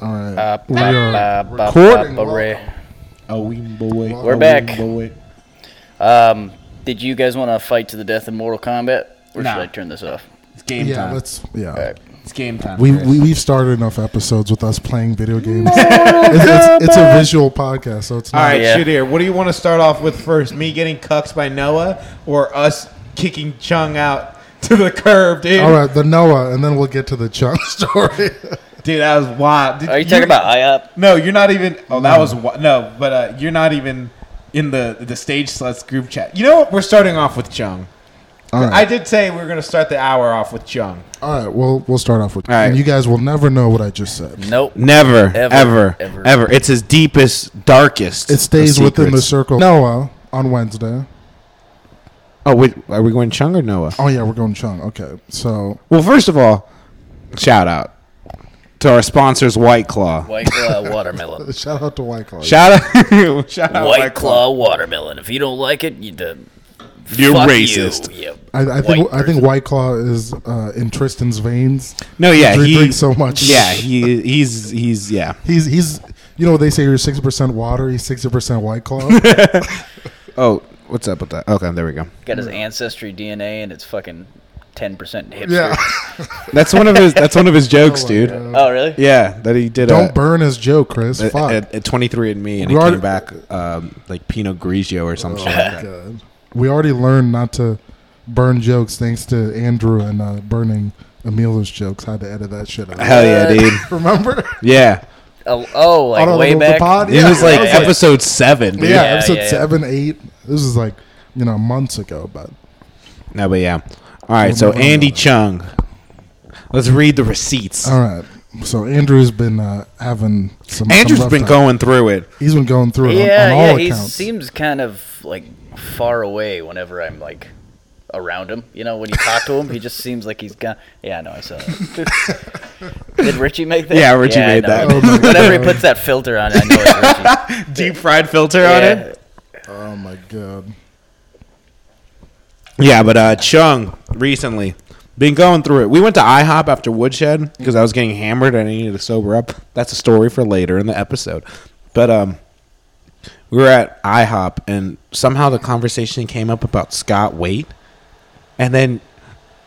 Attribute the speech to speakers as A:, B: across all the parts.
A: All right.
B: We
A: are recording.
B: recording.
A: oh, we boy.
B: We're
A: Oh,
B: back.
A: we Boy.
B: Um, did you guys want to fight to the death in Mortal Kombat, or
C: Nah.
B: should I turn this off?
C: It's game
A: Yeah,
C: time.
A: let's. uh, Yeah.
B: All right.
C: It's game time.
A: We,
C: Chris.
A: we, we've started enough episodes with us playing video games. it's, it's, it's a visual podcast, so it's not.
D: All right,
B: Yeah.
D: Shadir, what do you want to start off with first? Me getting cucks by Noah or us kicking Chung out to the curb, dude?
A: All right, the Noah, and then we'll get to the Chuck story.
D: Dude, that was wild. Did
B: Are you talking about IOP?
D: No, you're not even. Oh, that was wi- no, but uh, you're not even in the the stage sluts group chat. You know what? We're starting off with Chung.
A: All right.
D: I did say we were going to start the hour off with Chung.
A: All right, well, we'll start off with.
D: All right.
A: And you guys will never know what I just said.
B: Nope.
D: Never,
B: Ever, ever, ever. ever.
D: It's his deepest, darkest.
A: It stays within the circle. Noah on Wednesday.
D: Oh, wait, are we going Chung or Noah?
A: Oh, yeah, we're going Chung. Okay, so.
D: Well, first of all, shout out to our sponsors, White Claw.
B: White Claw Watermelon.
A: Shout out to White Claw.
D: Shout out, shout out,
B: White Claw Watermelon. If you don't like it, you the
D: You're
B: fuck
D: racist.
B: You, you
A: I, I think
B: white
A: I think
B: person.
A: White Claw is uh, in Tristan's veins.
D: No, yeah,
A: He
D: he,
A: drinks so much.
D: Yeah, he he's he's yeah.
A: He's he's you know they say you're sixty percent water, he's sixty percent White Claw.
D: Oh, what's up with that? Okay, there we go.
B: got his ancestry DNA, and it's fucking ten percent hipster.
A: yeah,
D: That's one of his that's one of his jokes,
A: Oh my
D: dude.
A: God.
B: Oh really?
D: Yeah, that he did.
A: don't
D: a,
A: burn his joke, Chris. Fuck.
D: At, at 23 and me, and
A: We
D: he
A: already-
D: came back um, like Pinot Grigio or something.
A: Oh, my God. We already learned not to burn jokes thanks to Andrew and uh, burning Emilio's jokes. Had to edit that shit out.
D: Hell yeah, dude.
A: Remember?
D: Yeah,
B: Oh, oh like
A: On
B: way
A: the,
B: back.
A: The pod?
D: it was like
B: I was like-
D: episode seven.
A: yeah,
D: Dude.
B: Yeah,
A: episode
B: yeah, yeah.
A: seven, eight. This is like you know months ago, but
D: No, but yeah. All right,
A: We'll
D: so
A: move on
D: Andy
A: now.
D: Chung. Let's read the receipts.
A: all right. So Andrew's been uh, having some.
D: Andrew's
A: some rough
D: been
A: time.
D: going through it.
A: He's been going through it
B: Yeah,
A: on, on all
B: yeah. He
A: accounts.
B: seems kind of like far away whenever I'm like around him. You know, when you talk to him, he just seems like he's gone. Yeah, I know. I saw that. Did Richie make that?
D: Yeah, Richie
B: I
D: made
B: know.
D: that.
A: Oh my
B: whenever he
A: God.
B: puts that filter on, I know it's Richie.
D: Deep fried filter on it.
B: yeah.
A: oh my god.
D: Yeah, but uh, Chung recently been going through it. We went to IHOP after Woodshed because I was getting hammered and I needed to sober up. That's a story for later in the episode. But um, we were at IHOP and somehow the conversation came up about Scott Wait, and then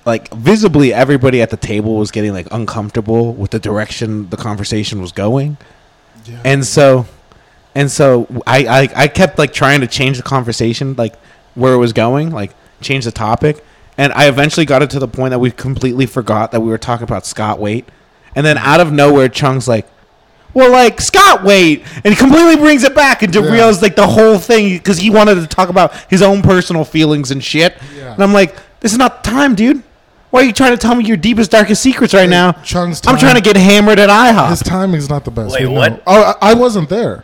D: like visibly everybody at the table was getting like uncomfortable with the direction the conversation was going
A: Yeah.
D: and so and so I, I i kept like trying to change the conversation like where it was going like change the topic and i eventually got it to the point that we completely forgot that we were talking about scott Waite. and then out of nowhere chung's like well like scott Waite," and he completely brings it back and derails like the whole thing because he wanted to talk about his own personal feelings and shit
A: Yeah.
D: and i'm like this is not the time dude why are you trying to tell me your deepest darkest secrets right now
A: Chung's
D: i'm trying to
A: time-
D: get hammered at ihop
A: His timing's not the best.
B: Wait,
A: we
B: what?
A: know. Oh, I, I wasn't there.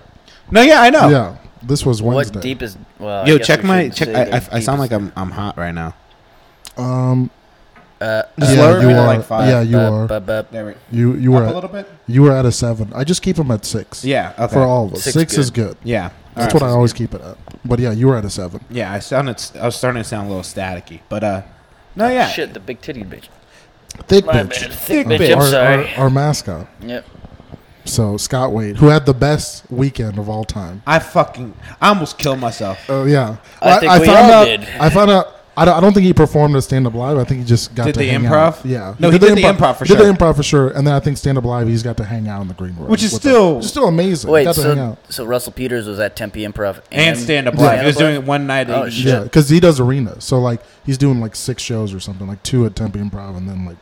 D: no yeah i know
A: Yeah, this was Wednesday.
B: What deep is? Well, I
D: Yo,
B: guess
D: check
B: we
D: my
B: shouldn't
D: check.
B: say
D: I, I,
B: the
D: I sound like
B: deepest-
D: I'm I'm hot right now.
A: Um,
B: Uh,
D: Just
A: yeah,
D: lower it
A: you
D: to
A: are.
D: like five.
A: Yeah, you
B: bup,
A: are.
B: bup, bup.
D: There we
A: You you were
D: Up a
A: at-
D: little bit?
A: You were at a seven. I just keep him at six.
D: Yeah. Okay.
A: for all of us,
B: Six
A: six, is good.
D: Yeah. All
A: That's
D: right.
A: what I always keep it at. But yeah, you were at a seven.
D: Yeah, I sounded. I was starting to sound a little staticky, but uh, no, yeah.
B: Shit, the big titty bitch.
A: Thick
B: My
A: bitch.
B: bad. Thick
D: Thick
B: bitch.
A: our,
B: I'm sorry.
A: Our, our mascot.
B: Yep.
A: So Scott Wade, who had the best weekend of all time.
D: I fucking. I almost killed myself.
A: Oh yeah,
B: I think we
A: found
B: all
A: out.
B: did.
A: I found out. I don't, I don't think he performed a stand up live. I think he just got
D: Did
A: to
D: the
A: hang
D: improv?
A: Out. Yeah,
D: No, he did the improv for
A: did
D: sure.
A: the improv for sure, and then I think stand up live. He's got to hang out in the green room,
D: Which is
A: with
D: still-
A: them. still amazing.
B: Wait,
A: got to hang
B: so
A: out.
B: so Russell Peters was at Tempe Improv
D: And stand up
B: Yeah.
D: live. He was
B: Stand-up
D: doing it one night.
B: Oh,
D: each.
B: shit.
A: yeah, because he does arena. So like he's doing like six shows or something, like two at Tempe Improv, and then like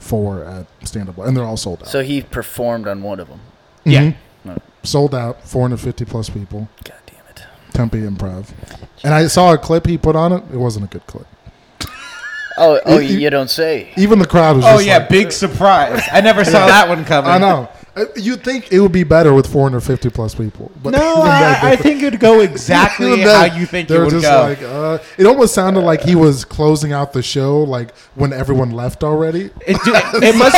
A: four at stand up, live, and they're all sold out.
B: So he performed on one of them.
A: Mm-hmm.
D: Yeah.
A: sold out, four hundred fifty plus people.
B: God damn it.
A: Tempe Improv, and I saw a clip he put on it. It wasn't a good clip.
B: Oh, oh, you don't say.
A: Even the crowd was.
D: Oh
A: just
D: yeah,
A: like,
D: big surprise. I never saw that one coming.
A: I know. Uh, You'd think it would be better with 450 plus people. But
D: No,
A: even
D: I,
A: that-
D: I think it'd go exactly
A: even
D: how
A: that,
D: you think
A: they
D: it
A: were
D: would
A: just
D: go.
A: Like, uh, it almost sounded like he was closing out the show, like when everyone left already.
D: it, do- it must.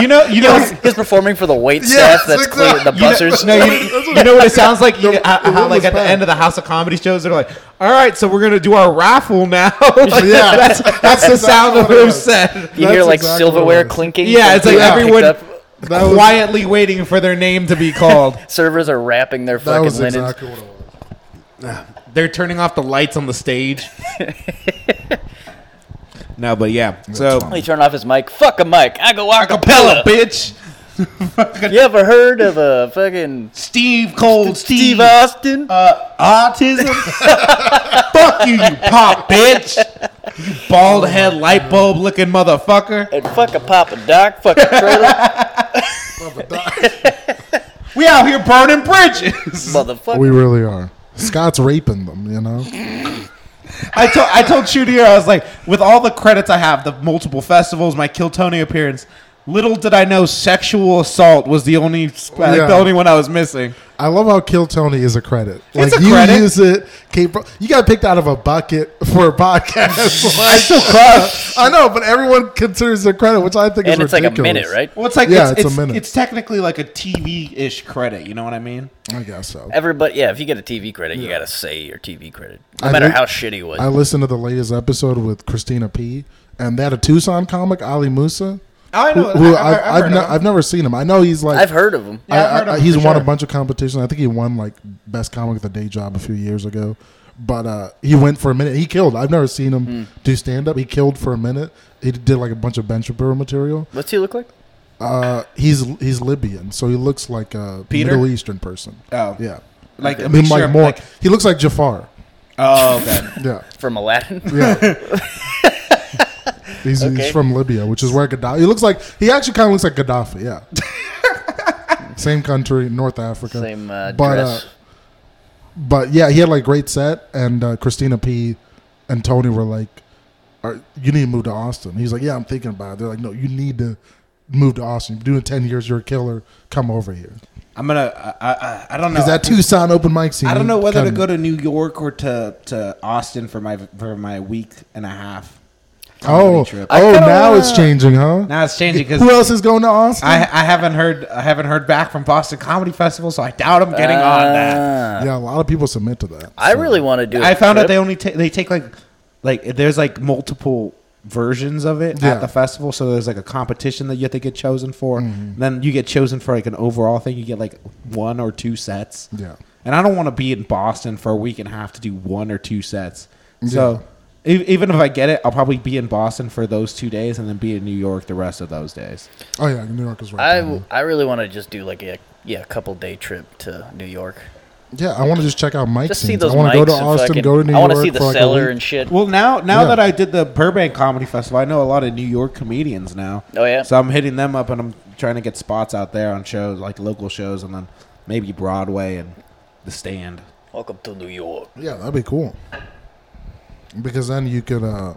D: You know. You know.
B: He's performing for the wait
A: Yes,
B: staff that's
A: exactly.
B: clear, the
A: You
D: You know-
B: buzzers.
D: no, you, you know what it sounds like? You,
A: The-
D: how-
A: the
D: how,
A: room
D: like
A: was
D: at the
A: packed.
D: end of the House of Comedy shows, they're like, "All right, so we're gonna do our raffle now." Like,
A: Yeah.
D: that's, that's the
A: That's
D: sound
A: exactly
D: the
A: what it
D: room
A: was.
D: said.
B: you
A: That's
B: hear like
A: exactly what it
B: silverware
A: was.
B: clinking.
D: Yeah,
B: from
D: it's like
B: people
D: everyone-
B: picked up.
A: That was-
D: quietly waiting for their name to be called.
B: Servers are wrapping their
A: That
B: fucking
A: was
B: linens.
A: exactly what it was.
D: They're turning off the lights on the stage. no, but yeah. So
A: fine.
B: He turned off his mic. Fuck a mic. I go
D: acapella,
B: acapella.
D: bitch.
B: You ever heard of a fucking
D: Steve Cold
B: Steve
D: Steve,
B: Austin?
D: uh, autism. Fuck you, you pop bitch. You bald head light bulb looking motherfucker.
B: and fuck a Papa Doc. Fuck a trailer.
D: We out here burning bridges.
B: motherfucker.
A: We really are. Scott's raping them, you know?
D: I told I told Chudier, I was like, with all the credits I have, the multiple festivals, my Kill Tony appearance. Little did I know, sexual assault was the only like,
A: Yeah.
D: the only one I was missing.
A: I love how Kill Tony is a credit. Like,
D: a
A: you
D: credit.
A: use it. Kate, Bro- you got picked out of a bucket for a podcast.
D: I still crush.
A: I know, but everyone considers it a credit, which I think
B: and
A: is
B: it's
A: ridiculous.
B: like a minute, right?
D: Well, it's like
A: Yeah,
D: it's,
A: it's a
D: it's,
A: minute.
D: it's technically like a TV-ish credit. You know what I mean?
A: I guess so.
B: Everybody, yeah. If you get a TV credit, you gotta say your TV credit, no
A: I
B: matter
A: think-
B: how shitty it was.
A: I listened to the latest episode with Christina P. and that a Tucson comic, Ali Musa.
D: I know.
A: Who, who
D: I- I've-
A: I've,
D: I've
A: I've,
D: heard
A: ne-
D: of him.
A: I've never seen him. I know he's like
B: I've heard of him.
D: Yeah, I've
A: I-
D: heard
A: I-
D: of him
A: he's
D: for
A: won
D: sure.
A: a bunch of competitions. I think he won like best comic of the day job a few years ago. But uh, he went for a minute. He killed. I've never seen
D: Hmm.
A: him do stand up. He killed for a minute. He did like a bunch of bench burner material.
B: What's he look like?
A: Uh, he's he's Libyan, so he looks like a
D: Peter?
A: Middle Eastern person.
D: Oh.
A: yeah,
D: Like a
A: I mean,
D: mixture
A: like
D: of,
A: more.
D: like-
A: he looks like Jafar.
D: oh, okay.
A: Yeah,
B: From Aladdin?
A: yeah. He's,
B: Okay.
A: he's from Libya, which is where Gaddafi. He looks like he actually kind of looks like Gaddafi. Yeah, same country, North Africa.
B: Same uh,
A: But, uh,
B: dress.
A: but yeah, he had like great set, and uh, Christina P. and Tony were like, "Are- "You need to move to Austin." He's like, "Yeah, I'm thinking about it." They're like, "No, you need to move to Austin. You've been doing ten years. You're a killer. Come over here."
D: I'm gonna. I, I, I don't know.
A: Because that Tucson open mic scene.
D: I don't know whether to go to New York or to, to Austin for my for my week and a half. comedy
A: Oh,
D: trip.
A: oh,
B: kinda
A: now
B: wanna-
A: it's changing, huh?
D: Now it's changing because
A: Who else is going to Austin?
D: I I haven't heard I haven't heard back from Boston Comedy Festival, so I doubt I'm getting on that.
B: Ah.
A: yeah, a lot of people submit to that.
B: I
A: so.
B: really want to do. I
D: I found out they only take they take like like there's like multiple versions of it
A: Yeah.
D: at the festival. So there's like a competition that you have to get chosen for.
A: Mm-hmm.
D: Then you get chosen for like an overall thing. You get like one or two sets.
A: Yeah.
D: And I don't want to be in Boston for a week and have to do one or two sets. So e- even if I get it, I'll probably be in Boston for those two days and then be in New York the rest of those days.
A: Oh yeah, New York is right.
B: I,
A: down
B: w- I really want to just do like a yeah a couple day trip to New York.
A: there. yeah, I want to just check out Mike.
B: Just
A: scenes.
B: see those.
A: I want to go to
B: mics and
A: Austin,
B: fucking-
A: go to New
B: I
A: York.
B: wanna see the
A: for like a
B: cellar
A: week.
B: and shit.
D: Well, now now
A: Yeah.
D: that I did the Burbank Comedy Festival, I know a lot of New York comedians now.
B: Oh, yeah?
D: So I'm hitting them up and I'm trying to get spots out there on shows like local shows and then maybe Broadway and the Stand.
B: Welcome to New York.
A: Yeah, that'd be cool. Because then you could uh,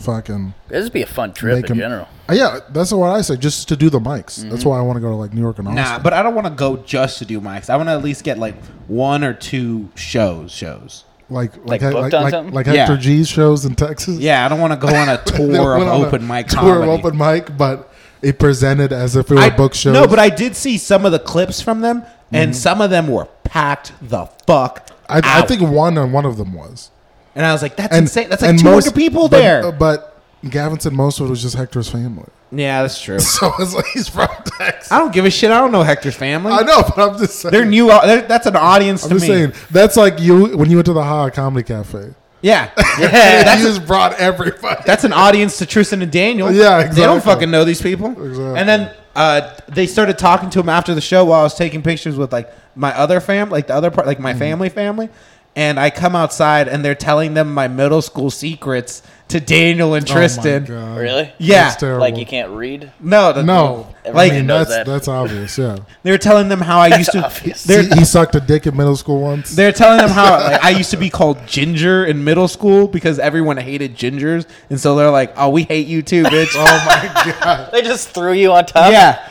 A: fucking
B: This would be a fun trip
A: make
B: in
A: them.
B: general.
A: Uh, yeah, that's what I say. Just to do the mics. That's why I want to go to like New York and Austin.
D: Mm-hmm. Nah, but I don't want to go just to do mics. I want to at least get like one or two shows. Shows.
A: like like
B: Like
A: like
B: booked
A: like,
B: on
A: like,
B: something?
A: Hector
D: Yeah.
A: G's shows in Texas.
D: Yeah, I don't want to go on a
A: They
D: tour of
A: went on a
D: open mic
A: Tour
D: comedy.
A: of open mic, but it presented as if it were
D: I-
A: book shows.
D: No, but I did see some of the clips from them, and some of them were packed the fuck.
A: I, I
D: out.
A: think one on one of them was.
D: and I was like, that's
A: and
D: insane. That's
A: and
D: like two hundred
A: most-
D: people
A: but-
D: there.
A: uh, But Gavin said most of it was just Hector's family.
D: yeah, that's true.
A: So it's like he's from Texas.
D: I don't give a shit. I don't know Hector's family.
A: I know, but I'm just saying.
D: They're new. They're, that's an audience
A: I'm
D: to
A: just
D: me.
A: saying that's like you when you went to the Ha Comedy Cafe.
D: Yeah,
A: you
D: that's,
A: just brought everybody.
D: that's an audience to Tristan and Daniel.
A: Yeah,
D: They don't
A: exactly.
D: fucking know these people.
A: Exactly.
D: And then uh, they started talking to him after the show while I was taking pictures with like my other fam, like the other part, like my
A: Mm-hmm.
D: family family. And I come outside and they're telling them my middle school secrets to Daniel and
A: Oh my
D: Tristan.
A: God.
B: Really?
D: Yeah.
A: That's terrible.
B: Like you can't read.
D: No, the-
A: No,
D: Like
A: I mean,
B: knows
A: that's
B: that.
A: that's obvious. Yeah,
D: they were telling them how I used to.
B: obvious.
D: They're,
A: he, he sucked a dick in middle school once.
D: They're telling them how like, I used to be called Ginger in middle school because everyone hated gingers, and so they're like, "Oh, we hate you too, bitch."
A: Oh my god!
B: They just threw you on top.
D: yeah.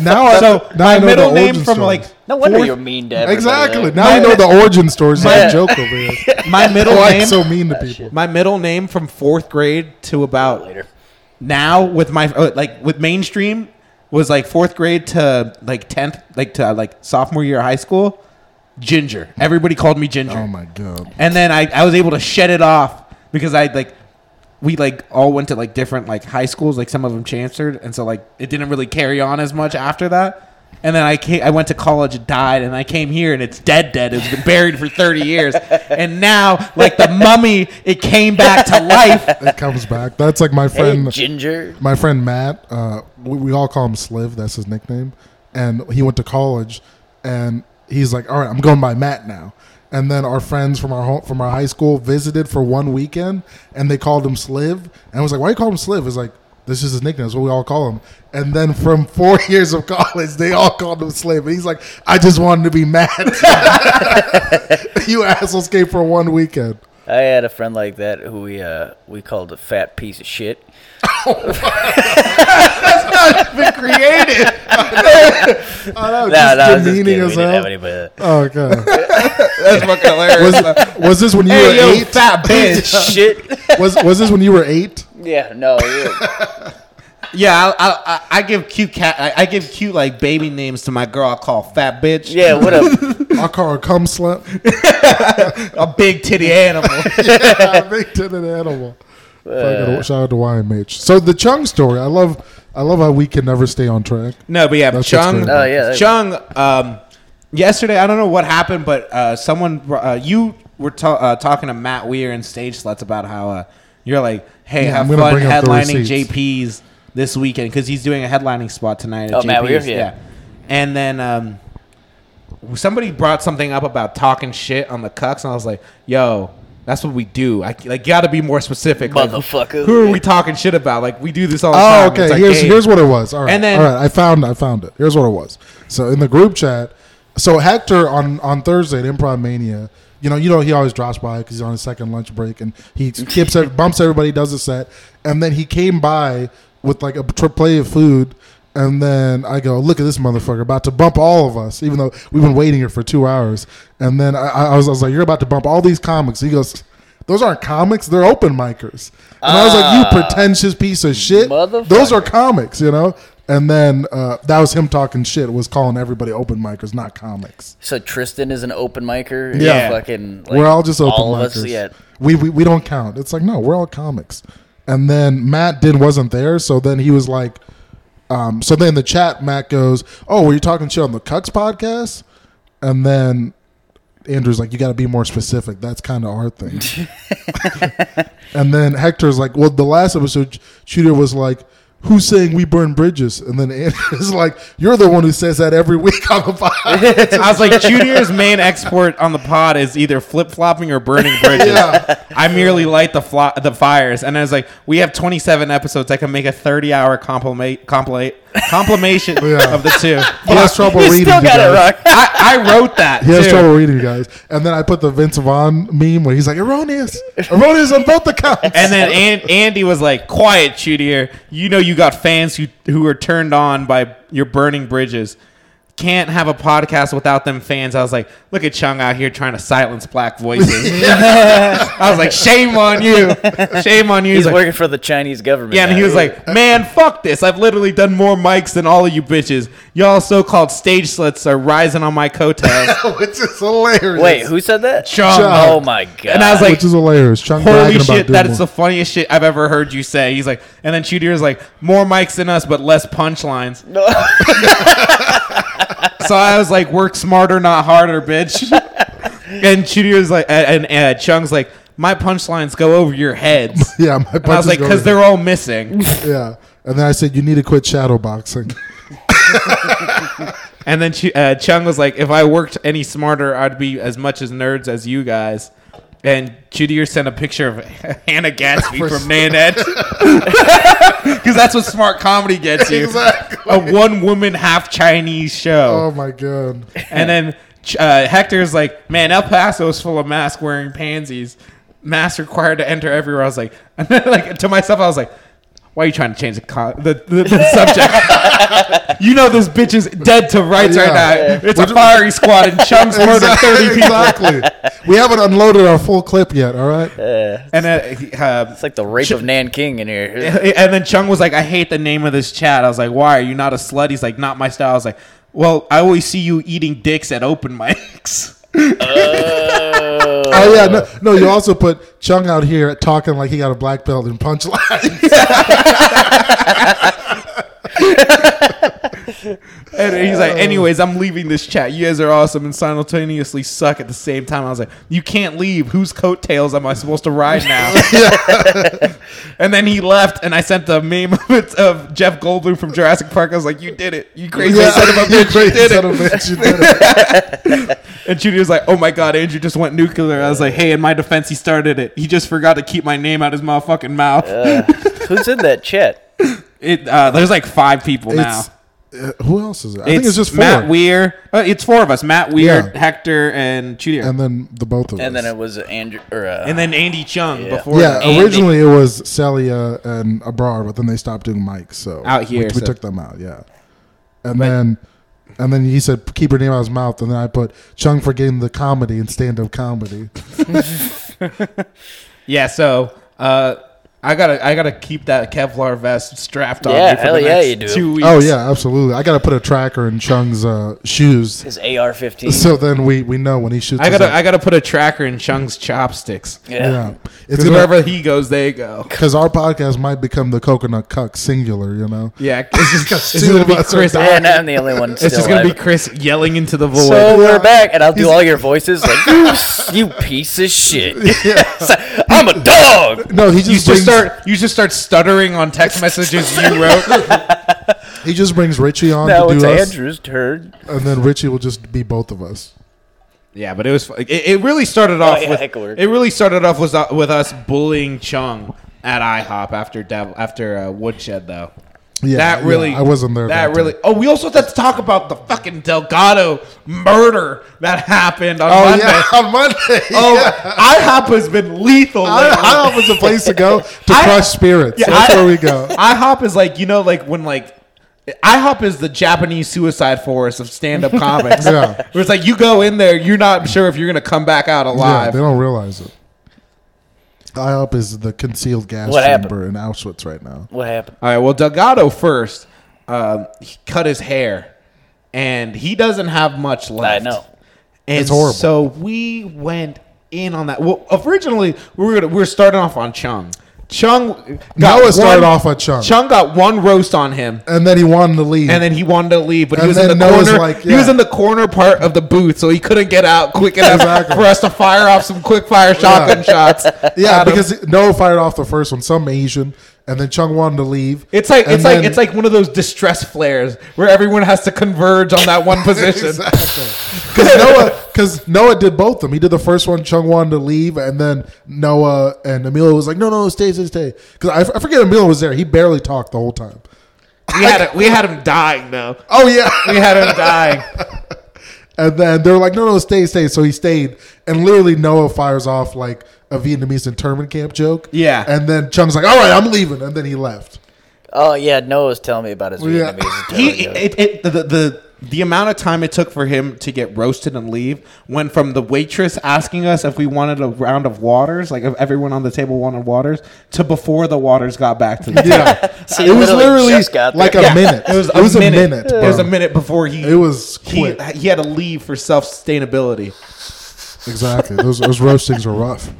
A: Now I
D: So
A: now I
D: my
A: know
D: middle
A: the
D: name
A: origin
D: from
A: stories.
D: like
B: No wonder
D: fourth-
B: you're mean to everybody.
A: exactly.
B: Like,
A: Now you know the origin stories. My
B: Yeah.
A: joke over here.
D: my middle
A: Why I'm
D: name
A: Oh, so mean to people?
D: my middle name from fourth grade to about
B: Later.
D: now with my uh, like with mainstream was like fourth grade to like tenth like to like sophomore year of high school. Ginger. Everybody called me Ginger.
A: Oh my god!
D: And then I, I was able to shed it off because I like we like all went to like different like high schools. Like some of them chancelled, and so like it didn't really carry on as much after that. And then I came, I went to college, it died, and I came here, and it's dead, dead. It's been buried for thirty years, and now like the mummy, it came back to life.
A: It comes back. That's like my
B: Hey,
A: friend.
B: Ginger.
A: my friend Matt, uh, we, we all call him Sliv. That's his nickname. And he went to college, and he's like, "All right, I'm going by Matt now." And then our friends from our home, from our high school visited for one weekend, and they called him Sliv. And I was like, "Why do you call him Sliv?" It's like this is his nickname. That's what we all call him. And then from four years of college, they all called him Sliv. And he's like, "I just wanted to be Matt. you assholes came for one weekend."
B: I had a friend like that who we uh, we called a fat piece of shit.
A: Been created. I know,
B: No,
A: just
B: no, it was just
A: demeaning
B: kidding.
A: as
B: we didn't
A: hell.
B: have uh, anybody. that-
A: Oh god.
D: That's fucking hilarious.
A: Was, was this when you
D: hey,
A: were
D: yo,
A: eight?
D: fat bitch.
B: shit.
A: Was was this when you were eight?
B: yeah, no. yeah.
D: Yeah, I, I, I, I give cute cat. I, I give cute like baby names to my girl. I call fat bitch.
B: Yeah, what a
A: I call her cum slut.
D: a big titty animal.
A: I think to an animal. Fucking Shout out to YMH. So the Chung story, I love. I love how we can never stay on track.
D: no, but yeah,
A: That's
D: Chung.
A: what's Oh,
B: yeah, there you
D: Chung. Um, yesterday, I don't know what happened, but uh, someone br- uh, you were ta- uh, talking to Matt Weir and Stage Sluts about how uh, you're like, hey,
A: Yeah,
D: have
A: I'm gonna
D: fun
A: bring up the
D: headlining
A: receipts.
D: JP's this weekend because he's doing a headlining spot tonight. At
B: Oh,
D: JP's.
B: Matt Weir? Yeah.
D: and then. Um, somebody brought something up about talking shit on the cucks, and I was like, "Yo, that's what we do. I like got to be more specific, Like,
B: Motherfucker.
D: who are we talking shit about? Like we do this all the time.
A: Oh,
D: It's
A: okay.
D: like,
A: here's
D: hey.
A: here's what it was. All right.
D: And then-
A: all right. I found I found it. Here's what it was. So in the group chat, so Hector on on Thursday at Improv Mania, you know, you know, he always drops by because he's on his second lunch break and he skips every, bumps everybody, does a set, and then he came by with like a tr- plate of food. And then I go, look at this motherfucker about to bump all of us, even though we've been waiting here for two hours. And then I, I I was, I was like, you're about to bump all these comics. He goes, those aren't comics, they're open micers. And I was like, you pretentious piece of shit.
B: Motherfucker.
A: Those are comics, you know. And then uh, that was him talking shit. Was calling everybody open micers, not comics.
B: so Tristan is an open micer. and
A: Yeah.
B: fucking. Like,
A: we're all just open
B: all
A: micers.
B: Of us, yeah.
A: we, we we don't count. It's like no, we're all comics. And then Matt did wasn't there, so then he was like, um, so then the chat Matt goes, oh, were you talking shit on the Cucks podcast? And then Andrew's like, you got to be more specific. That's kind of our thing. and then Hector's like, well, the last episode, Shooter was like, who's saying we burn bridges? And then Andrew's like, you're the one who says that every week on the podcast.
D: I was like, Junior's main export on the pod is either flip flopping or burning bridges.
A: Yeah.
D: I merely light the flo- the fires, and I was like, we have 27 episodes. I can make a 30 hour compliment compliment complimation
A: Yeah.
D: of the two.
A: He has trouble
B: You
A: reading.
B: still
A: you
B: got
A: guys.
B: it wrong.
D: I, I wrote that.
A: He has
D: too.
A: trouble reading, you guys. And then I put the Vince Vaughn meme where he's like, erroneous. Erroneous on both accounts.
D: And then An- Andy was like, "Quiet, Chudier. You know you got fans who who are turned on by your burning bridges. Can't have a podcast without them fans." I was like, "Look at Chung out here trying to silence black voices." I was like, "Shame on you. Shame on you."
B: He's
D: He's like,
B: working for the Chinese government.
D: yeah, and he
B: now.
D: was like, "Man, fuck this. I've literally done more mics than all of you bitches. Y'all so-called stage sluts are rising on my coattails."
A: which is hilarious.
B: "Wait, who said that?"
D: Chung.
B: Oh my god.
D: And I was like,
A: which is hilarious. Chung
D: Holy
A: bragging
D: shit,
A: about
D: that
A: doing
D: is
A: more.
D: the funniest shit I've ever heard you say. He's like, and then Chudier's like, more mics than us, but less punchlines. so I was like, work smarter, not harder, bitch. and Chudier's like, and, and uh, Chung's like, my punchlines go over your heads.
A: Yeah, my
D: And I
A: punches
D: was like,
A: go
D: because
A: in.
D: they're all missing.
A: Yeah. And then I said, you need to quit shadow boxing.
D: and then Chu- uh, Chung was like, if I worked any smarter, I'd be as much as nerds as you guys. And Chudier sent a picture of Hannah Gatsby
A: For-
D: from Nanette. Because that's what smart comedy gets you.
A: Exactly.
D: A one woman, half Chinese
A: Oh,
D: show.
A: my God.
D: And then Ch- uh, Hector's like, man, El Paso is full of mask wearing pansies. Masks required to enter everywhere. I was like, like to myself, I was like, why are you trying to change the, con- the, the, the subject? you know this bitch is dead to rights right now. It's a firing squad and Chum's murdered 30 people.
A: exactly. We haven't unloaded our full clip yet, all right?
D: And, uh, uh,
B: "It's like the rape of Nanking in here."
D: and then Chung was like, I hate the name of this chat. I was like, why? Are you not a slut? He's like, not my style. I was like, well, I always see you eating dicks at open mics.
A: Oh yeah,
D: uh.
A: no, no. You also put Chung out here talking like he got a black belt in punchline.
D: And he's
A: Oh.
D: like, anyways, I'm leaving this chat. You guys are awesome and simultaneously suck at the same time. I was like, you can't leave. Whose coattails am I supposed to ride now? and then he left, and I sent the meme of, it, of Jeff Goldblum from Jurassic Park. I was like, you did it. You crazy son of a
A: You
D: bitch. You
A: crazy
D: did
A: son
D: it.
A: of a bitch, you did it.
D: And Judy was like, oh my God, Andrew just went nuclear. I was like, hey, in my defense, he started it. He just forgot to keep my name out his motherfucking mouth.
B: Who's in Uh, that chat?
D: It, uh, there's like five people now.
A: It's, uh, who else is it? I think it's just four,
D: Matt Weir. Uh, it's four of us: Matt Weir,
A: Yeah.
D: Hector, and Chudier.
A: and then the both of
B: And
A: us.
B: then it was Andrew or uh,
D: and then Andy Chung
B: Yeah.
D: before.
A: yeah,
D: Andy-
A: originally it was Celia and Abrar, but then they stopped doing mics. So
D: Out here,
A: we, we
D: so-
A: took them out. Yeah, and then and then he said, "Keep her name out of his mouth." And then I put Chung for getting the comedy and stand-up comedy.
D: Yeah, so uh, I gotta I gotta keep that Kevlar vest strapped on
B: Yeah,
D: me for
B: hell
D: the
B: yeah,
D: next
B: you do.
D: two weeks.
A: oh yeah, absolutely. I got to put a tracker in Chung's uh, shoes,
B: his AR-15.
A: so then we we know when he shoots.
D: I
A: us
D: gotta
A: up.
D: I gotta put a tracker in Chung's chopsticks.
B: yeah.
A: yeah, it's
D: 'Cause
A: gonna
D: wherever he goes, they go.
A: because our podcast might become the coconut cuck singular. You know.
D: Yeah, it's just, it's
A: Two
D: gonna
A: of
D: be
A: us are
D: Chris.
A: back.
B: Yeah, and I'm the only one still
D: It's just gonna be
B: alive.
D: Chris yelling into the void.
B: so
A: Yeah.
B: we're back, and I'll do all your voices like you, s- you piece of shit. It's like, I'm a dog.
A: No, he just
D: you
A: brings,
D: just start you just start stuttering on text messages you wrote.
A: he just brings Richie on
B: Now
A: to
B: it's
A: do us,
B: Andrew's turn.
A: and then Richie will just be both of us.
D: Yeah, but it was. fu- It, it really started off
B: yeah,
D: with.
B: heckler.
D: It really started off with uh, with us bullying Chung at IHOP after Dev, after uh, Woodshed though.
A: Yeah,
D: that really.
A: yeah, I wasn't there.
D: That,
A: that
D: really.
A: time.
D: Oh, we also had to talk about the fucking Delgado murder that happened on
A: Oh
D: Monday.
A: yeah, on Monday.
D: Oh,
A: yeah.
D: IHOP has been lethal.
A: I,
D: lately.
A: IHOP is a place to go to
D: I-
A: crush spirits.
D: Yeah,
A: That's
D: I-
A: where we go.
D: IHOP is like you know, like when like IHOP is the Japanese suicide force of stand-up comics.
A: Yeah.
D: where it's like you go in there, you're not sure if you're gonna come back out
A: Yeah,
D: alive.
A: they don't realize it. IHOP is the concealed gas
B: What happened?
A: chamber in Auschwitz right now.
B: What happened?
D: All right. Well, Delgado first. Um, he cut his hair, and he doesn't have much left.
B: know.
D: And
A: It's horrible.
D: So we went in on that. Well, originally we were gonna, we were starting off on Chung. Chung got
A: Now it started
D: one-
A: off on Chung.
D: Chung got one roast on him.
A: And then he wanted to leave.
D: And then he wanted to leave, but he
A: And
D: was in the
A: then Noah's
D: corner.
A: like,
D: He was
A: yeah.
D: in the corner part of the booth, so he couldn't get out quick enough
A: Exactly.
D: for us to fire off some quick fire shotgun shots.
A: yeah,
D: at him.
A: because Noah fired off the first one, some Asian, and then Chung wanted to leave.
D: It's like
A: And
D: it's
A: then-
D: like it's like one of those distress flares where everyone has to converge on that one position.
A: Because Noah, because Noah did both of them. He did the first one. Chung wanted to leave, and then Noah and Emilio was like, "No, no, stay, stay, stay." Because I, I forget Emilio was there. He barely talked the whole time.
D: We had we had him dying though.
A: Oh yeah,
D: We had him dying.
A: and then they were like, "No, no, stay, stay." So he stayed, and literally Noah fires off like a Vietnamese internment camp joke.
D: Yeah.
A: and then Chung's like, "All right, I'm leaving," and then he left.
B: Oh yeah, Noah was telling me about his
A: Yeah.
B: Vietnamese.
D: He
B: intelligence.
D: it, it, the, the the amount of time it took for him to get roasted and leave went from the waitress asking us if we wanted a round of waters, like if everyone on the table wanted waters, to before the waters got back to the table.
A: Yeah,
B: So
A: it
B: he
A: was
B: literally
A: literally
B: just got
A: like
B: there.
A: a minute.
D: It was, a, minute. It was
A: bro.
D: a minute before he.
A: It was
D: he,
A: quick.
D: he had to leave for self sustainability.
A: Exactly. Those those roastings are rough.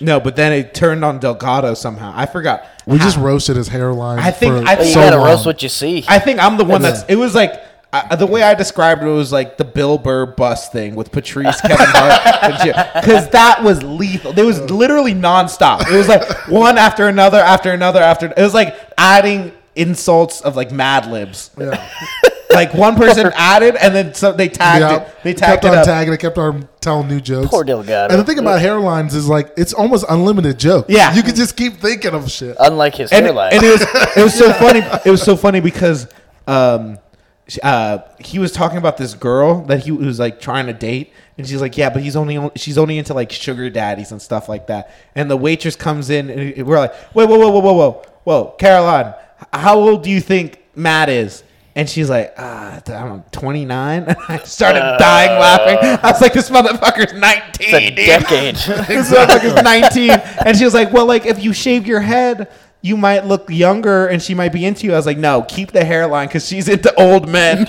D: No, but then it turned on Delgado somehow. I forgot.
A: We
D: how.
A: just roasted his hairline.
D: I think-
A: for
D: I
B: Well, you
D: so
B: gotta
A: long.
B: roast what you see.
D: I think I'm the one that's. It was like I, the way I described it was like the Bill Burr bus thing with Patrice, Kevin Hart, because that was lethal. It was literally nonstop. It was like one after another, after another, after. It was like adding insults of like Mad Libs.
A: Yeah.
D: Like one person added, and then so they tagged
A: Yeah,
D: it. They tagged
A: kept
D: it
A: on
D: up.
A: tagging it, kept on telling new jokes.
B: Poor Delgado.
A: And the thing about hairlines is like it's almost unlimited jokes.
D: Yeah.
A: you can just keep thinking of shit.
B: Unlike his
D: and,
B: hairline.
D: and it was it was so funny. It was so funny because um, sh- uh, he was talking about this girl that he was like trying to date, and she's like, "Yeah, but he's only she's only into like sugar daddies and stuff like that." And the waitress comes in, and we're like, "Wait, whoa, whoa, whoa, whoa, whoa, whoa, Caroline, h- how old do you think Matt is?" And she's like, ah, I don't know, 29? And I started
B: Uh,
D: dying laughing. I was like, this motherfucker's 19.
B: it's a
D: dude.
B: decade.
D: This motherfucker's 19. And she was like, Well, like, if you shave your head, you might look younger and she might be into you. I was like, No, keep the hairline because she's into old men.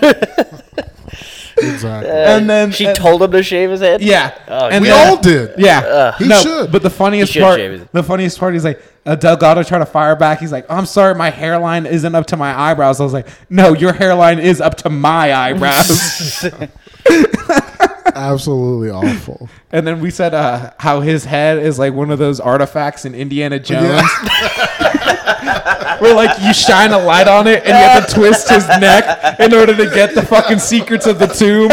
A: exactly.
D: And then
B: she
D: and-
B: told him to shave his head.
D: Yeah.
B: Oh,
D: And
A: we
D: then-
A: all did.
D: Yeah,
A: He should.
D: But the funniest
B: should
D: part,
B: shave his-
D: the funniest part, he's like uh, Delgado tried to fire back. He's like, "I'm sorry, my hairline isn't up to my eyebrows." I was like, "No, your hairline is up to my eyebrows."
A: Absolutely awful.
D: and then we said uh, how his head is like one of those artifacts in Indiana Jones, where like you shine a light on it and you have to twist his neck in order to get the fucking secrets of the tomb.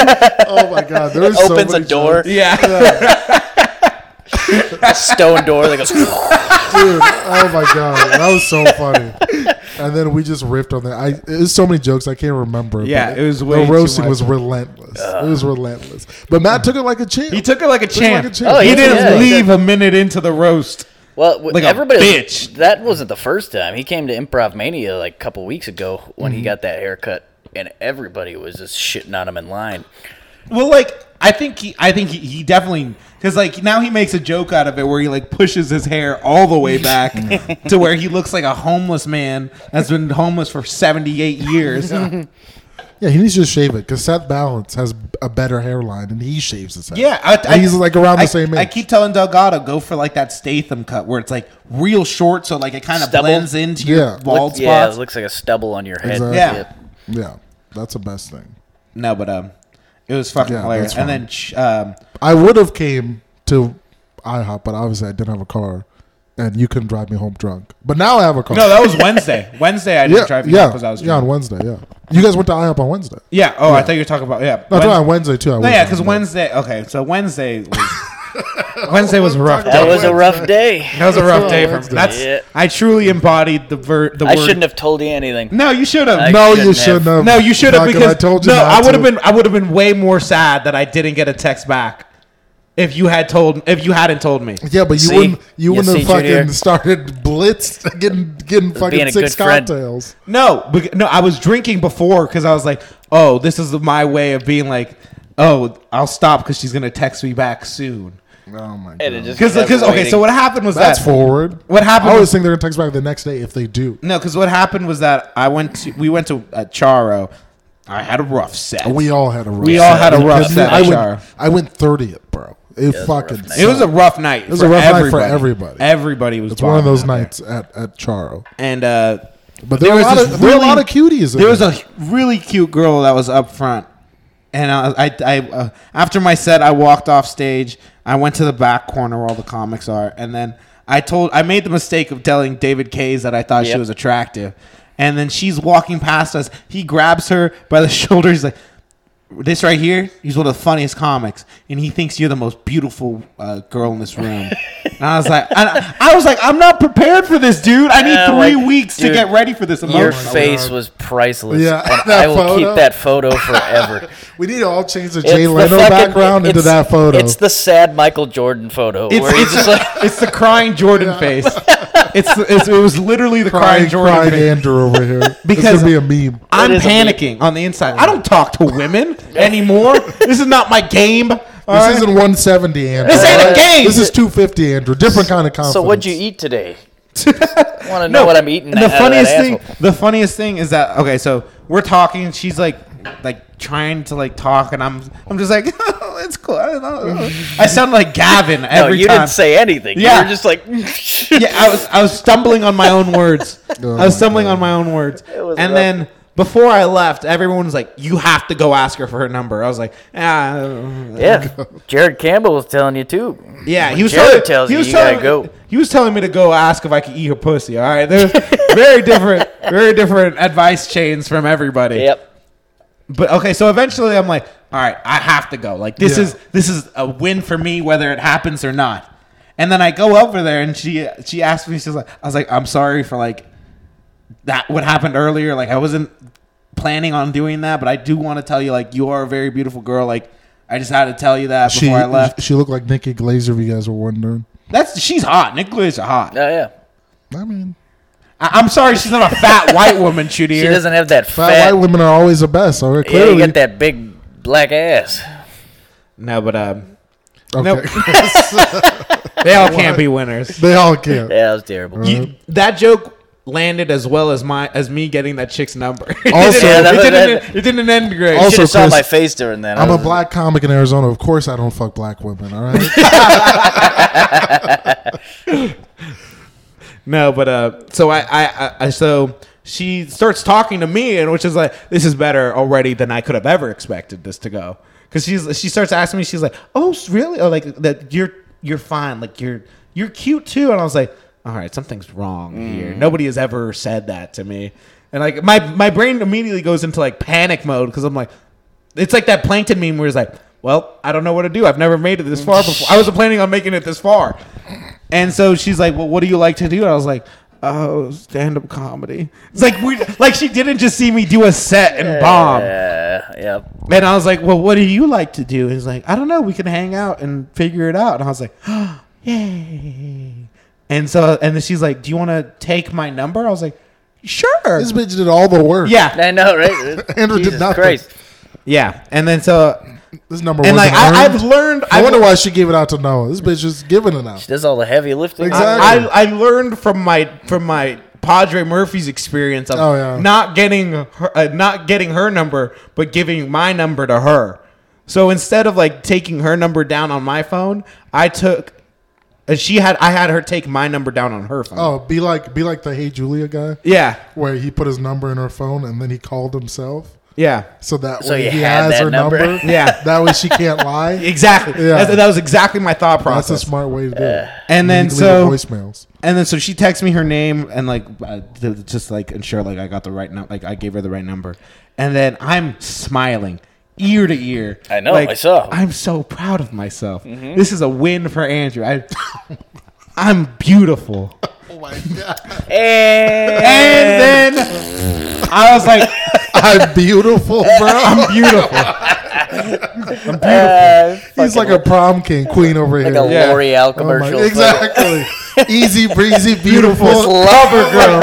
A: Oh my god, there's so
B: Opens a
A: many
B: door,
D: Yeah.
B: a stone door that goes.
A: dude. Oh my god, that was so funny. And then we just ripped on that. I there's so many jokes I can't remember.
D: Yeah,
A: but
D: it was way
A: the
D: too
A: roasting
D: much.
A: was relentless. it was relentless. But Matt took it like a champ.
D: He took it like a
A: it like
D: champ.
A: a champ.
B: Oh,
D: he
B: yeah,
D: didn't
B: yeah, he
D: leave a minute into the roast.
B: Well, w
D: Like a
B: everybody,
D: bitch.
B: That wasn't the first time he came to Improv Mania like a couple weeks ago when
D: Mm-hmm.
B: he got that haircut, and everybody was just shitting on him in line.
D: Well, like I think he, I think he, he definitely because like now he makes a joke out of it where he like pushes his hair all the way back to where he looks like a homeless man that's been homeless for seventy eight years.
A: yeah, he needs to shave it because Seth Balance has a better hairline and he shaves his head.
D: Yeah,
A: And he's like around the
D: I-
A: same age.
D: I keep telling Delgado go for like that Statham cut where it's like real short, so like it kind of
B: Stubble?
D: blends into
A: Yeah.
D: your bald
B: Look- yeah, it
D: spots.
B: looks like a stubble on your head.
A: Exactly.
D: Yeah.
A: yeah, that's the best thing.
D: No, but um, it was fucking
A: Yeah,
D: hilarious.
A: that's
D: And then sh- um,
A: I would have came to IHOP, but obviously I didn't have a car, and you couldn't drive me home drunk. But now I have a car.
D: no, that was Wednesday. Wednesday I didn't
A: yeah,
D: drive
A: yeah,
D: because I was
A: yeah, on
D: drunk.
A: Wednesday. Yeah, you guys went to IHOP on Wednesday.
D: Yeah. Oh, I thought you were talking about
A: No,
D: yeah.
A: I
D: Wednesday-
A: thought on Wednesday too. I
D: No, yeah,
A: wasn't,
D: because
A: but-
D: Wednesday. Okay, so Wednesday. Was, Wednesday was a rough day.
B: That was a rough day.
D: That was a rough day for me.
A: Wednesday.
D: That's
B: Yeah.
D: I truly embodied the ver- the
B: I
D: word.
B: shouldn't have told you anything.
D: No, you should have.
B: I
A: No, you
B: shouldn't have.
A: shouldn't have.
D: no, you should have
A: Fuck, I
D: because
A: told you
D: no,
A: not
D: I would have
A: to.
D: been. I would have been way more sad that I didn't get a text back if you had told if you hadn't told me.
A: Yeah, but you
B: See?
A: wouldn't. You
B: You
A: wouldn't
B: see,
A: have fucking
B: Junior?
A: started blitz getting getting fucking
B: a
A: six
B: good friend.
A: cocktails.
D: No, bec- no, I was drinking before because I was like, oh, this is my way of being like, oh, I'll stop because she's gonna text me back soon.
A: Oh my
B: And it
A: god,
B: just
D: Because
B: kept
D: okay,
B: waiting.
D: so what happened was
A: that's
D: that
A: forward.
D: What happened
A: I always
D: was-
A: think they're gonna text back the next day if they do.
D: No, because what happened was that I went to we went to uh, Charo. I had a rough set.
A: We all had a rough.
D: We all had a rough set,
A: I
D: Char.
A: went. I went thirtieth, bro. It
B: was a
A: fucking.
B: rough night.
A: sucked.
D: it was a rough night. It
A: was a rough night for everybody.
D: Everybody was.
A: It's one of those
D: bombing out
A: nights at, at Charo.
D: there. And uh,
A: But there, were a lot
D: this
A: of there were a lot of cuties. in
D: There was a really cute girl that was up front, and I, I, I uh, after my set, I walked off stage. I went to the back corner where all the comics are, and then I told I made the mistake of telling David Kays that I thought she
B: Yep.
D: was attractive, and then she's walking past us. He grabs her by the shoulder. He's like. This right here, he's one of the funniest comics, and he thinks you're the most beautiful uh, girl in this room. and I was like, I, I was like, I'm not prepared for this, dude. I need
B: Yeah,
D: three
B: like,
D: weeks to
B: dude,
D: get ready for this.
B: Your
D: emotion."
B: face was priceless.
A: Yeah,
B: and
A: that
B: I will
A: photo.
B: keep that photo forever.
A: we need to all change the
B: It's
A: Jay
B: the
A: Leno
B: fucking-
A: background into
B: it's-
A: that photo.
B: It's the sad Michael Jordan photo
D: It's,
B: where he's
D: it's,
B: just like,
D: it's the crying Jordan face. It's, it's it was literally the
A: crying,
D: crying, Jordan
A: crying
D: face.
A: Andrew over here. this
D: Because-
A: could be a meme.
D: I'm
B: It is a
D: panicking on the inside. I don't talk to women anymore. this is not my game. All right?
A: This isn't 170, Andrew.
D: This ain't a
A: all
D: game.
A: This is 250, Andrew. Different kind of confidence.
B: so what'd you eat today? Want to know what I'm eating?
D: And the
B: out of that
D: funniest thing,
B: asshole.
D: the funniest thing is that okay, so we're talking. and She's like, like trying to like talk, and I'm, I'm just like, it's cool. I, don't know. I sound like Gavin
B: No,
D: every
B: you
D: time.
B: didn't say anything.
D: Yeah.
B: You were just like,
D: yeah, I was I was stumbling on my own words.
A: Oh
D: I was
A: my
D: stumbling on my own words. And
B: was rough.
D: then before I left, everyone was like, "You have to go ask her for her number." I was like, "Ah, uh,
B: yeah. Jared Campbell was telling you too.
D: yeah." He was
B: Jared
D: telling,
B: tells
D: he
B: you
D: was
B: you
D: telling,
B: gotta go.
D: He was telling me to go ask if I could eat her pussy. All right, there's very different, very different advice chains from everybody.
B: Yep.
D: But okay, so eventually I'm like, all right, I have to go. Like this
A: Yeah.
D: is this is a win for me, whether it happens or not. And then I go over there, and she she asked me, she's like, I was like, I'm sorry for like that what happened earlier. Like I wasn't planning on doing that, but I do want to tell you, like, you are a very beautiful girl. Like I just had to tell you that
A: She,
D: before I left.
A: she looked like Nikki Glazer, if you guys were wondering.
D: That's she's hot. Nicola's hot.
B: Oh yeah.
A: I mean,
D: I, I'm sorry, she's not a fat white woman, Judy.
B: She doesn't have that
A: fat,
B: fat.
A: white women are always the best. All right,
B: yeah, you
A: clearly.
B: got that big black ass.
D: No, but um,
A: Okay.
D: they all can't be winners.
A: they all can.
B: Yeah, that was terrible.
D: You, that joke landed as well as my as me getting that chick's number. It
A: Also-
D: didn't-
A: Yeah,
B: that-
D: it, didn't,
B: that-
D: it didn't end great.
A: Uh-huh. Also,
B: should have saw
A: Chris,
B: my face during that. I
A: I'm a
B: was-
A: black comic in Arizona. Of course, I don't fuck black women. All right.
D: No, but uh, so I, I, I, I, so she starts talking to me, and which is like, this is better already than I could have ever expected this to go. Because she's, she starts asking me, she's like, oh, s- really? Oh, like that you're, you're fine, like you're, you're cute too. And I was like, all right, something's wrong here. Nobody has ever said that to me, and like my, my brain immediately goes into like panic mode because I'm like, it's like that plankton meme where it's like, well, I don't know what to do. I've never made it this far before. I wasn't planning on making it this far. And so she's like, well, what do you like to do? And I was like, oh, stand up comedy. It's like we, like she didn't just see me do a set and bomb.
B: Yeah, yeah.
D: And I was like, well, what do you like to do? And he's like, I don't know. We can hang out and figure it out. And I was like, yay. And so, and then she's like, do you want to take my number? I was like, sure.
A: this bitch did all the work.
D: Yeah.
B: I know, right?
A: Andrew did
B: Jesus
A: nothing.
B: Christ.
D: Yeah. And then so,
A: This number
D: and
A: wasn't
D: like, I,
A: earned.
D: I've learned.
A: I
D: I've-
A: wonder why she gave it out to Noah. This bitch is giving it out.
B: She does all the heavy lifting.
A: Exactly.
D: I, I, I learned from my from my Padre Murphy's experience of
A: Oh, yeah.
D: not getting her, uh, not getting her number, but giving my number to her. So instead of like taking her number down on my phone, I took. uh, She had I had her take my number down on her phone.
A: Oh, be like be like the Hey Julia guy,
D: Yeah,
A: where he put his number in her phone and then he called himself.
D: yeah,
A: So that
B: So
A: way
B: you
A: he
B: had
A: has
B: that
A: her number.
B: number.
D: Yeah.
A: That way she can't lie.
D: exactly.
A: Yeah.
D: That's- that was exactly my thought
A: That's a
D: process.
A: smart way to do it.
D: and then
A: You can leave her
D: so
A: voicemails.
D: And then so she texts me her name and like uh, to, just like ensure like I got the right number, like I gave her the right number. And then I'm smiling ear to ear.
B: I know, Mm-hmm.
D: Like,
B: I saw.
D: I'm so proud of myself. This is a win for Andrew. I, I'm beautiful.
A: Oh my god,
B: And
D: And then I was like,
A: I'm beautiful, bro.
D: I'm beautiful.
A: He's like a prom king queen over here.
B: like Uh, a
D: Yeah.
B: L'Oreal
A: Oh my-
B: commercial.
A: exactly. Easy breezy,
B: This
A: beautiful.
B: lover girl.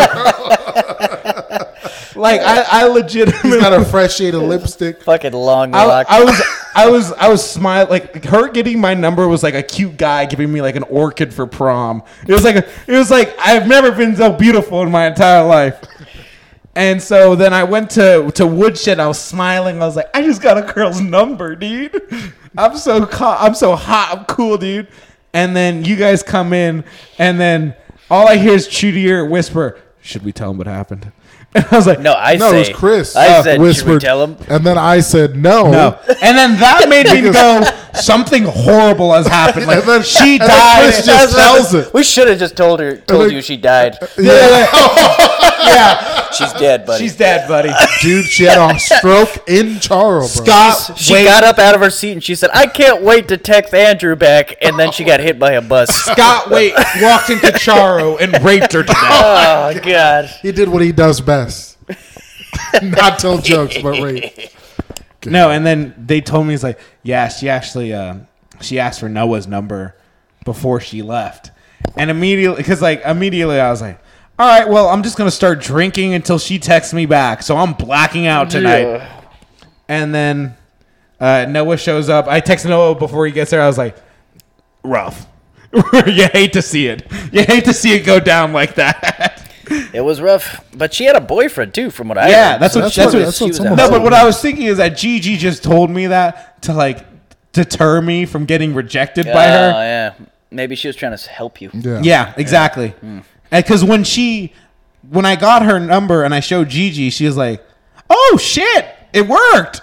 D: Like I, I legitimately
A: He's got a fresh shade of lipstick.
B: Fucking long
D: I,
B: lock.
D: I was I was I was smiling like her getting my number was like a cute guy giving me like an orchid for prom. It was like it was like I've never been so beautiful in my entire life. And so then I went to to Woodshed. I was smiling. I was like, I just got a girl's number, dude. I'm so co- I'm so hot. I'm cool, dude. And then you guys come in, and then all I hear is Trudy Ear whisper, "Should we tell him what happened?" And I was like,
B: no, I
A: No,
B: say,
A: it was Chris.
B: I
A: uh,
B: said, should we
A: whispered,
B: tell him?
A: And then I said no.
D: No. Oh. And then that made me go, something horrible has happened. Like,
A: And then-
D: she
A: and then
D: died.
A: Chris just tells it.
B: We should have just told her, told
A: like-
B: you she died.
D: yeah,
A: Yeah,
D: yeah, yeah.
B: She's dead, buddy.
D: She's dead, buddy.
A: dude, she had a stroke in Charles.
D: Scott,
B: she
D: Wade,
B: got up out of her seat and she said, "I can't wait to text Andrew back." And then she got hit by a bus.
D: Scott Wait walked into Charo and raped her to death.
B: oh God!
A: He did what he does best. Not tell jokes, but right.
D: No, and then they told me, it's like, yeah, she actually, uh, she asked for Noah's number before she left. And immediately, because like immediately I was like, all right, well, I'm just going to start drinking until she texts me back. So I'm blacking out tonight. And then uh, Noah shows up. I text Noah before he gets there. I was like, rough. you hate to see it. You hate to see it go down like that.
B: It was rough, but she had a boyfriend too, from what I
D: yeah,
B: heard.
D: that's what.
A: That's
D: That's,
A: what-
D: what.
A: that's
B: She
A: what
B: was
A: someone
B: out.
D: no, but what I was thinking is that Gigi just told me that to like deter me from getting rejected by her.
B: Oh, yeah, maybe she was trying to help you.
A: Yeah.
D: Yeah, exactly. Because when she, when I got her number and I showed Gigi, she was like, "Oh shit, it worked!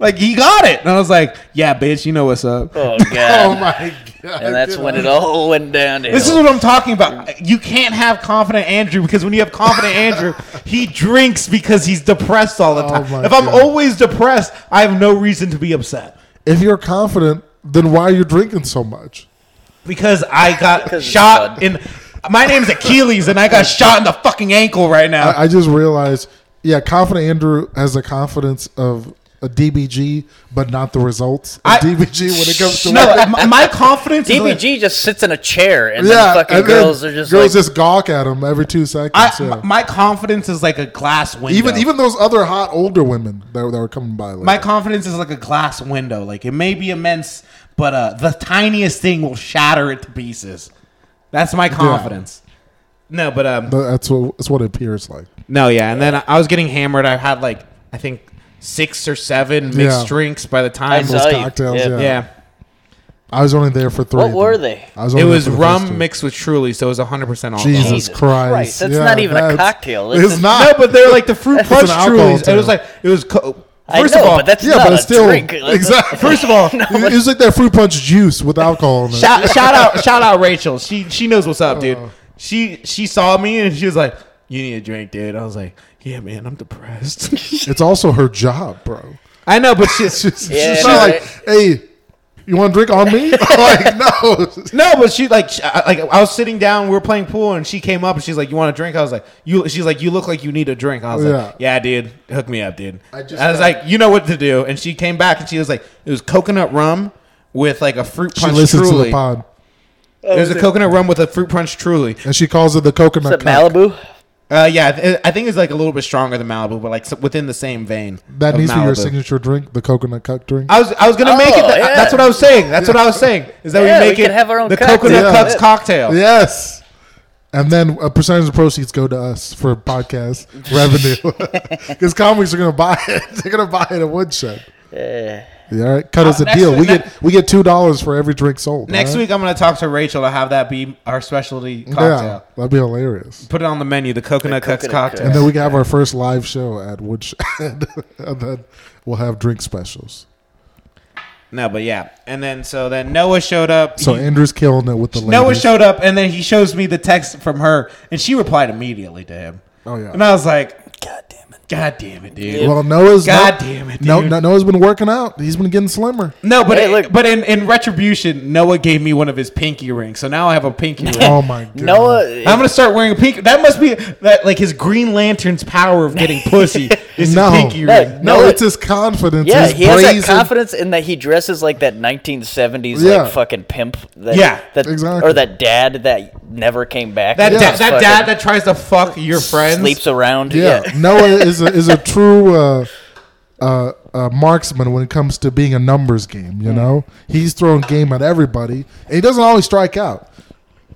D: Like he got it." And I was like, "Yeah, bitch, you know what's up."
B: Oh
A: Oh
B: God!
A: my god.
B: and that's when
A: it
B: it all went down.
D: This is what I'm talking about. You can't have confident Andrew because when you have confident Andrew, he drinks because he's depressed all the
A: Oh
D: time.
A: my
D: if I'm
A: God.
D: always depressed, I have no reason to be upset
A: If you're confident, then why are you drinking so much?
D: because I got
B: Because it's
D: shot
B: fun.
D: in. My name's Achilles, and I got shot in the fucking ankle right now.
A: I, I just realized, yeah, confident Andrew has the confidence of a DBG, but not the results of
D: I-
A: DBG when it comes to
D: no,
A: women.
D: my, my confidence. is like-
B: DBG just sits in a chair, and
A: Yeah,
B: then fucking
A: and then
B: girls are just
A: girls
B: like,
A: just gawk at him every two seconds.
D: I,
A: yeah.
D: m- my confidence is like a glass window.
A: even even those other hot older women that, that were coming by. Like,
D: my confidence is like a glass window. Like it may be immense, but uh, the tiniest thing will shatter it to pieces. That's my confidence. No, but um,
A: But That's what that's what it appears like.
D: no, yeah. And then I was getting hammered. I had like I think six or seven mixed
A: Yeah.
D: drinks by the time.
B: I
A: Those
B: saw you.
A: cocktails,
B: Yeah.
A: yeah.
D: yeah,
A: I was only there for three.
B: What
A: of them.
B: were they?
A: I was
D: it
A: only there
D: was
A: for the first two.
D: rum mixed with Truly, so it was 100 percent alcohol.
A: Jesus,
B: Jesus
A: Christ.
B: Christ, that's not even a cocktail. It's
A: It's,
B: just-
A: not.
D: No, but they're like the fruit
B: That's
D: punch
A: an alcohol
D: Trulies. It was
A: tale.
D: like it was. Co- first
B: I
D: of
B: know,
D: all,
B: but that's
A: yeah,
B: not
A: but
B: a
A: it's still
B: drink. Like,
A: exactly.
D: first of all,
A: it was like that fruit punch juice with alcohol in it.
D: shout, shout out shout out Rachel. She she knows what's up, dude.
A: Oh.
D: She she saw me and she was like, "You need a drink, dude." I was like, "Yeah, man, I'm depressed."
A: It's also her job, bro.
D: I know, but she
A: She's
B: Yeah,
A: she's
B: no,
A: not like,
B: right.
A: hey, you want a drink on me? like, no.
D: no, but she like she, I- like I was sitting down, we were playing pool, and she came up and she's like, "You want a drink?" I was like, "You." She's like, "You look like you need a drink." I was like, "Yeah, dude, hook me up, dude." I,
A: I just
D: was like, "You know what to do," and she came back and she was like, "It was coconut rum." With like a fruit
A: She
D: punch
A: listens to
D: truly.
A: the pod.
D: It was a coconut rum with a fruit punch truly.
A: And she calls it the
B: Is it
A: coconut cup.
B: Malibu?
D: Uh, yeah, I th- I think it's like a little bit stronger than Malibu, but like s- within the same vein.
A: That
D: of
A: needs to be
D: Malibu.
A: your signature drink, the coconut cup drink.
D: I was I was gonna make it.
B: Oh,
D: That,
B: yeah.
D: That's what I was saying. That's what I was saying. Is that
B: Yeah,
D: we
B: we
D: make it
B: can have our own
D: the
B: cocktail.
D: coconut
A: Yeah.
D: cups cocktail.
A: yes. And then a percentage of proceeds go to us for podcast revenue. Because comics are going to buy it. They're going to buy it at Woodshed.
B: Yeah.
A: Yeah, all right. Cut us a
D: Uh, next
A: deal.
D: week-
A: we get we get two dollars for every drink sold.
D: Next
A: all right?
D: week, I'm gonna talk to Rachel to have that be our specialty
A: yeah,
D: cocktail.
A: that'd be hilarious.
D: Put it on the menu, the coconut cups
B: coconut
D: cocktail.
A: And then we can have our first live show at Woodshed, and then we'll have drink specials.
D: No, but yeah, and then so then Noah showed up.
A: So
D: He-
A: Andrew's killing it with the ladies.
D: Noah showed up, and then he shows me the text from her, and she replied immediately to him.
A: Oh, yeah.
D: and I was like,
B: God damn it.
D: God damn it, dude.
A: Well, Noah's
D: God damn it,
A: No,
D: dude.
A: no, Noah's been working out. He's been getting slimmer.
D: No, but
B: Hey,
D: it-
B: look.
D: but in, in retribution, Noah gave me one of his pinky rings, so now I have a pinky ring.
A: Oh my god,
B: Noah.
D: I'm gonna start wearing a pink. That must be that like his Green Lantern's power of getting pussy is
A: No.
D: his pinky
B: No.
D: ring.
A: No,
B: Noah-
A: it's his confidence.
B: yeah,
A: his
B: he has that
A: brazen-
B: confidence in that he dresses like that 1970s
A: Yeah.
B: like fucking pimp. That,
D: Yeah,
B: that,
A: exactly.
B: Or that dad that never came back.
D: That
B: and
D: da-
A: Yeah.
B: just
D: that
B: fucking
D: dad that tries to fuck your friends.
B: sleeps around.
A: Yeah,
B: Yeah,
A: Noah is a, is a true uh, uh, uh, marksman when it comes to being a numbers game.
B: Hmm.
A: You know, he's throwing game at everybody, and he doesn't always strike out.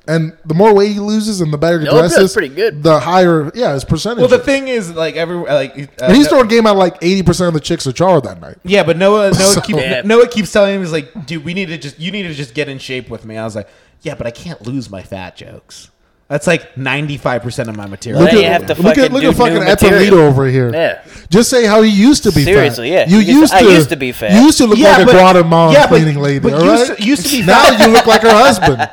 A: And the more weight he loses, and the better he
B: Noah does
A: dresses,
B: pretty good.
A: The higher, yeah, his percentage.
D: Well, the thing is, like every like uh,
A: and he's
D: no-
A: throwing game at like eighty percent of the chicks at Char that night.
D: yeah, but Noah Noah, keep,
B: Yeah.
D: Noah keeps telling him he's like, dude, we need to just you need to just get in shape with me. I was like, yeah, but I can't lose my fat jokes. That's like 95 percent of my material.
B: Well, Then you have to
A: look
B: fucking
A: at look
B: do
A: at fucking
B: new material.
A: Eppolito over here.
B: Yeah.
A: Just say how he used to be.
B: Seriously, yeah.
A: fat. You
B: He used-
A: used to.
B: I used to be fat.
A: You used to look
D: Yeah,
A: like
D: but-
A: a Guatemalan
D: yeah, but-
A: cleaning lady.
D: but
A: all
D: used
A: right?
D: to- used to be
A: now
D: fat.
A: you look like her husband.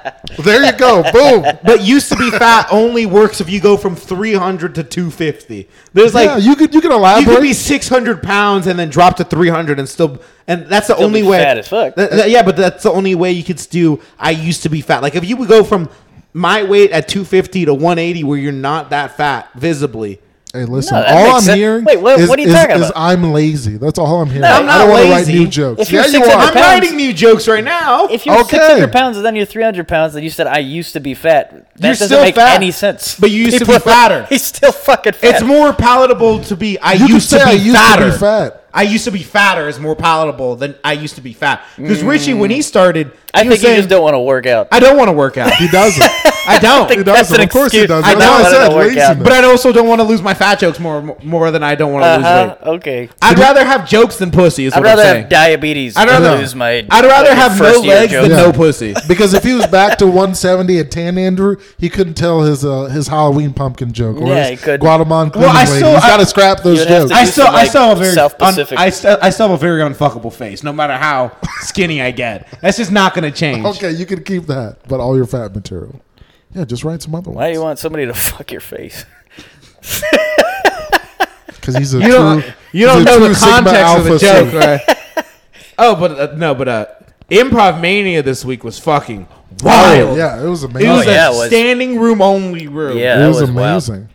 A: There you go. Boom.
D: But used to be fat only works if you go from 300 to 250. There's like
A: yeah, you could you could
D: you
A: elaborate.
D: could be 600 pounds and then drop to 300 and still and that's the
B: Still
D: only
B: be
D: way
B: fat as fuck.
D: Th- th- yeah but that's the only way you could do i used to be fat like if you would go from my weight at 250 to 180 where you're not that fat visibly
A: hey, listen.
B: No, that
A: all
B: makes
A: I'm
B: sense.
A: here.
B: Wait, what-
A: is-
B: what are you
A: is-
B: talking
A: is
B: about?
A: I'm lazy. That's all I'm here.
B: I'm
A: I
D: not
A: don't wanna write
D: lazy.
A: new jokes.
B: If you're
A: yeah, you
B: 600
A: are.
D: i'm
B: pounds.
D: writing new jokes right now
B: If you're
A: Okay.
B: 600 pounds and then you're 300 pounds, and you said I used to be fat, that
D: You're
B: doesn't
D: still
B: make
D: fat,
B: any sense.
D: but you used to
B: People
D: be
B: are-
D: fatter.
B: He's still fucking fat.
D: it's more palatable to be i
A: You could
D: used to
A: say
D: be
A: I used
D: fatter
A: to be fat.
D: I used to be fatter is more palatable than I used to be fat. Because Richie, when he started,
B: Mm. I
D: he
B: think
D: was saying,
B: you just don't want to work out.
D: I don't want to work out.
A: He doesn't.
D: I don't.
A: He
B: think that's
A: doesn't.
B: an
A: Of course he
B: excuse.
A: doesn't.
B: I
A: That's
B: don't
A: why I
B: wanna
A: said
B: work out.
A: laziness.
D: But I also don't want to lose my fat jokes more more than I don't want to lose
B: Uh-huh,
D: weight.
B: okay.
D: I'd rather have jokes than pussy. Is
B: I'd
D: what I'm
B: rather
D: saying.
B: have diabetes
D: I'd
B: than
D: rather-
B: lose my.
D: I'd
B: fucking
D: rather have no
B: first year
D: legs
B: jokes.
D: than no pussy.
A: Because if he was back to 170 at Tan Andrew, he couldn't tell his uh, his Halloween pumpkin joke. Or
B: Yeah,
A: his
B: he couldn't.
A: Guatemalan
D: Well,
A: well,
D: I
A: I
D: still-
A: He's
D: I-
A: got to scrap those
B: You'd have
A: jokes.
B: to
D: I
B: do
D: still,
B: some,
D: I still have
B: like,
D: a very,
B: South
D: un,
B: Pacific.
D: I still, I still have a very unfuckable face, no matter how skinny I get. That's just not going to change.
A: okay, you can keep that, but all your fat material. Yeah, just write some other
B: Why do
A: ones.
B: you want somebody to fuck your face?
A: Because he's a
D: You don't,
A: true.
D: you don't
A: he's a
D: know
A: true
D: the
A: Sigma
D: context of the
A: Alpha
D: joke,
A: Psi.
D: right? oh, but uh, no, but uh, improv mania this week was fucking wild.
A: Oh, yeah, it was
D: It
A: amazing.
D: was
B: yeah,
D: a
B: it was.
D: standing room only room.
B: Yeah,
A: It
B: that
A: was
B: was wild.
A: amazing.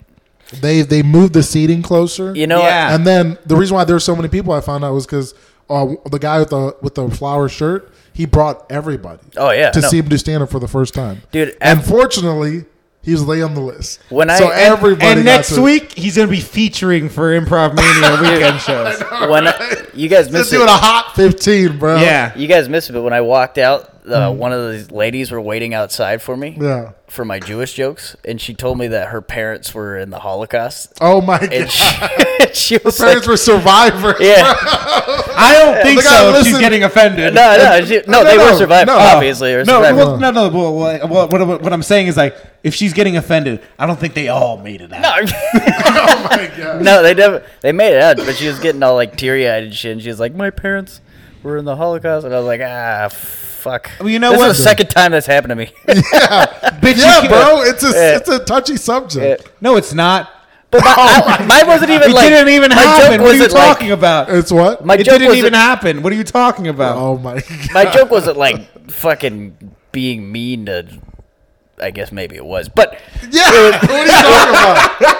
A: They they moved the seating closer.
B: You know,
D: Yeah.
A: And then the reason why there were so many people I found out was because uh, the guy with the with the flower shirt he brought everybody.
B: Oh, yeah,
A: to
B: no.
A: see him do stand up for the first time,
B: Dude,
A: Unfortunately, He was late on the list.
B: When I-
A: so
B: and-
A: everybody
D: and
A: got
D: next
A: to-
D: week he's going to be featuring for Improv Mania weekend shows.
B: When I, you guys
A: Just
B: missed
A: doing
B: it.
A: a hot fifteen, bro.
D: Yeah,
B: You guys missed it, but when I walked out, uh,
D: Hmm.
B: one of the ladies were waiting outside for me
A: Yeah.
B: for my Jewish jokes, and she told me that her parents were in the Holocaust.
A: Oh my god.
B: And she, she was like,
A: Parents were survivors.
B: "Yeah,
D: I don't think
A: Look, I
D: so. If she's
A: listen-
D: getting offended.
B: no, no, she, no,
A: No,
B: they
A: no,
B: were survivors.
A: no.
B: obviously, they were
D: No,
B: survivors.
D: well, no, no. Well, well, well, what, what, what I'm saying is like, if she's getting offended, I don't think they all made it out.
A: Oh my god.
B: no, they never. They made it out, but she was getting all like teary eyed and shit. And she was like, "My parents were in the Holocaust," and I was like, "Ah, fuck."
D: Well, you know
B: this
D: what? Oh
B: Is the second time that's happened to me.
D: Bitch, you
A: Yeah,
D: can-
A: bro. It's a
B: Yeah.
A: it's a touchy subject.
D: No, it's not.
B: but my, I- mine wasn't even
D: It
B: like
D: didn't even
B: my
D: happen.
B: Joke
D: What are you
B: wasn't, like-
D: talking about?
A: It's what?
B: My
D: it
B: joke
D: didn't
B: wasn't-
D: even happen. What are you talking about?
A: oh my god.
B: my joke wasn't like fucking being mean to. I guess maybe it was, but
A: Yeah. what are you talking about?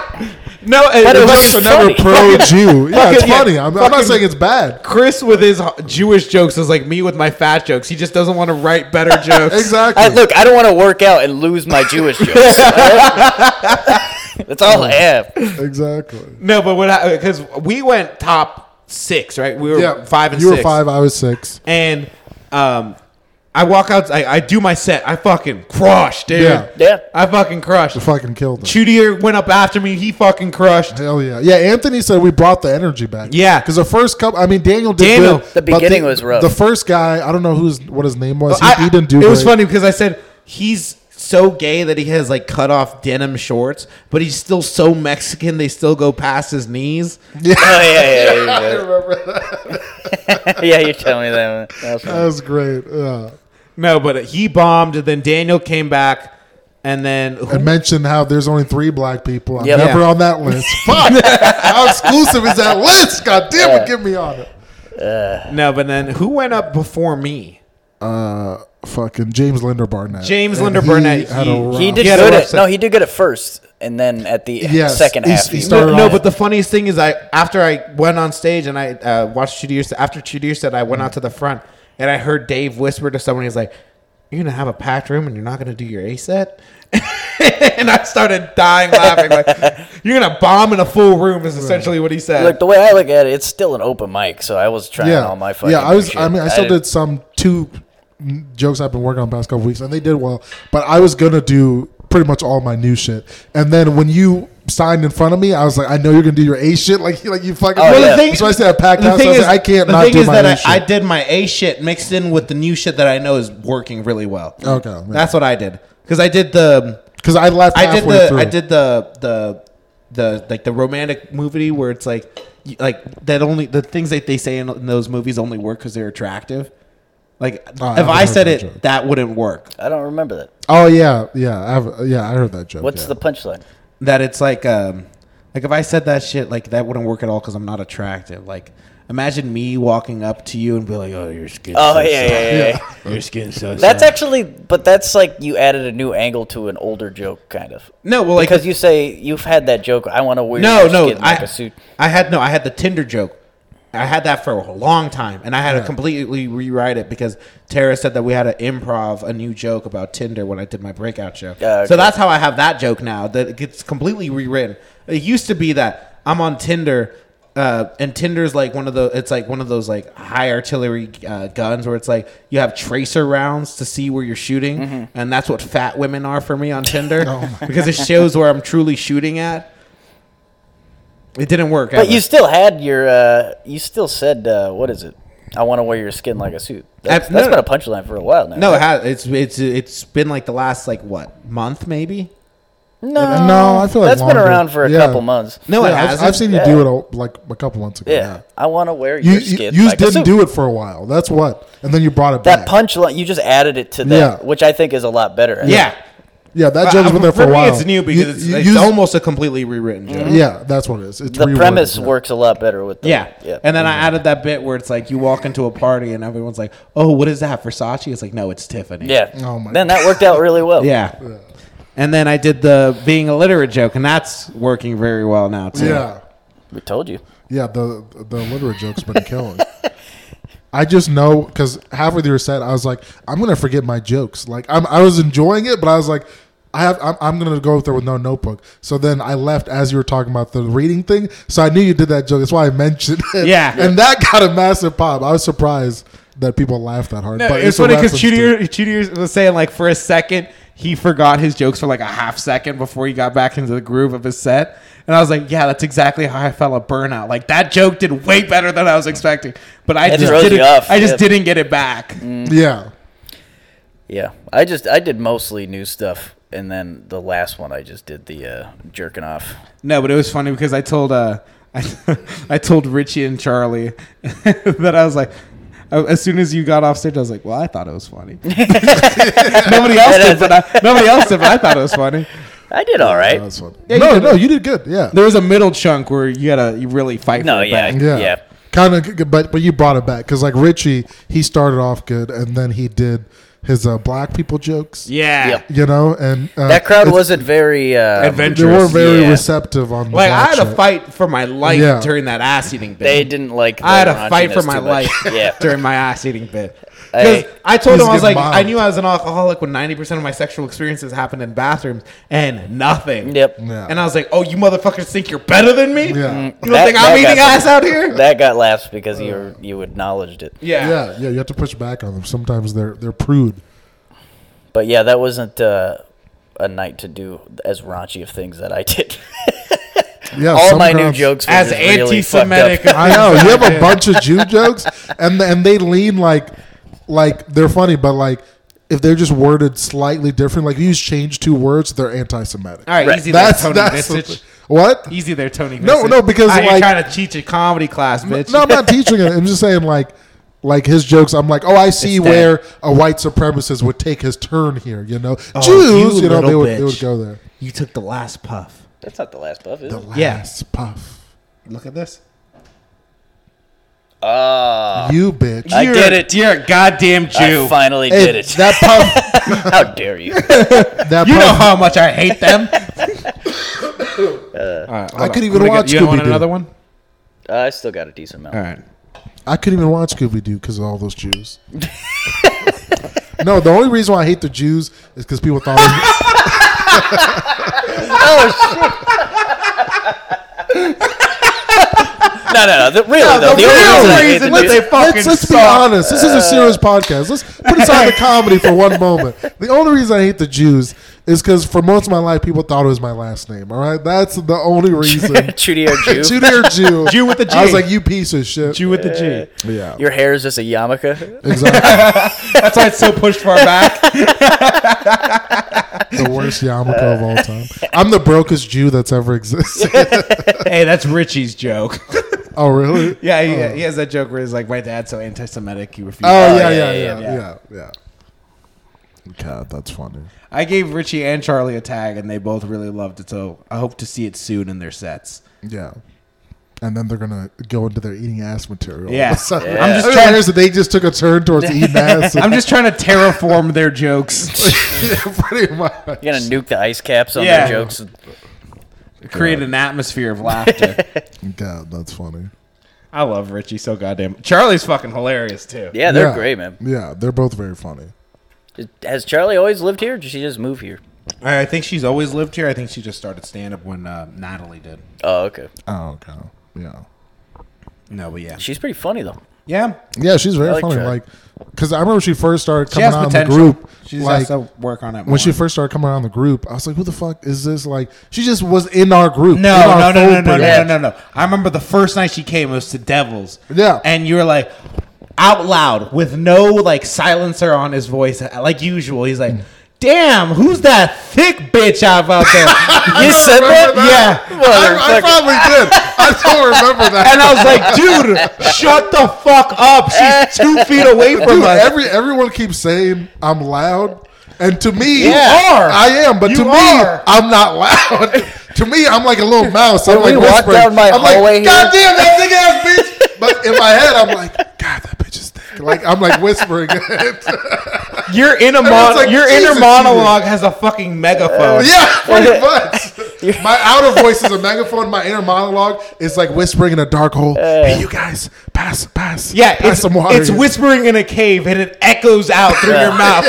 D: No,
B: But it
D: it
B: was
A: Jokes are never
B: funny.
A: pro Jew. Yeah, it's
D: Fucking- yeah.
A: funny. I'm, I'm not
D: Fucking-
A: saying it's bad.
D: Chris with his h- Jewish jokes is like me with my fat jokes. He just doesn't want to write better jokes.
A: Exactly.
B: I, look, I don't want to work out and lose my Jewish jokes. all right? That's all I have.
A: Exactly.
D: No, but what? Because we went top six, right? We were
A: Yeah.
D: five and
A: you
D: six.
A: were five. I was six.
D: and um, I walk out. I, I do my set. I fucking crush, dude.
A: Yeah.
B: Yeah.
D: I fucking crushed.
A: Fucking killed him.
D: Chudier went up after me. He fucking crushed.
A: Hell yeah, yeah. Anthony said we brought the energy back.
D: Yeah.
A: because the first couple, I mean, Daniel did.
D: Daniel,
A: good,
B: the
A: but
B: beginning was rough.
A: The first guy, I don't know who's what his name was. He,
D: I-
A: he didn't do.
D: It was
A: great.
D: funny because I said he's so gay that he has like cut off denim shorts, but he's still so Mexican they still go past his knees.
B: Oh yeah, yeah, yeah.
A: I remember that.
B: Yeah, yeah you tell me that. One. That was
A: That
B: funny.
A: was great. Yeah.
D: No, but he bombed. Then Daniel came back, and then
A: I mentioned how there's only three black people. I'm
B: Yep.
A: never
D: Yeah.
A: on that list. Fuck. how exclusive is that list? God damn it,
B: Yeah.
A: get me on it.
D: no, but then who went up before me?
A: Uh, fucking James Linder Barnett.
D: James
A: And
D: Linder
A: he
D: Barnett,
A: had
D: he-
A: a rough-
B: He did
D: He had a
B: good
D: rough
B: at
D: set.
B: no, he did good at first, and then at the
A: Yes,
B: second
A: he-
B: half,
A: he
B: he-
A: started
D: no,
A: off-
D: but the funniest thing is, I after I went on stage and I uh, watched Chudier set- after Chudier said I went out to the front and I heard Dave whisper to someone. He's like, "You're gonna have a packed room and you're not gonna do your A set." and I started dying laughing. Like, "You're gonna bomb in a full room" is essentially what he said.
B: Look, the way I look at it, it's still an open mic, so I was trying
A: yeah,
B: all my fucking.
A: yeah. I was.
B: shit.
A: I mean, I still
B: didn't-
A: did some two jokes I've been working on the past couple weeks, and they did well. But I was gonna do pretty much all my new shit, and then when you signed in front of me, I was like, I know you're gonna do your A shit, like like you fucking.
B: Oh,
D: Well,
B: yeah.
D: the thing,
A: so I said I packed
D: the
A: out. So I,
D: thing
A: was
D: is-
A: like, I can't
D: the
A: not
D: thing
A: do
D: is
A: my
D: that
A: A
D: I-
A: shit.
D: I did my A shit mixed in with the new shit that I know is working really well.
A: Okay, yeah.
D: that's what I did because I did the
A: because I left
D: I
A: halfway
D: did the
A: through.
D: I did the the the like the romantic movie where it's like you- like that only the things that they say in, in those movies only work because they're attractive. Like
A: Oh, I
D: if
A: haven't
D: I
A: heard
D: said
A: that
D: it,
A: joke.
D: that wouldn't work.
B: I don't remember that.
A: Oh yeah, yeah, I have, yeah. I heard that joke.
B: What's
A: yeah.
B: the punchline?
D: That it's like um like if I said that shit, like that wouldn't work at all because I'm not attractive. Like imagine me walking up to you and be like, oh, your skin.
B: Oh
D: so
B: yeah, yeah, yeah. yeah.
D: soft. your skin so.
B: That's
D: soft."
B: actually, but that's like you added a new angle to an older joke, kind of.
D: no, well, like
B: because you say you've had that joke. I want to wear
D: No,
B: your
D: no,
B: skin
D: I,
B: like a suit.
D: I had no, I had the Tinder joke. I had that for a long time, and I had to completely rewrite it because Tara said that we had to improv a new joke about Tinder when I did my breakout show.
B: Yeah, okay.
D: So that's how I have that joke now. That it gets completely rewritten. It used to be that I'm on Tinder. Uh, and Tinder's like one of the it's like one of those like high artillery uh, guns where it's like you have tracer rounds to see where you're shooting,
B: Mm-hmm.
D: and that's what fat women are for me on Tinder because it shows where I'm truly shooting at. It didn't work.
B: But
D: ever.
B: you still had your, uh, you still said, uh, what is it? I want to wear your skin like a suit. That's,
D: Ab-
B: that's
D: no.
B: been a punchline for a while now.
D: no, it has, it's it's it's been like the last like what month maybe.
B: no,
A: No, I feel like
B: that's been
A: longer.
B: around for a
A: Yeah.
B: couple months.
D: No,
A: Yeah,
D: it
A: I've,
D: has.
A: I've seen you do it all, like a couple months ago.
B: Yeah,
A: Yeah,
B: I want to wear
A: you
B: your
A: you,
B: skin.
A: you
B: like a
A: didn't
B: suit.
A: do it for a while. That's what, and then you brought it
B: That
A: back.
B: punchline, you just added it to that,
A: Yeah.
B: which I think is a lot better.
D: Yeah,
A: yeah, that joke's been there for,
D: me,
A: a while.
D: It's new because it's, it's
A: used-
D: almost a completely rewritten joke.
A: Yeah, that's what it is. It's
B: the
A: reworded,
B: premise
A: yeah.
B: works a lot better with the,
D: Yeah.
B: yeah.
D: and then I added that bit where it's like you walk into a party and everyone's like, "Oh, what is that Versace?" It's like, "No, it's Tiffany."
B: yeah.
A: Oh my
B: then that worked out really well.
D: yeah. And then I did the being illiterate joke, and that's working very well now too.
A: Yeah,
B: we told you.
A: yeah. The the literate joke's been killing. I just know because halfway through your set, I was like, I'm gonna forget my jokes. Like I'm, I was enjoying it, but I was like. I have. I'm, I'm gonna go there with no notebook. So then I left as you were talking about the reading thing. So I knew you did that joke. That's why I mentioned it.
D: Yeah.
A: and that got a massive pop. I was surprised that people laughed that hard.
D: No,
A: but
D: it was
A: a
D: funny because
A: reference to-
D: Chudier, Chudier was saying like for a second he forgot his jokes for like a half second before he got back into the groove of his set, and I was like, yeah, that's exactly how I felt at burnout. Like that joke did way better than I was expecting, but I
B: That
D: just
B: throws you
D: didn't.
B: off, Mm.
D: I just
B: yeah.
D: didn't get it back.
A: Yeah,
B: Yeah, I just I did mostly new stuff, and then the last one I just did the uh, jerking off.
D: No, but it was funny because I told uh, I, I told Richie and Charlie that I was like. I- As soon as you got off stage, I was like, "Well, I thought it was funny." nobody else did, but I, nobody else did, but I thought it was funny.
B: I did all right.
A: that was fun.
D: Yeah, you
A: no,
D: did
A: no, you did good. Yeah,
D: There was a middle chunk where you gotta you really fight.
B: No,
D: for it
B: yeah.
D: back.
A: yeah,
B: Yeah.
A: Kind of, but but you brought it back because like Richie, he started off good, and then he did his uh, black people jokes.
D: yeah.
B: Yep.
A: you know, and uh,
B: That crowd
A: it's-
B: wasn't very uh,
A: They were
D: Adventurous.
A: very
B: Yeah.
A: receptive on the
D: Like I
A: black
D: had
A: shit.
D: a fight for my life
A: Yeah.
D: during that ass eating bit.
B: They didn't like.
D: I had
B: the
D: a fight for
B: raunchiness
D: my
B: too much.
D: life
B: yeah,
D: during my ass eating bit.
B: Hey.
D: Because I told
A: This
D: him I
A: is
D: was like,
A: mild.
D: I knew I was an alcoholic when ninety percent of my sexual experiences happened in bathrooms and nothing.
B: Yep.
A: Yeah.
D: And I was like, oh, you motherfuckers think you're better than me?
A: Yeah.
D: You don't
B: That-
D: think
B: that
D: I'm eating
B: got
D: ass out here?
B: that got laughs because you were, you acknowledged it.
D: yeah.
A: yeah, yeah. You have to push back on them. Sometimes they're they're prude.
B: But yeah, that wasn't uh, a night to do as raunchy of things that I did.
A: Yeah,
B: All
A: some
B: my new
A: crowds-
B: jokes were
D: As
B: just really fucked up.
D: anti-Semitic.
A: I know you have a bunch of Jew jokes, and and they lean like like they're funny, but like if they're just worded slightly different, like you just change two words, they're anti-Semitic.
D: All right, easy
A: that's
D: there, Tony
A: that's
D: Vistage.
A: what.
D: Easy there, Tony.
A: No, no, because,
D: I
A: like-
D: trying to teach a comedy class, bitch.
A: No, I'm not teaching it. I'm just saying like like his jokes. I'm like, oh, I see
D: It's dead.
A: where a white supremacist would take his turn here. You know,
D: Oh,
A: Jews.
D: you
A: You, know, they
D: little
A: would they
D: bitch.
A: would go there.
D: You took the last puff.
B: That's not the last puff, is
A: The
B: it?
A: last
D: Yeah.
A: puff.
D: Look at this. Uh,
B: Ah,
A: You bitch.
B: I did it.
D: You're a goddamn
B: I
D: Jew.
B: finally
A: Hey,
B: did it.
A: That puff.
B: How dare you?
A: That
D: you know
A: puff.
D: how much I hate them.
A: I could even watch
D: You want
A: Scooby-Doo.
D: another one?
B: Uh, I still got a decent amount.
D: All right.
A: I couldn't even watch Scooby Doo because of all those Jews. no, the only reason why I hate the Jews is because people thought. It
B: No, no, no. The, really,
A: was,
B: though, the, only reason,
D: reason
B: I
D: that
B: did
D: they
B: it,
A: let's, let's, let's be honest. This is a serious
D: Uh,
A: podcast. Let's put aside the comedy for one moment. The only reason I hate the Jews is because for most of my life, people thought it was my last name. All right, that's the only reason.
B: Trudy or Jew.
A: Judy or Jew.
D: Jew with a G.
A: I was like, you piece of shit.
D: Jew with the G.
A: Yeah,
B: Your hair is just a yarmulke.
A: exactly.
D: That's why it's so pushed far back.
A: the worst yarmulke of all time. I'm the brokest Jew that's ever existed.
D: hey, that's Richie's joke.
A: oh, really?
D: yeah, he, he has that joke where he's like, "My dad's so anti-Semitic, he refused."
A: Oh, yeah,
B: yeah, yeah,
A: yeah,
B: yeah,
A: yeah, yeah, yeah, God, that's funny.
D: I gave Richie and Charlie a tag, and they both really loved it. So I hope to see it soon in their sets.
A: Yeah. And then they're gonna go into their eating ass material.
D: Yeah.
A: So-
D: Yeah. I'm just
A: I mean,
D: trying-
A: here's that they just took a turn towards eating ass.
D: I'm just trying to terraform their jokes,
A: pretty much.
B: You're gonna nuke the ice caps on
D: Yeah.
B: their jokes.
D: create an atmosphere of laughter.
A: God, that's funny.
D: I love Richie so goddamn. Charlie's fucking hilarious too.
B: Yeah, they're great, man.
A: Yeah, they're both very funny.
B: Has Charlie always lived here? Or did she just move here?
D: I I think she's always lived here. I think she just started stand up when uh, Natalie did.
B: Oh, okay.
A: Oh, okay. Yeah.
D: No, but yeah,
B: She's pretty funny though.
D: yeah,
A: Yeah, she's very
B: I like
A: funny.
B: Chad.
A: Like, because I remember she first started
D: she
A: coming
D: has
A: out in the
D: potential.
A: group.
D: she just
A: like,
D: has to work on it.
A: when she first started coming around the group, I was like, "Who the fuck is this?" Like, she just was in our group. in
D: no,
A: our
D: no,
A: full
D: no, no, no, no,
A: program.
D: no, no, no. I remember the first night she came it was to Devils.
A: Yeah.
D: and you were like out loud with no like silencer on his voice, like usual. He's like. Damn, who's that thick bitch out out there? you said
A: remember that.
D: Yeah.
A: I, I probably did. I don't remember that.
D: And I was like, dude, shut the fuck up. She's two feet away
A: Dude,
D: from us.
A: every everyone keeps saying I'm loud, and to me,
D: Yeah. You are.
A: I am, but
D: You
A: to me,
D: are.
A: I'm not loud. to me, I'm like a little mouse. I'm
B: When
A: like
B: we walk
A: whispering.
B: down my
A: I'm like,
B: hallway here-
A: God damn that big ass bitch. But in my head, I'm like, God, that bitch is thick. Like I'm like whispering.
D: Your inner mon-
A: Everyone's like,
D: your inner
A: "Jesus,
D: monologue has a fucking megaphone.
A: yeah, pretty much. my outer voice is a megaphone. My inner monologue is like whispering in a dark hole. hey, you guys, pass, pass.
D: Yeah,
A: pass
D: it's,
A: some water.
D: it's
A: here."
D: whispering in a cave and it echoes out through your mouth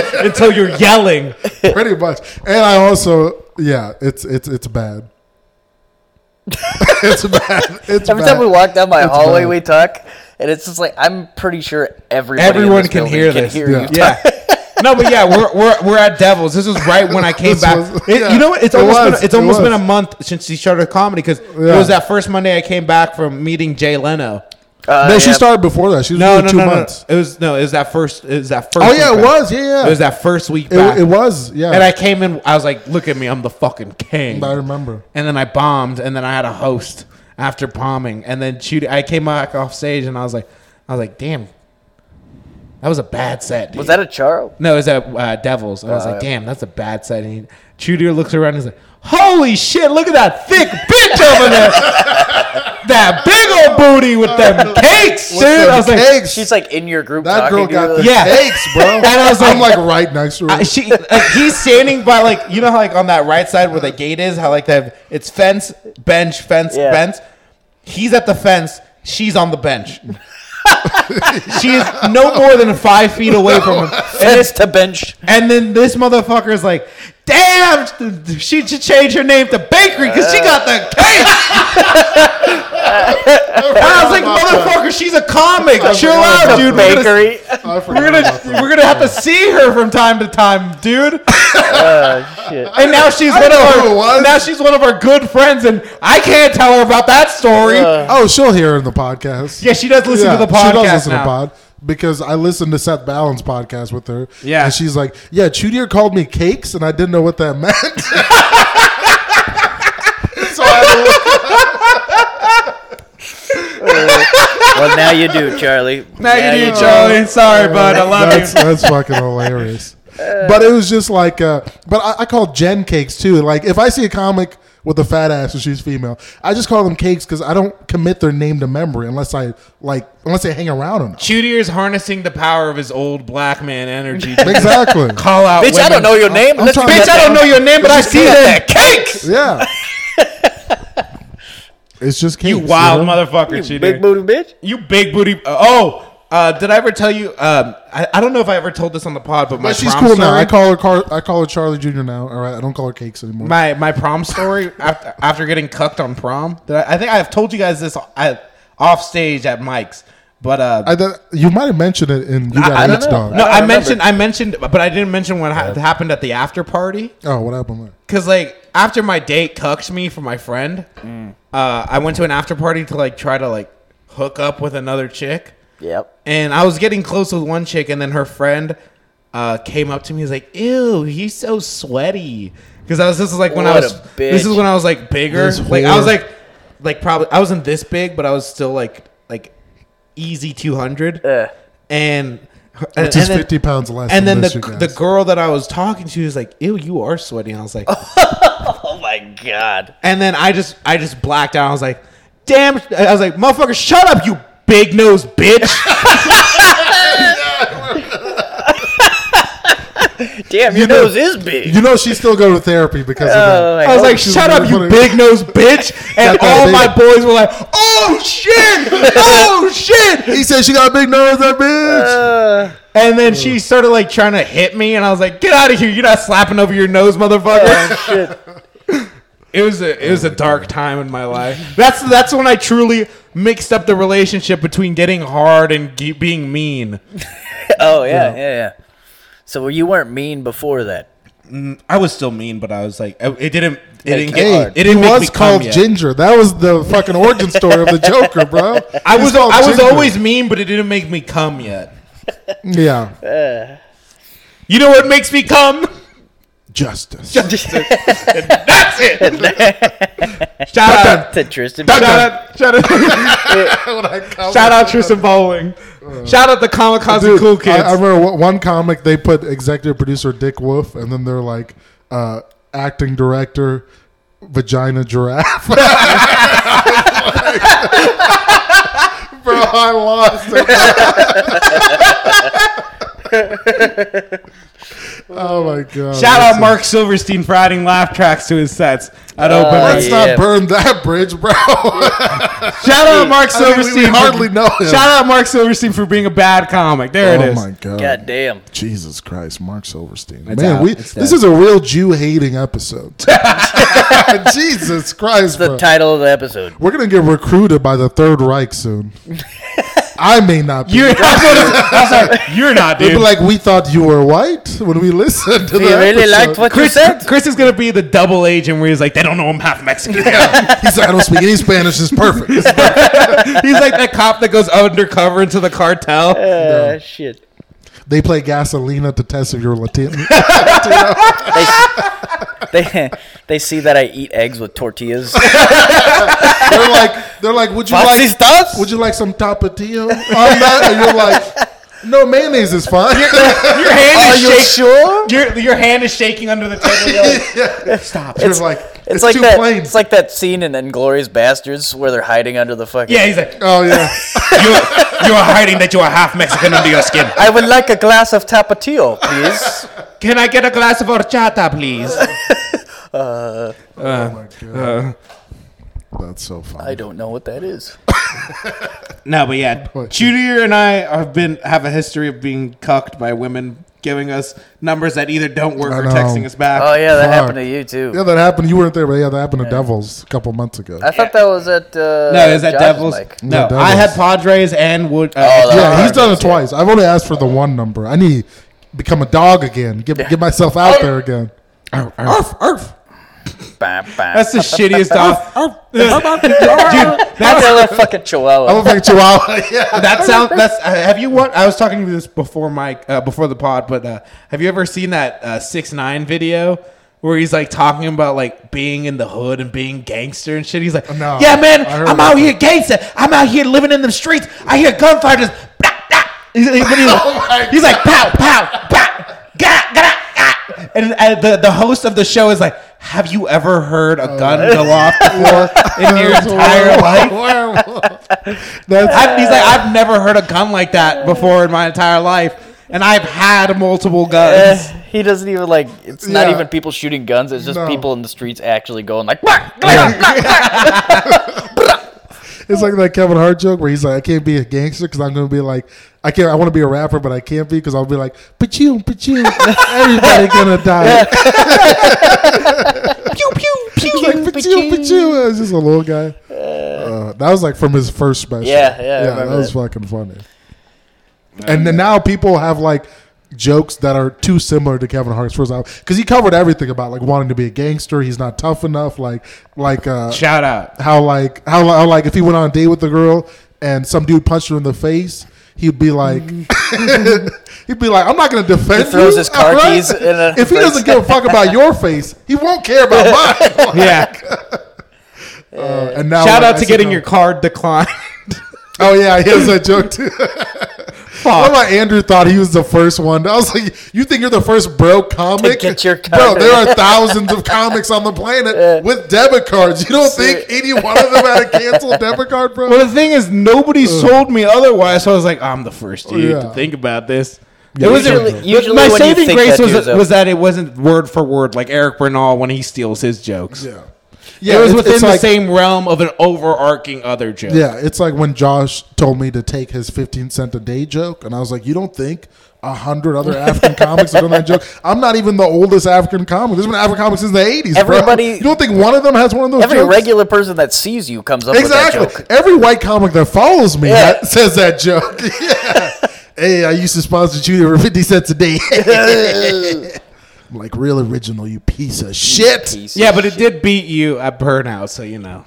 D: until you're yelling.
A: pretty much. And I also, yeah, it's it's it's bad. it's bad. It's
B: Every
A: bad.
B: time we walk down my
A: It's
B: hallway,
A: bad.
B: we talk, and it's just like I'm pretty sure everybody in
D: Everyone
B: this
D: can
B: building
D: hear
B: can
D: this.
B: hear
A: Yeah.
B: you.
D: Yeah. No, but yeah, we're, we're, we're at Devils. This was right when I came
A: This
D: back.
A: was-
D: It-
A: yeah,
D: you know what? It's
A: it
D: almost
A: was,
D: been, it's
A: it
D: almost
A: was.
D: been a month since she started comedy because
A: Yeah.
D: it was that first Monday I came back from meeting Jay Leno.
B: Uh,
A: no, she
B: yeah.
A: started before that. She was
D: No,
A: no,
D: no,
A: two
D: no, no,
A: months.
D: It was no, it was that first. It was that first.
A: Oh
D: week
A: yeah, it
D: back.
A: was. Yeah, yeah.
D: It was that first week back.
A: It, it was. Yeah,
D: And I came in. I was like, "Look at me, I'm the fucking king."
A: I remember.
D: and then I bombed, and then I had a host after bombing, and then shooting. I came back off stage, and I was like, I was like, damn, that was a bad set. Dude.
B: Was that a Charo?
D: no? It was at uh, Devils, and I was
B: Oh,
D: like,
B: yeah.
D: damn, that's a bad set. And he, Chudier looks around, and he's like, holy shit, look at that thick bitch over there, that big old booty with them cakes, dude. I was like,
A: Cakes.
B: She's like in your group.
A: that
B: talking
A: girl
B: to you,
A: got the
B: like,
D: Yeah.
A: cakes, bro.
D: And I was
A: I'm
D: like-
A: like right next to her.
D: I, she, like, he's standing by, like you know, how, like on that right side where the gate is. How like they have it's fence, bench, fence,
B: Yeah.
D: bench. He's at the fence. She's on the bench. she is no more than five feet away from him. And,
B: Fence to bench.
D: and then this motherfucker is like, "Damn, she should change her name to Bakery because she got the cake." And I was like, "Motherfucker, she's a comic. Chill
A: forgot about
D: out, dude. We're gonna-
B: Bakery.
A: I forgot
D: We're gonna
A: about that.
D: we're gonna have to see her from time to time, dude."
B: Oh, shit.
D: And now she's one
A: didn't
D: of
A: know who it was.
D: our now she's one of our good friends, and I can't tell her about that story.
B: Uh,
A: Oh, she'll hear in the podcast.
D: yeah, she does listen to the podcast
A: She does listen
D: now.
A: to pod because I listened to Seth Ballin's podcast with her.
E: Yeah.
A: and she's like, "Yeah, Chudier called me cakes, and I didn't know what that meant." so I,
B: well, now you do, Charlie.
D: Now you do,
B: do.
D: Charlie. Sorry, bud. I love
A: that's,
D: you.
A: that's fucking hilarious. But it was just like, uh, but I, I call Jen cakes too. Like if I see a comic with a fat ass and she's female, I just call them cakes because I don't commit their name to memory unless I like unless they hang around enough.
D: Chudier is harnessing the power of his old black man energy.
A: Exactly.
D: Call out,
B: Bitch, I don't know your name.
A: I'm
B: unless you
A: trying-
B: got
D: Bitch, I don't know your name, but I see that cake.
A: Yeah. it's just cakes.
D: You wild
A: know?
D: motherfucker,
B: that- You
D: Chudier.
B: big booty bitch.
D: you big booty. Oh. Uh, did I ever tell you? Um, I, I don't know if I ever told this on the pod, but my
A: But she's
D: prom
A: cool now.
D: story-
A: I call her Car- I call her Charlie Junior now. All right, I don't call her cakes anymore.
D: my my prom story after, after getting cucked on prom. Did I, I think I've told you guys this I, off stage at Mike's, but uh,
A: I th- you might have mentioned it in you
B: I
A: got
B: don't
A: H
B: know.
A: dog.
D: no,
B: I
D: I,
B: remember.
D: mentioned I mentioned, but I didn't mention what ha- happened at the after party
A: Oh, what happened there?
D: because like after my date cucked me for my friend,
B: Mm.
D: uh, I went to an after party to like try to like hook up with another chick.
B: Yep.
D: And I was getting close with one chick, and then her friend uh, came up to me. He's like, "Ew, he's so sweaty." Because I was this is like when I
B: What
D: was
B: a bitch.
D: this is when I was like bigger.
A: This
D: like I was
A: whore.
D: like like probably I wasn't this big, but I was still like like easy two hundred.
B: Yeah.
D: And her- and,
A: Which is
D: and then-
A: fifty pounds less.
D: and then
A: than
D: the
A: this, you
D: the
A: guys.
D: girl that I was talking to was like, "Ew, you are sweaty." And I was like,
B: Oh my god.
D: and then I just I just blacked out. I was like, "Damn!" I was like, "Motherfucker, shut up, you big nose bitch."
B: Damn, your
A: You know-
B: nose is big.
A: you know she still go to therapy because
B: Oh,
A: of that.
B: my
D: I was
B: God.
D: like,
A: She's
D: "Shut up,
A: really funny.
D: you big nose bitch!" And
A: Got that
D: all
A: big-
D: my boys were like, "Oh shit! Oh shit!"
A: He said she got a big nose. That bitch.
B: Uh,
D: And then she started like trying to hit me, and I was like, "Get out of here! You're not slapping over your nose, motherfucker!"
B: Uh, shit.
D: It was a it was a dark time in my life. That's that's when I truly mixed up the relationship between getting hard and ge- being mean.
B: Oh yeah, yeah, yeah. So you weren't mean before that.
D: I was still mean, but I was like, it it didn't it didn't
B: it
D: get
A: Hey,
B: hard.
D: it didn't
A: he
D: make
A: was
D: me cum
A: called
D: yet.
A: Ginger. That was the fucking origin story of the Joker, bro.
D: I
A: He's
D: was
A: called
D: I was
A: Ginger.
D: always mean, but it didn't make me come yet.
A: yeah
D: You know what makes me come?
A: justice.
D: That's it. shout out,
B: To Tristan.
D: shout out, shout out, shout out Tristan Bowling. Shout out the Comic Cons and
A: Dude,
D: cool kids.
A: I, I remember one- one comic they put executive producer Dick Wolf, and then they're like uh, acting director vagina giraffe. Bro, I lost it. Oh my god!
D: Shout out Mark Silverstein for adding laugh tracks to his sets at open
B: Uh,
D: mics.
A: Let's not
B: Yeah.
A: burn that bridge, bro.
D: Shout out Mark
A: I mean, we- we
D: Silverstein.
A: hardly
D: for,
A: know him.
D: Shout out Mark Silverstein for being a bad comic. There it
A: oh
D: is.
A: my god!
B: God damn.
A: Jesus Christ, Mark Silverstein.
C: It's
A: Man,
C: out.
A: we
C: It's
A: this
C: dead.
A: is a real Jew hating episode. Jesus Christ,
B: The
A: bro.
B: title of the episode.
A: We're gonna get recruited by the Third Reich soon. I may not be.
D: You're that's what it's- I'm sorry, You're not,
A: They'll be
D: dude.
A: like, we thought you were white when we listened to
B: We
A: the
B: really
A: episode."
B: liked what you
D: Chris,
B: said.
D: Chris is gonna be the double agent where he's like, they don't know I'm half Mexican.
A: Yeah. He's like, I don't speak any Spanish. It's perfect. It's perfect.
D: he's like that cop that goes undercover into the cartel.
B: Uh, Shit.
A: They play Gasolina to test if you're Latin.
B: They they see that I eat eggs with tortillas.
A: They're like, they're like, would you like,
B: Fascistas?
A: would you like some tapatio on that? And you're like, no, mayonnaise is fine.
D: Your hand
A: Oh,
B: Are
D: is
B: you
D: shaking.
B: sure?
D: Your, your hand is shaking under the table. You're like,
A: Stop. You're like, it's,
B: It's, like
A: too
B: that.
A: plain.
B: It's like that scene in *Inglorious Bastards* where they're hiding under the fucking.
D: yeah, he's like,
A: oh yeah.
D: you you are hiding that you are half Mexican under your skin.
B: I would like a glass of tapatio, please.
D: Can I get a glass of horchata, please?
A: oh my god. That's so
B: I
A: funny.
B: don't know what that is.
D: No, but yeah, Judier and I have been have a history of being cucked by women giving us numbers that either don't work
A: I
D: or
A: know.
D: texting us back.
B: Oh yeah, that
A: Fuck.
B: happened to you too.
A: Yeah, that happened. You weren't there, but yeah, that happened to Devils a couple months ago.
B: I thought that was at. Uh,
D: No, is that
B: Josh's
D: Devils?
B: mic.
D: No,
A: Yeah,
D: I had
A: Devils.
D: Padres and Wood. Uh,
B: Oh, that-
A: yeah, he's
B: Devils,
A: done it
B: yeah.
A: twice. I've only asked for the one number. I need become a dog again. Get get myself out there again.
D: Arf, arf.
B: Bam, bam.
D: That's the shittiest off. Dude,
B: That's a fucking chihuahua.
A: I'm a fucking chihuahua. Yeah.
D: that sound that's uh, have you what I was talking to this before Mike uh, before the pod, but uh, have you ever seen that uh, six nine video where he's like talking about like being in the hood and being gangster and shit? He's like,
A: No.
D: yeah, man,
A: I heard
D: I'm
A: about
D: out here gangster. I'm out here living in the streets. I hear gunfighters. Blah, blah. He's, he's, he's like,
A: Oh
D: he's like, pow pow pow. Gah, gah, gah. And uh, the the host of the show is like, "Have you ever heard a
A: Oh,
D: gun go off before in your entire life?"
A: That's
D: I've, he's like, I've never heard a gun like that before in my entire life, and I've had multiple
B: Eh,
D: guns.
B: he doesn't even like. It's not
A: Yeah.
B: even people shooting guns. It's just
A: No.
B: people in the streets actually going like. "Blah, blah, blah."
A: It's like that Kevin Hart joke where he's like, I can't be a gangster because I'm going to be like, I can't, I want to be a rapper, but I can't be because I'll be like, pachoom, pachoom, everybody going to die.
D: pew pew
A: He's
D: pew.
A: like, pachoom, pachoom. It was just a little guy. Uh, that was like from his first special.
B: Yeah, yeah, I remember
A: that was
B: that.
A: fucking funny. And then now people have like jokes that are too similar to Kevin Hart's first album because he covered everything about like wanting to be a gangster. He's not tough enough. Like, like, uh,
D: Shout out.
A: how like how, how like if he went on a date with a girl and some dude punched her in the face, he'd be like, he'd be like, I'm not gonna defend.
B: Mm-hmm. He throws
A: you,
B: his car
A: alright?
B: keys in a-
A: if he doesn't give a fuck about your face, he won't care about mine.
D: Yeah.
A: Uh, and now, like,
D: Shout out
A: I
D: to
A: said,
D: getting
A: no.
D: your card declined.
A: Oh yeah, he has that joke too. One of
D: Fuck.
A: my Andrew thought he was the first one. I was like, "You think you're the first bro comic?
B: get your
A: bro,
B: card."
A: there are thousands of comics on the planet with debit cards. You don't think any one of them had a canceled debit card, bro?
D: Well, the thing is, nobody sold me otherwise, so I was like, I'm the first dude to
A: Yeah.
D: think about this.
A: Yeah,
D: Oh, it wasn't,
B: usually-
D: but
B: usually
D: my
B: when you
D: saving
B: think
D: grace
B: that
D: was,
B: dude's up-
D: was that it wasn't word for word like Eric Bernal when he steals his jokes.
A: Yeah. Yeah,
D: it was
A: it's-
D: within
A: it's
D: the
A: like-
D: same realm of an overarching other joke.
A: Yeah, it's like when Josh told me to take his 15 cent a day joke, and I was like, you don't think a hundred other African comics have done that joke? I'm not even the oldest African comic. There's been African comics since the 80s,
B: Everybody-
A: bro. You don't think one of them has one of those
B: Every
A: jokes?
B: regular person that sees you comes up
A: exactly.
B: with that joke.
A: Every white comic that follows me
B: Yeah.
A: that says that joke. yeah. Hey, I used to sponsor Judy for 50 cents a day. I'm like, real original, you piece of shit.
B: Piece
D: Yeah,
B: of
D: but it
B: shit.
D: did beat you at Burnout, so you know.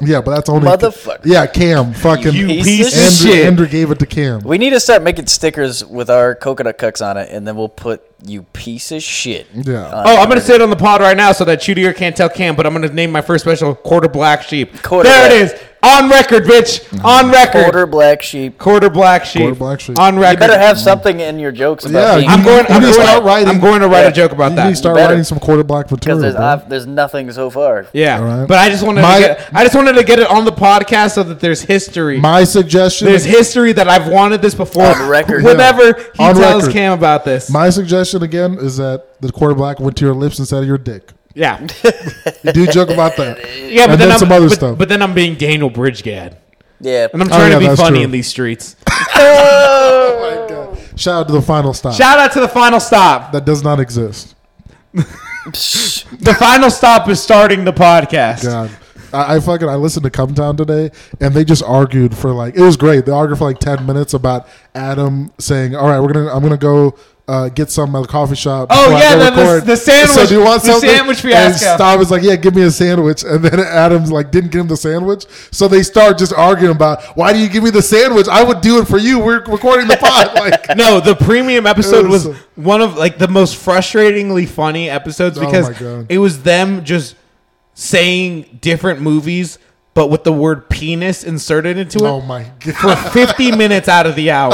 A: Yeah, but that's only.
B: Motherfucker.
A: Yeah, Cam. Fucking.
D: You
B: piece
D: piece
B: of
D: of
A: Andrew,
D: shit.
A: Andrew gave it to Cam.
B: We need to start making stickers with our coconut cucks on it, and then we'll put "you piece of shit."
A: Yeah.
B: on
D: Oh, I'm
B: it.
D: gonna say it on the pod right now so that Chudier can't tell Cam, but I'm gonna name my first special quarter black sheep.
B: Quarter
D: there
B: Black. Mm-hmm.
D: it is. On record, bitch. On record.
B: Quarter black sheep.
D: Quarter black sheep.
A: Quarter black sheep.
D: On
B: You
D: record.
B: better have something in your jokes
A: Yeah,
B: about being
D: I'm going.
A: You
D: I'm
A: need to
D: going,
A: start writing.
D: I'm going to write
B: Yeah.
D: a joke about
A: You
D: that.
A: need to start
B: better.
A: writing some quarter black
B: because
A: material.
B: there's
A: bro.
B: I've, there's nothing so far.
D: yeah,
A: All right.
D: but I just wanted.
A: My-
D: to get, I just wanted to get it on the podcast so that there's history.
A: My suggestion.
D: there's history that I've wanted this before.
B: On record.
D: Whenever he
A: On
D: tells
A: record.
D: Cam about this,
A: my suggestion again is that the quarter black went to your lips instead of your dick.
D: yeah,
A: You do joke about that.
D: yeah.
A: And
D: But then,
A: then
D: I'm,
A: some other
D: but,
A: stuff.
D: but then I'm being Daniel Bridgegad,
B: Yeah.
D: and I'm
A: Oh,
D: trying
A: yeah,
D: to be
A: that's
D: funny
A: true.
D: in these streets.
A: Like, uh, shout out to the final stop
D: Shout out to the final stop.
A: that does not exist.
D: The final stop is starting the podcast.
A: God. I, I fucking I listened to Come Town today, and they just argued for like it was great. They argued for like ten minutes about Adam saying, "All right, we're gonna I'm gonna go uh, get some at the coffee shop."
D: Oh,
A: before I
D: yeah,
A: go
D: the- the-
A: record.
D: the sandwich-
A: So do you want
D: the
A: something?
D: sandwich
A: And
D: fiasco.
A: Staub was like, "Yeah, give me a sandwich," and then Adam's like, "Didn't give him the sandwich." So they start just arguing about why do you give me the sandwich? I would do it for you. We're recording the pod. Like
D: No, the premium episode
A: It
D: was
A: was-
D: one of like the most frustratingly funny episodes
A: Oh my
D: because
A: God.
D: it was them just saying different movies but with the word penis inserted into it
A: Oh my Oh god!
D: for 50 minutes out of the hour.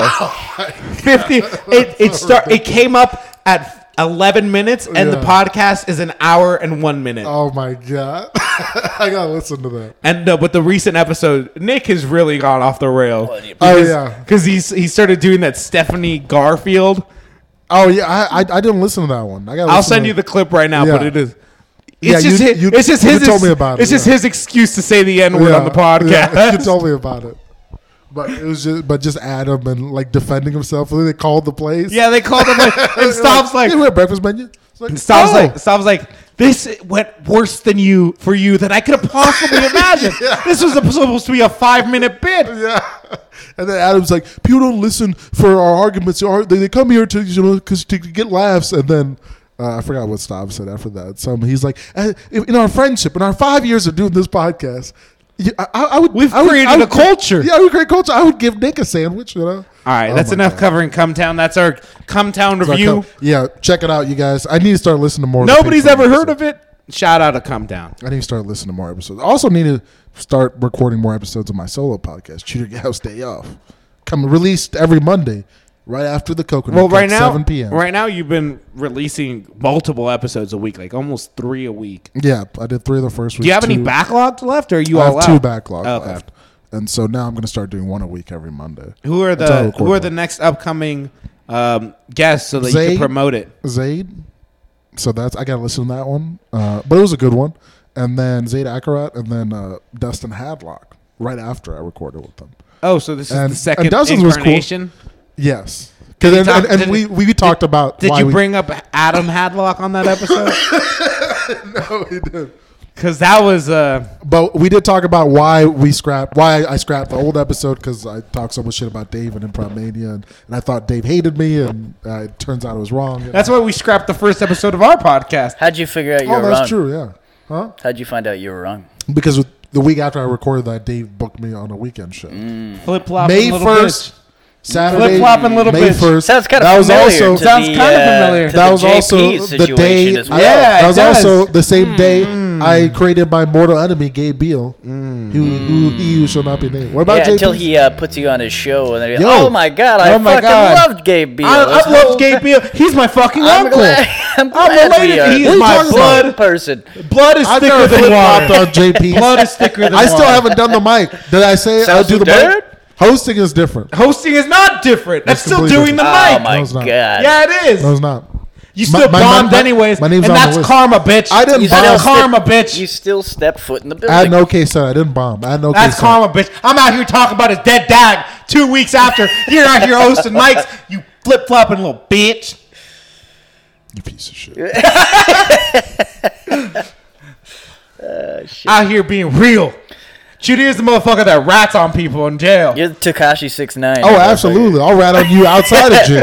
D: 50 it it start it came up at 11 minutes and the
A: Yeah.
D: podcast is an hour and 1 minute.
A: Oh my god! I gotta listen to that.
D: And no, but the recent episode, Nick has really gone off the rail.
B: Oh, yeah.
A: Oh
D: Because-
A: yeah.
D: because he's he started doing that Stephanie Garfield.
A: Oh yeah. I I, I didn't listen to that one. I got.
D: I'll send you the clip right now, but
A: Yeah.
D: it is. It's
A: Yeah,
D: just
A: you-
D: his,
A: you-
D: it's just
A: you
D: his
A: told me about it,
D: it's just
A: yeah.
D: his excuse to say the n word on the podcast.
A: Yeah, you told me about it. But it was just but just Adam and like defending himself. They called the place.
D: Yeah, they called him like, and Stops like
A: "Hey, we have breakfast menu. It's like,
D: Stops
A: "Oh."
D: like Stops like this went worse than you for you than I could have possibly imagined. This was supposed to be a five minute bit.
A: Yeah. And then Adam's like, people don't listen for our arguments. They are- They, they come here to you know 'cause to get laughs. And then uh, I forgot what Stav said after that. Some he's like, "Eh, in our friendship, in our five years of doing this podcast, you, I, I I would
D: We've
A: I would-
D: created
A: I would-
D: a culture."
A: Yeah, we created culture. I would give Nick a sandwich. You know.
D: All right,
A: Oh
D: that's
A: my
D: enough
A: God.
D: covering Come Town. That's our Come Town
A: But
D: review.
A: come- yeah, check it out, you guys. I need to start listening to more. of the
D: Nobody's
A: Patreon
D: ever heard
A: episodes.
D: of it. Shout out to Come Down.
A: I need to start listening to more episodes. I also need to start recording more episodes of my solo podcast, Cheater Gals Day Off. Come released every Monday, right after the coconut.
D: Well,
A: Cut,
D: right now,
A: seven p.m.
D: right now you've been releasing multiple episodes a week, like almost three a week.
A: Yeah, I did three of the first week.
D: Do you have any
A: two-
D: backlogged left, or are you
A: I
D: all
A: have
D: out?
A: two backlog
D: Okay.
A: left, and so now I'm going to start doing one a week every Monday.
D: Who are
A: Until I
D: the
A: record
D: Who are
A: one.
D: the next upcoming um, guests so that you can
A: Zayd?
D: promote it?
A: Zayd? So that's I got to listen to that one, uh, but it was a good one. And then Zayd Akarat, and then uh, Dustin Hadlock. Right after I recorded with them.
D: Oh, so this is
A: And-
D: the
A: and
D: second
A: Dozens was cool.
D: incarnation.
A: Yes.
D: Did you
A: and,
D: talk-
A: and- and
D: did-
A: we, we talked about
D: Did
A: why
D: you
A: we-
D: bring up Adam Hadlock on that episode?
A: no, we did.
D: Because that was uh,
A: But we did talk about why we scrapped, why I scrapped the old episode because I talked so much shit about Dave and Improv Mania, and, and I thought Dave hated me, and uh, it turns out I was wrong.
D: that's why we scrapped the first episode of our podcast.
B: How'd you figure out you
A: oh,
B: were
A: that's
B: wrong?
A: true, yeah, huh?
B: How'd you find out you were wrong?
A: Because the week after I recorded that, Dave booked me on a weekend show,
D: Flip flop,
A: May
D: Mm. little
A: first,
D: bitch.
A: Saturday,
D: Flip-flopping little
A: May
D: bitch.
A: first.
B: Sounds kind of
A: that was
B: familiar.
A: also
B: to
D: Sounds
B: the,
D: kinda
B: uh,
D: familiar.
B: to
A: that
B: the
A: was
B: JP
A: also the
B: situation
A: day.
B: as well. Hmm.
D: Yeah,
A: that
D: it
A: was
D: does.
A: also the same day I created my mortal enemy, Gay Beal, who, who he who shall not be named. What about
B: Yeah,
A: JP?
B: until he uh, puts you on his show, and then
A: Yo.
B: oh my god, I
D: Oh my
B: fucking
D: God.
B: loved Gabe Beal.
D: I,
B: This
D: I
B: whole-
D: love Gabe Beal. He's my fucking
B: I'm
D: uncle.
B: glad, I'm glad
D: related
B: we
D: to-
B: are
D: he is
B: the
D: my
B: same
D: blood.
B: person.
D: Blood is
A: I've
D: thicker
A: never
D: than
A: flip flopped
D: water.
A: on JP.
D: Blood is thicker than
A: I still
D: water.
A: haven't done the mic. Did I say I'll
B: Sounds
A: do the mic?
B: dirt?
A: Hosting is different.
D: Hosting is not different. That's
A: It's
D: still
A: completely
D: doing the
B: Oh
D: mic.
B: my
A: No, it's not.
B: god.
D: Yeah, it is.
A: No, it's not. My-
D: you
A: my-
D: still
A: my-
D: bombed
A: my-
D: anyways,
A: my name's
D: and
A: on the
D: that's
A: list.
D: karma, bitch.
A: I didn't
B: still
D: That's
A: bomb.
D: karma,
B: You
D: bitch.
B: still stepped foot in the
A: I had
B: building.
A: no case said I didn't bomb. I had no
D: That's
A: case said.
D: karma, bitch. I'm out here talking about his dead dad two weeks after. You're out here hosting mics, you flip flopping little bitch.
A: You piece of shit.
D: Out here being real. Judy is the motherfucker that rats on people in jail.
B: You're the Takashi six nine.
A: Oh, absolutely. I'll rat on you outside of jail,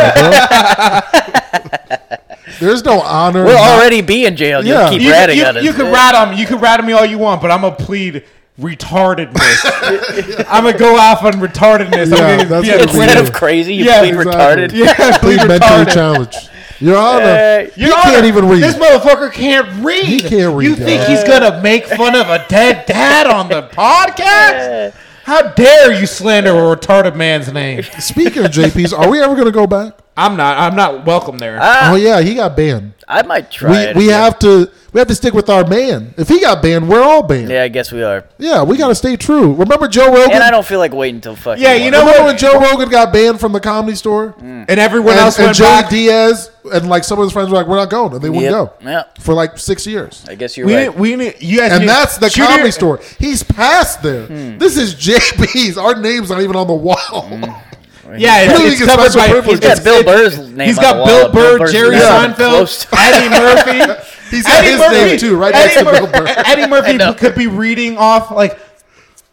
A: bro. There's no honor.
B: We'll
A: in not-
B: already be in jail.
A: Yeah.
B: You'll keep
D: You,
B: ratting
D: you,
B: on us.
D: you can rat on me. You can rat on me all you want, but I'm gonna plead retardedness. I'm gonna go off on retardedness.
A: Yeah,
D: I'm gonna
A: that's
D: be
A: what
D: a
A: we
D: clean-
B: Instead
A: do.
B: of crazy, you
D: Yeah,
B: plead
A: exactly.
B: retarded.
D: Yeah,
A: Please
D: plead
A: mentally
D: retarded.
A: challenge. Your Honor,
B: Hey.
A: you can't even read.
D: This motherfucker can't read.
A: He can't read,
D: You
A: dog.
D: think he's gonna make fun of a dead dad on the podcast? How dare you slander a retarded man's name?
A: Speaking of JP's, are we ever going to go back?
D: I'm not. I'm not welcome there.
A: oh yeah, he got banned.
B: I might try.
A: We,
B: it
A: we
B: again.
A: have to we have to stick with our man. If he got banned, we're all banned. Yeah,
B: Yeah, I guess we are.
A: we got to stay true. Remember Joe Rogan?
B: And I don't feel like waiting till fucking.
D: Yeah, you
B: one.
D: know
A: Remember
D: what?
A: when Joe Rogan got banned from the Comedy Store?
D: and everyone
A: and,
D: else
A: and
D: went
A: Joey
D: back.
A: Diaz and like some of his friends were like, "We're not going," and they wouldn't
B: Yep,
A: go
B: yep.
A: for like six years.
B: I guess you're
D: we
B: right.
D: didn't. We didn't. You guys
A: And
D: need-
A: that's the
D: shoot
A: comedy
D: it.
A: store. He's past there. This is JB's. Our name's not even on the wall.
D: Yeah, it's,
A: Really
D: it's
A: gets
D: covered
A: special
D: by.
A: privilege.
D: He's
B: He's got Bill Burr's name.
D: He's
B: on the
D: got
B: wall,
D: Bill
B: and
D: Burr,
B: Burr's
D: Jerry
B: name is
D: Seinfeld,
B: close to-
D: Eddie Murphy.
A: He's got his name too, right next
D: Eddie,
A: to
D: Mur-
A: Bill Burr.
D: Eddie Murphy could be reading off like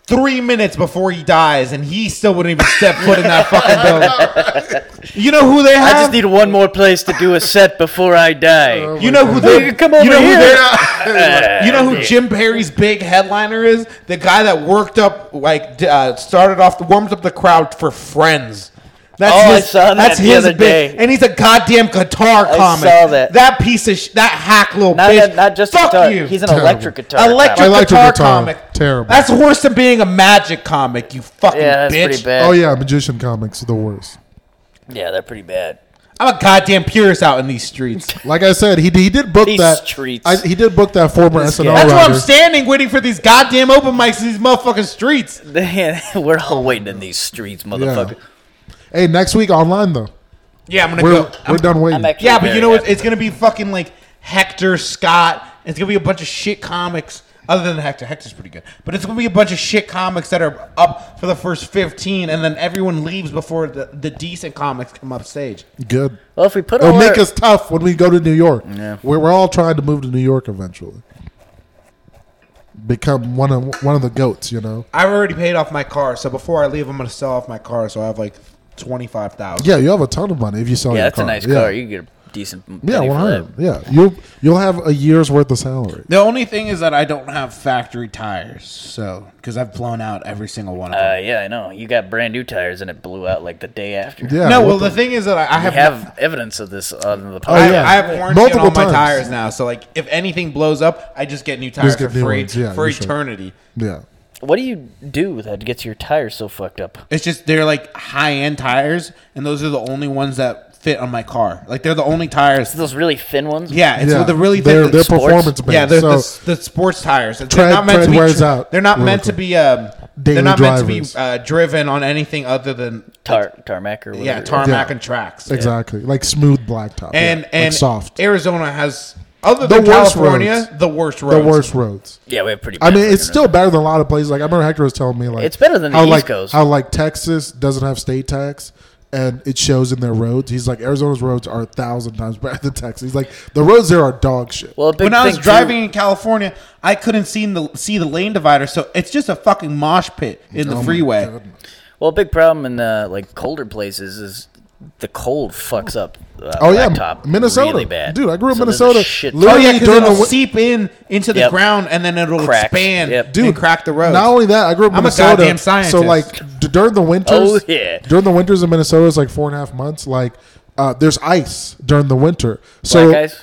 D: three minutes before he dies, and he still wouldn't even step foot in that fucking building. You know who they
B: I
D: have?
B: just need one more place to do a set before I die.
A: Uh,
D: you know who they
B: Come over
D: you know
B: here.
D: Who they- you know who Jim Perry's big headliner is? The guy that worked up, like, d- uh, started off, warmed up the crowd for Friends. That's
B: Oh, I
D: his,
B: saw that
D: that's
B: the
D: his
B: other
D: big,
B: day.
D: and he's a goddamn guitar
B: I
D: comic.
B: saw that.
D: That piece of sh- that hack little
B: not,
D: bitch.
B: not just
D: Fuck
B: a guitar.
D: you.
B: He's an
A: Terrible.
B: electric guitar.
D: electric,
B: comic.
A: Electric
D: guitar,
A: guitar.
D: comic.
A: Terrible.
D: That's worse than being a magic comic. You fucking
B: Yeah, that's
D: bitch.
B: pretty bad.
A: oh yeah, magician comics are the worst.
B: Yeah, they're pretty bad.
D: I'm a goddamn purist out in these streets.
A: Like I said, he he did book
B: These
A: that.
B: streets.
A: I, he did book that former
B: This
A: SNL
B: guy.
A: writer.
D: That's why I'm standing waiting for these goddamn open mics in these motherfucking streets.
B: We're all waiting in these streets, motherfucker.
A: Hey, next week online though.
D: Yeah, I'm gonna
A: We're
D: go.
A: we're done waiting.
B: I'm actually
D: Yeah, but
B: very
D: you know what?
B: happy.
D: It's gonna be fucking like Hector Scott. It's gonna be a bunch of shit comics. Other than Hector, Hector's pretty good. But it's gonna be a bunch of shit comics that are up for the first fifteen, and then everyone leaves before the, the decent comics come up stage.
A: Good.
B: Well, if we put all
A: It'll make
B: our-
A: us tough when we go to New York. We're, we're all trying to move to New York eventually. Become one of one of the goats, you know.
D: I've already paid off my car, so before I leave, I'm gonna sell off my car. So I have like twenty five thousand.
A: Yeah, you have a ton of money if you sell
B: yeah,
A: your
B: that's
A: car.
B: a nice
A: yeah.
B: car. You can get a decent.
A: yeah,
B: penny
A: one
B: for
A: hundred. Yeah, you'll you'll have a year's worth of salary.
F: The only thing is that I don't have factory tires, so because I've blown out every single one of
B: that.
F: them.
B: Uh, yeah, I know. You got brand new tires, and it blew out like the day after.
A: Yeah.
D: no,
A: what
D: well
A: the-
D: the, thing is that I, I
B: We
D: have,
B: have evidence of this on the podcast.
D: I,
A: Oh, yeah.
D: I have warranty
A: Multiple
D: on all my
A: times.
D: tires now. So like, if anything blows up, I just get new tires
A: get
D: for
A: new
D: free
A: ones, yeah,
D: for
A: you should.
D: eternity.
A: yeah.
B: What do you do that gets your tires so fucked up?
D: It's just they're like high end tires, and those are the only ones that fit on my car. Like they're the only tires.
B: Those really thin ones.
D: Yeah, it's
A: yeah.
D: with the really
A: they're
D: thin.
A: they're
B: sports.
A: performance based.
D: yeah, they're
A: so,
D: the, s- the sports tires. They're
A: Tread-
D: not meant
A: tread
D: to be.
A: wears
D: tri-
A: out
D: They're not
A: really
D: meant to
A: quick.
D: be. Um,
A: Daily
D: they're not meant
A: drivers.
D: to be uh, driven on anything other than
B: Tar- tarmac or whatever.
D: yeah tarmac
A: Yeah.
D: and tracks.
A: exactly like smooth blacktop. yeah,
D: And
A: like
D: and
A: soft.
D: Arizona has other
A: The
D: than
A: worst
D: California
A: roads.
D: the worst roads.
A: the worst roads.
B: Yeah, we have pretty.
A: I
B: bad
A: mean, it's
B: fucking-
A: still better than a lot of places. Like I remember Hector was telling me, like
B: It's better than the
A: how
B: East
A: like
B: Coast.
A: how like Texas doesn't have state tax, and it shows in their roads. He's like Arizona's roads are a thousand times better than Texas. He's like the roads there are dog shit.
B: Well, a big
D: when I was
B: thing, too-
D: driving in California, I couldn't see the see the lane divider, so it's just a fucking mosh pit in the
A: Oh my
D: freeway.
A: goodness.
B: Well, a big problem in uh, like colder places is the cold fucks up. Uh,
A: Oh yeah,
B: blacktop
A: Minnesota,
B: really bad.
A: dude. I grew up in
B: So there's a
A: Minnesota.
B: shit
A: Literally
D: Oh yeah, because
A: during
D: it'll
A: the win-
D: seep in into the
B: Yep.
D: ground and then it'll
B: Crack.
D: expand
B: Yep.
D: and crack the road.
A: Not only that, I grew up in
D: I'm a
A: Minnesota.
D: goddamn scientist.
A: So like d- during the winters,
B: Oh, yeah.
A: during the winters in Minnesota is like four and a half months. Like uh, there's ice during the winter. So
B: Black guys.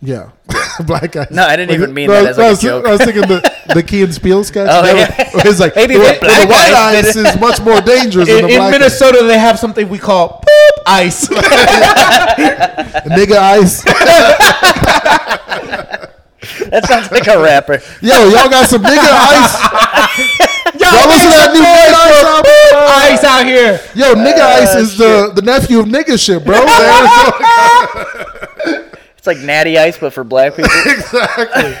A: Yeah, black guys.
B: No, I didn't even mean that as,
A: I
B: like, a
A: was,
B: joke.
A: I was thinking the, the Key and Spiel sketch.
B: Oh,
A: That
B: yeah.
A: was- it's like
B: Maybe
A: the,
B: the
A: the
B: black
A: white
B: guys
A: ice is much more dangerous than
D: in,
A: the
D: in
A: black ice.
D: Minnesota, they have something we call poop ice.
A: Nigga ice.
B: That sounds like a rapper.
A: Yo, y'all got some nigga ice. Y'all listen to that new nigga ice album?
D: ice out here.
A: Yo, nigga
B: Ah,
A: ice is the, the nephew of nigga shit, bro. The Arizona-
B: It's like Natty Ice, but for black people.
A: exactly.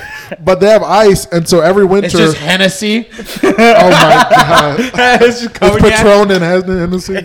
A: But they have ice, and so every
D: It's
A: winter,
D: just Hennessy.
A: oh my god.
D: it's just
A: It's
D: cognac.
A: Patron and Hen- Hennessy.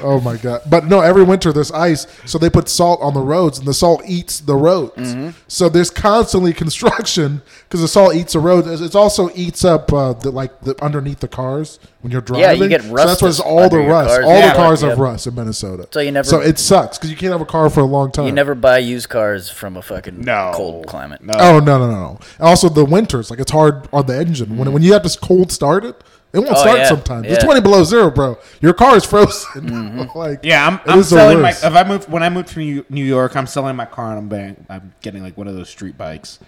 A: oh my god! But no, every winter there's ice, so they put salt on the roads, and the salt eats the roads.
B: Mm-hmm.
A: So there's constantly construction because the salt eats the roads. It also eats up uh, the like the underneath the cars when you're driving.
B: Yeah, you get
A: So that's
B: rust
A: why it's all
B: under
A: the
B: your
A: rust.
B: cars.
A: All
B: Yeah,
A: the cars
B: yeah.
A: have rust in Minnesota.
B: So you never-
A: So it sucks because you can't have a car for a long time.
B: You never buy used cars from a fucking
F: No.
B: cold climate.
F: No.
A: Oh no no no! no. Also, the winters like it's hard on the engine when when you have to cold start it. It won't
B: Oh,
A: start
B: yeah.
A: sometimes. It's
B: Yeah. Mm-hmm.
A: twenty below zero, bro. Your car is frozen. like
G: Yeah, I'm,
A: it
G: I'm
A: is the
G: selling my.
A: worst.
G: If I move when I moved from New- New York, I'm selling my car and I'm buying, I'm getting like one of those street bikes.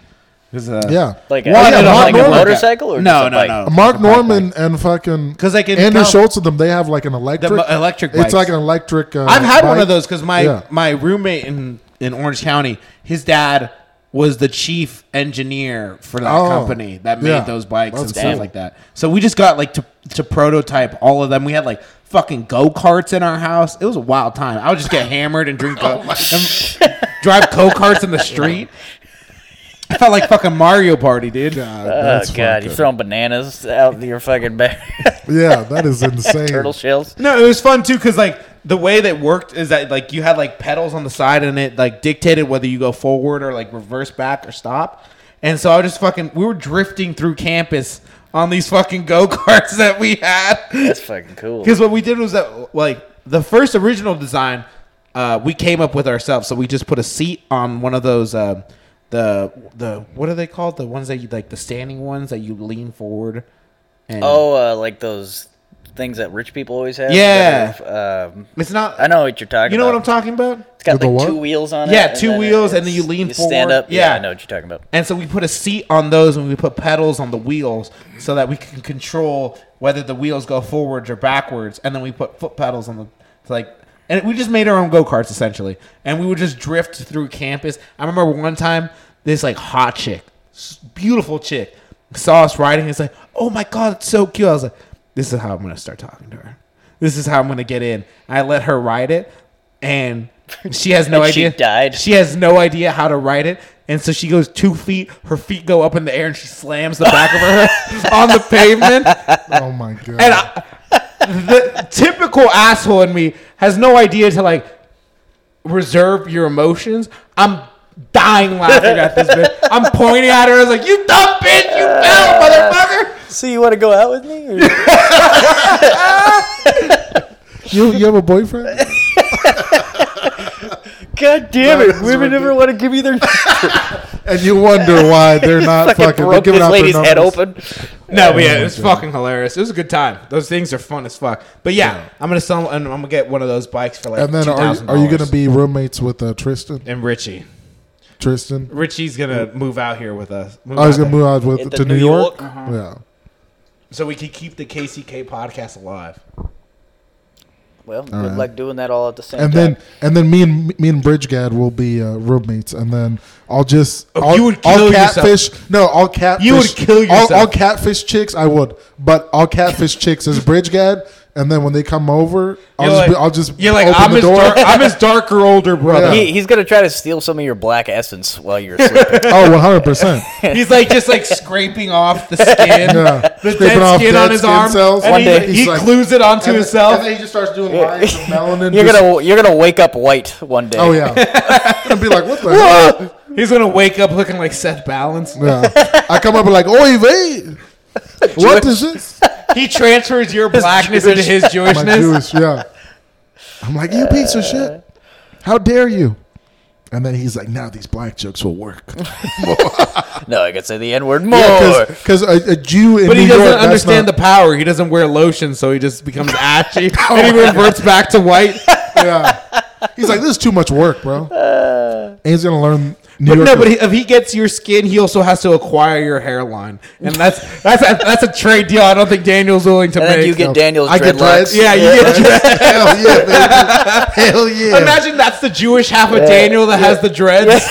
G: 'Cause, uh,
A: Yeah.
B: Like a-
G: one,
A: like a-
G: I don't
A: like a
G: that.
B: motorcycle or
G: no,
B: just a
G: no,
B: bike?
G: no.
A: Mark
G: It's a bike
A: Norman
G: bike.
A: and fucking
D: 'Cause I can
A: Andrew
D: count-
A: Schultz and them. They have like an electric
D: mo- electric
A: It's
D: bikes.
A: like an electric. Uh,
D: I've had one
A: bike.
D: of those because my
A: Yeah.
D: my roommate in in Orange County, his dad was the chief engineer for that
A: Oh,
D: company that made
A: yeah.
D: those bikes
A: That's
D: and
A: cool.
D: stuff like that. So we just got like to to prototype all of them. We had like fucking go karts in our house. It was a wild time. I would just get hammered and drink,
A: Oh,
D: go- and drive go karts in the street. I felt like fucking Mario Party, dude.
A: God,
B: Oh
A: that's
B: god, you're
A: fucking-
B: throwing bananas out your fucking back.
A: yeah, that is insane.
B: turtle shells.
D: No, it was fun too because like the way that worked is that like you had like pedals on the side and it like dictated whether you go forward or like reverse back or stop. And so I just fucking we were drifting through campus on these fucking go karts that we had.
B: That's fucking cool.
D: Because what we did was that like the first original design uh, we came up with ourselves. So we just put a seat on one of those. Uh, the the what are they called? The ones that you like the standing ones that you lean forward. And
B: Oh, uh, like those things that rich people always have.
D: Yeah.
B: that are, um,
D: it's not.
B: I know what you're talking.
D: You know
B: about.
D: what I'm talking about?
B: It's got
A: The
B: like
A: what?
B: two wheels on it.
D: Yeah, two
B: then
D: wheels, and
B: it's-
D: then you lean
B: Stand
D: forward.
B: up. Yeah.
D: Yeah.
B: I know what you're talking about.
D: And so we put a seat on those and we put pedals on the wheels so that we can control whether the wheels go forwards or backwards. And then we put foot pedals on the it's like and we just made our own go-karts essentially. And we would just drift through campus. I remember one time this like hot chick, s- beautiful chick, saw us riding and was like, "Oh my god, it's so cute." I was like, "This is how I'm going to start talking to her. This is how I'm going to get in." I let her ride it and she has no
B: And she
D: idea.
B: died.
D: She has no idea how to ride it, and so she goes two feet. Her feet go up in the air, and she slams the back of her head on the pavement.
A: Oh my god.
D: And I, the typical asshole in me has no idea to like reserve your emotions. I'm dying laughing at this bitch. I'm pointing at her. I was like, "You dumb bitch! You fell, motherfucker!"
B: So you want to go out with me? Or?
A: you you have a boyfriend?
B: God damn
A: That
B: it!
A: is
B: Women never
A: ridiculous.
B: want to give me their
A: and you wonder why they're not
B: fucking
A: fucking, they're
B: broke
A: giving
B: this
A: out their
B: lady's
A: numbers.
B: head open.
D: No, but yeah, it was fucking hilarious. It was a good time. Those things are fun as fuck. But yeah, I'm gonna sell and I'm gonna get one of those bikes for like.
A: And then are you,
D: $2,000.
A: are you gonna be roommates with uh, Tristan?
D: and Richie?
A: Tristan,
D: Richie's gonna move out here with us. Move
A: I was
D: out
A: Oh, gonna move out
B: In
A: with
B: the
A: to New,
B: New
A: York.
B: York?
A: Yeah,
D: there. so we can keep the KCK podcast alive.
B: Well, good
A: right.
B: luck doing that all at the same
A: and
B: time.
A: then and then me and me and Bridgegad will be uh, roommates, and then I'll just
D: Oh,
A: I'll,
D: you would
A: I'll
D: kill yourself.
A: catfish. No, I'll catfish.
D: You would kill yourself.
A: I'll, I'll catfish chicks. I would, but I'll catfish chicks as Bridgegad, and then when they come over, I'll
D: You're
A: just
D: like-
A: be, I'll just
D: You're like
A: open
D: I'm
A: the
D: his,
A: door.
D: dark, I'm his darker older brother.
A: Yeah.
B: he, he's gonna try to steal some of your black essence while you're sleeping.
A: oh, one hundred percent.
D: He's like just like scraping off the skin,
A: Yeah.
D: the
A: Scraping
D: dead
A: off
D: skin
A: dead
D: on his
A: skin
D: arm.
A: cells.
D: And
A: One
D: he,
A: day he's
D: he
A: like-
D: glues it onto
A: And then-
D: himself.
A: and then he just starts doing lines of melanin.
B: you're
A: just-
B: gonna you're gonna wake up white one day.
A: Oh yeah, and be like, what the hell?
D: He's gonna wake up looking like Seth Balance.
A: Yeah. I come up and like, oi vey, what is this?
D: He transfers your blackness into his
A: My
D: Jewishness.
A: Jewish, yeah. I'm like, you piece of shit. How dare you? And then he's like, now these black jokes will work.
B: No, I could say the N word more.
A: Because a, a Jew in
D: Oh. But
A: New
D: he doesn't
A: York, that's
D: understand
A: not-
D: the power. He doesn't wear lotion, so he just becomes ashy and he reverts back to white.
A: Yeah. He's like, this is too much work, bro. and he's gonna learn New
D: Uh. But
A: York.
D: no, but he, if he gets your skin, he also has to acquire your hairline, and that's that's a, that's a trade deal. I don't think Daniel's willing to
B: and
D: make.
B: then you get Daniel's
A: I get
B: dreadlocks.
A: dreads.
D: yeah, you get.
A: hell yeah, baby. hell yeah.
D: Imagine that's the Jewish half of Daniel that has the dreads.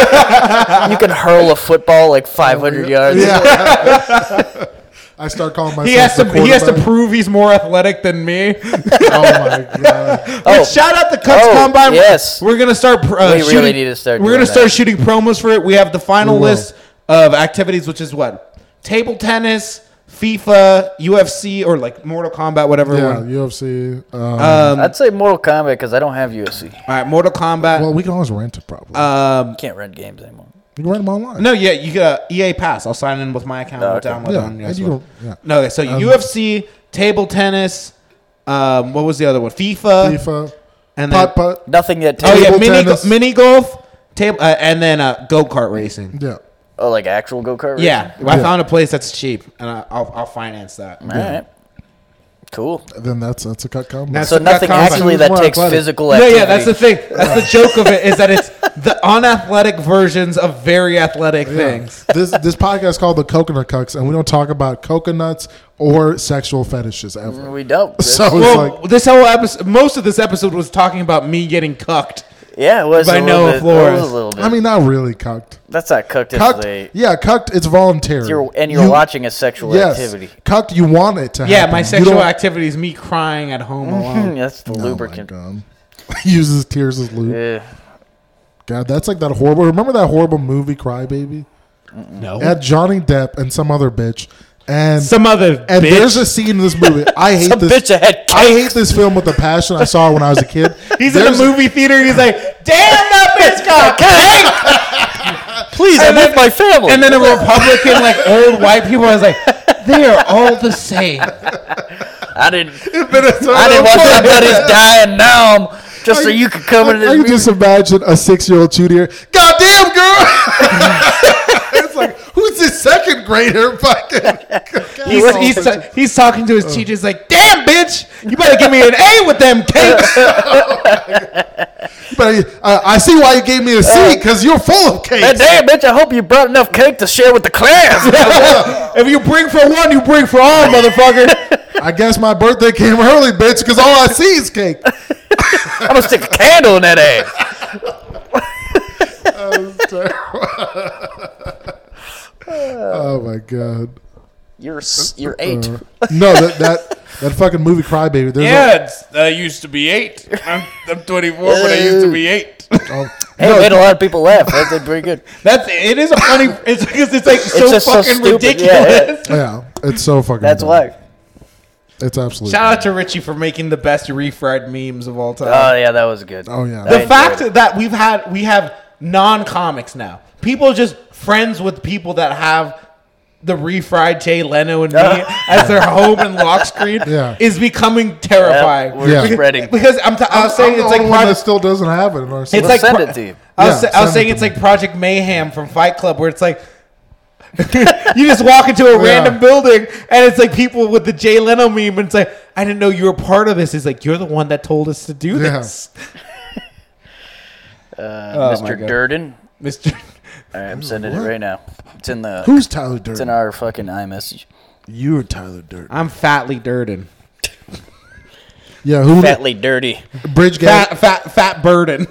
B: you can hurl a football like 500 yards.
A: yeah. I start calling myself.
D: He has
A: the
D: to he has to
A: quarterback.
D: prove he's more athletic than me.
A: Oh my god.
B: Oh.
D: But shout out the Cuts
B: Oh,
D: Combine.
B: yes.
D: we're gonna start. pr- Uh,
B: We really
D: shooting,
B: need to start
D: We're
B: doing
D: gonna
B: that.
D: start shooting promos for it. We have the final
A: We will.
D: list of activities, which is what table tennis, FIFA, UFC, or like Mortal Kombat, whatever.
A: Yeah,
D: one.
A: UFC. Um,
B: I'd say Mortal Kombat because I don't have UFC.
D: All right, Mortal Kombat.
A: well, we can always rent it probably.
D: um,
B: I can't rent games anymore.
A: you can rent them online.
D: no, yeah, you got
C: E
D: a EA Pass. I'll sign in with my account.
B: Oh,
D: I'll
B: okay.
D: download
A: Yeah,
D: on your
A: and you
D: Xbox.
A: can- yeah. Um,
D: No, okay, so UFC, table tennis. Um, what was the other one? FIFA,
A: FIFA,
D: and then
A: pot putt.
B: Nothing that
D: oh
B: takes.
D: yeah,
A: table
D: mini,
A: tennis.
D: mini golf, table, uh, and then uh, go kart racing.
A: Yeah.
B: Oh, like actual go kart?
C: Yeah, I
A: Yeah.
C: found a place that's cheap, and I, I'll I'll finance that.
B: All right. Cool.
A: Then that's that's a cut combo.
C: That's-
B: So
C: It's a
B: nothing
C: combo.
B: actually that
A: More
B: takes
A: athletic.
B: physical
C: Yeah,
B: activity.
C: yeah, that's the thing. That's the joke of it is that it's the unathletic versions of very athletic things.
A: this this podcast is called the Coconut Cucks, and we don't talk about coconuts or sexual fetishes ever.
B: we don't. That's-
A: So it's
C: Well,
A: like
C: this whole episode, most of this episode was talking about me getting cucked.
B: yeah, it was
C: By
B: a little
C: Noah
B: bit,
C: Flores.
B: It was a little bit.
A: I mean, not really cucked.
B: that's not cooked. It's
A: Cucked,
B: a,
A: yeah, cucked. It's voluntary.
B: you're, and you're
A: You-
B: watching a sexual
A: yes,
B: activity.
A: Cucked. You want it to.
C: Yeah,
A: happen.
C: my
A: You
C: sexual
A: don't-
C: activity is me crying at home alone.
B: That's the
A: Oh my
B: lubricant.
A: God. Uses tears as lube.
B: Yeah.
A: God, that's like that horrible. Remember that horrible movie, Crybaby?
D: No.
A: It had Johnny Depp and some other bitch, and
C: Some other
A: and
C: bitch.
A: there's a scene in this movie. I hate
B: Some
A: this.
B: bitch ahead.
A: I hate this film with a passion. I saw it when I was a kid.
C: He's in
A: there's,
C: the movie theater. and He's like, "Damn that bitch got cake!"
B: Please,
C: And
B: I
C: then-
B: love my family.
C: And then a Republican, like old white people, was like, "They are all the same."
B: I didn't. I didn't want my buddies dying. Now I'm- just so you could come
A: I,
B: into this
A: I can
B: meeting.
A: just imagine a six-year-old junior. Goddamn girl! it's like who's this second grader? Fucking.
C: He's, he's, he's talking to his teachers like, "Damn, bitch, you better give me an A with them cakes."
A: But I, I see why you gave me a C
B: Uh,
A: because you're full of
B: Hey,
A: cakes.
B: damn, bitch, I hope you brought enough cake to share with the class.
C: if you bring for one, you bring for all, motherfucker.
A: I guess my birthday came early, bitch, because all I see is cake.
B: I'm going to stick a candle in that ass.
A: Oh my god.
B: You're, s- you're eight.
A: No, that that, that fucking movie Crybaby. There's a-
H: it's, I used to be eight. I'm, I'm 24, but I used to be eight.
A: oh,
B: Hey,
A: no,
B: made a lot of people laugh. That did pretty good.
C: That's it is a funny. It's because it's like so
B: just so
C: fucking
B: stupid,
C: ridiculous.
B: yeah,
A: yeah, it's so fucking.
B: That's
A: dumb.
B: why.
A: It's absolutely.
C: Shout out to Richie for making the best refried memes of all time.
B: Oh, yeah, that was good.
A: Oh, yeah.
B: I
A: The
C: the
B: enjoyed
C: fact
B: it.
C: that we've had we have non comics now. People just friends with people that have the refried Jay Leno and me as their home and lock screen
A: Yeah.
C: is becoming
B: Yeah,
C: terrifying.
B: we're
A: Yeah.
B: spreading.
C: Because I'm, t- I'm, saying
A: I'm
C: it's
A: the
C: like
A: only one
C: Project-
A: that still doesn't have it in our.
C: it's
A: system.
C: like
B: send
C: Pro-
B: it to you.
C: I was,
A: Yeah,
C: sa- I was
A: send
C: saying
A: it
C: it's
A: to
C: like Project Mayhem from Fight Club, where it's like you just walk into a random building and it's like people with the Jay Leno meme, and it's like I didn't know you were part of this. It's like you're the one that told us to do
A: Yeah.
C: this,
B: Uh,
C: my
B: Mr.
C: God.
B: Durden.
C: Mister.
B: All right, I'm sending it right now. It's in the.
A: who's Tyler
B: It's in
A: Durden?
B: our fucking iMessage.
A: You're Tyler Durden.
C: I'm fatly Durden.
A: Yeah, who?
B: Fatly dirty.
A: Bridge Gad.
C: Fat, fat, fat burden.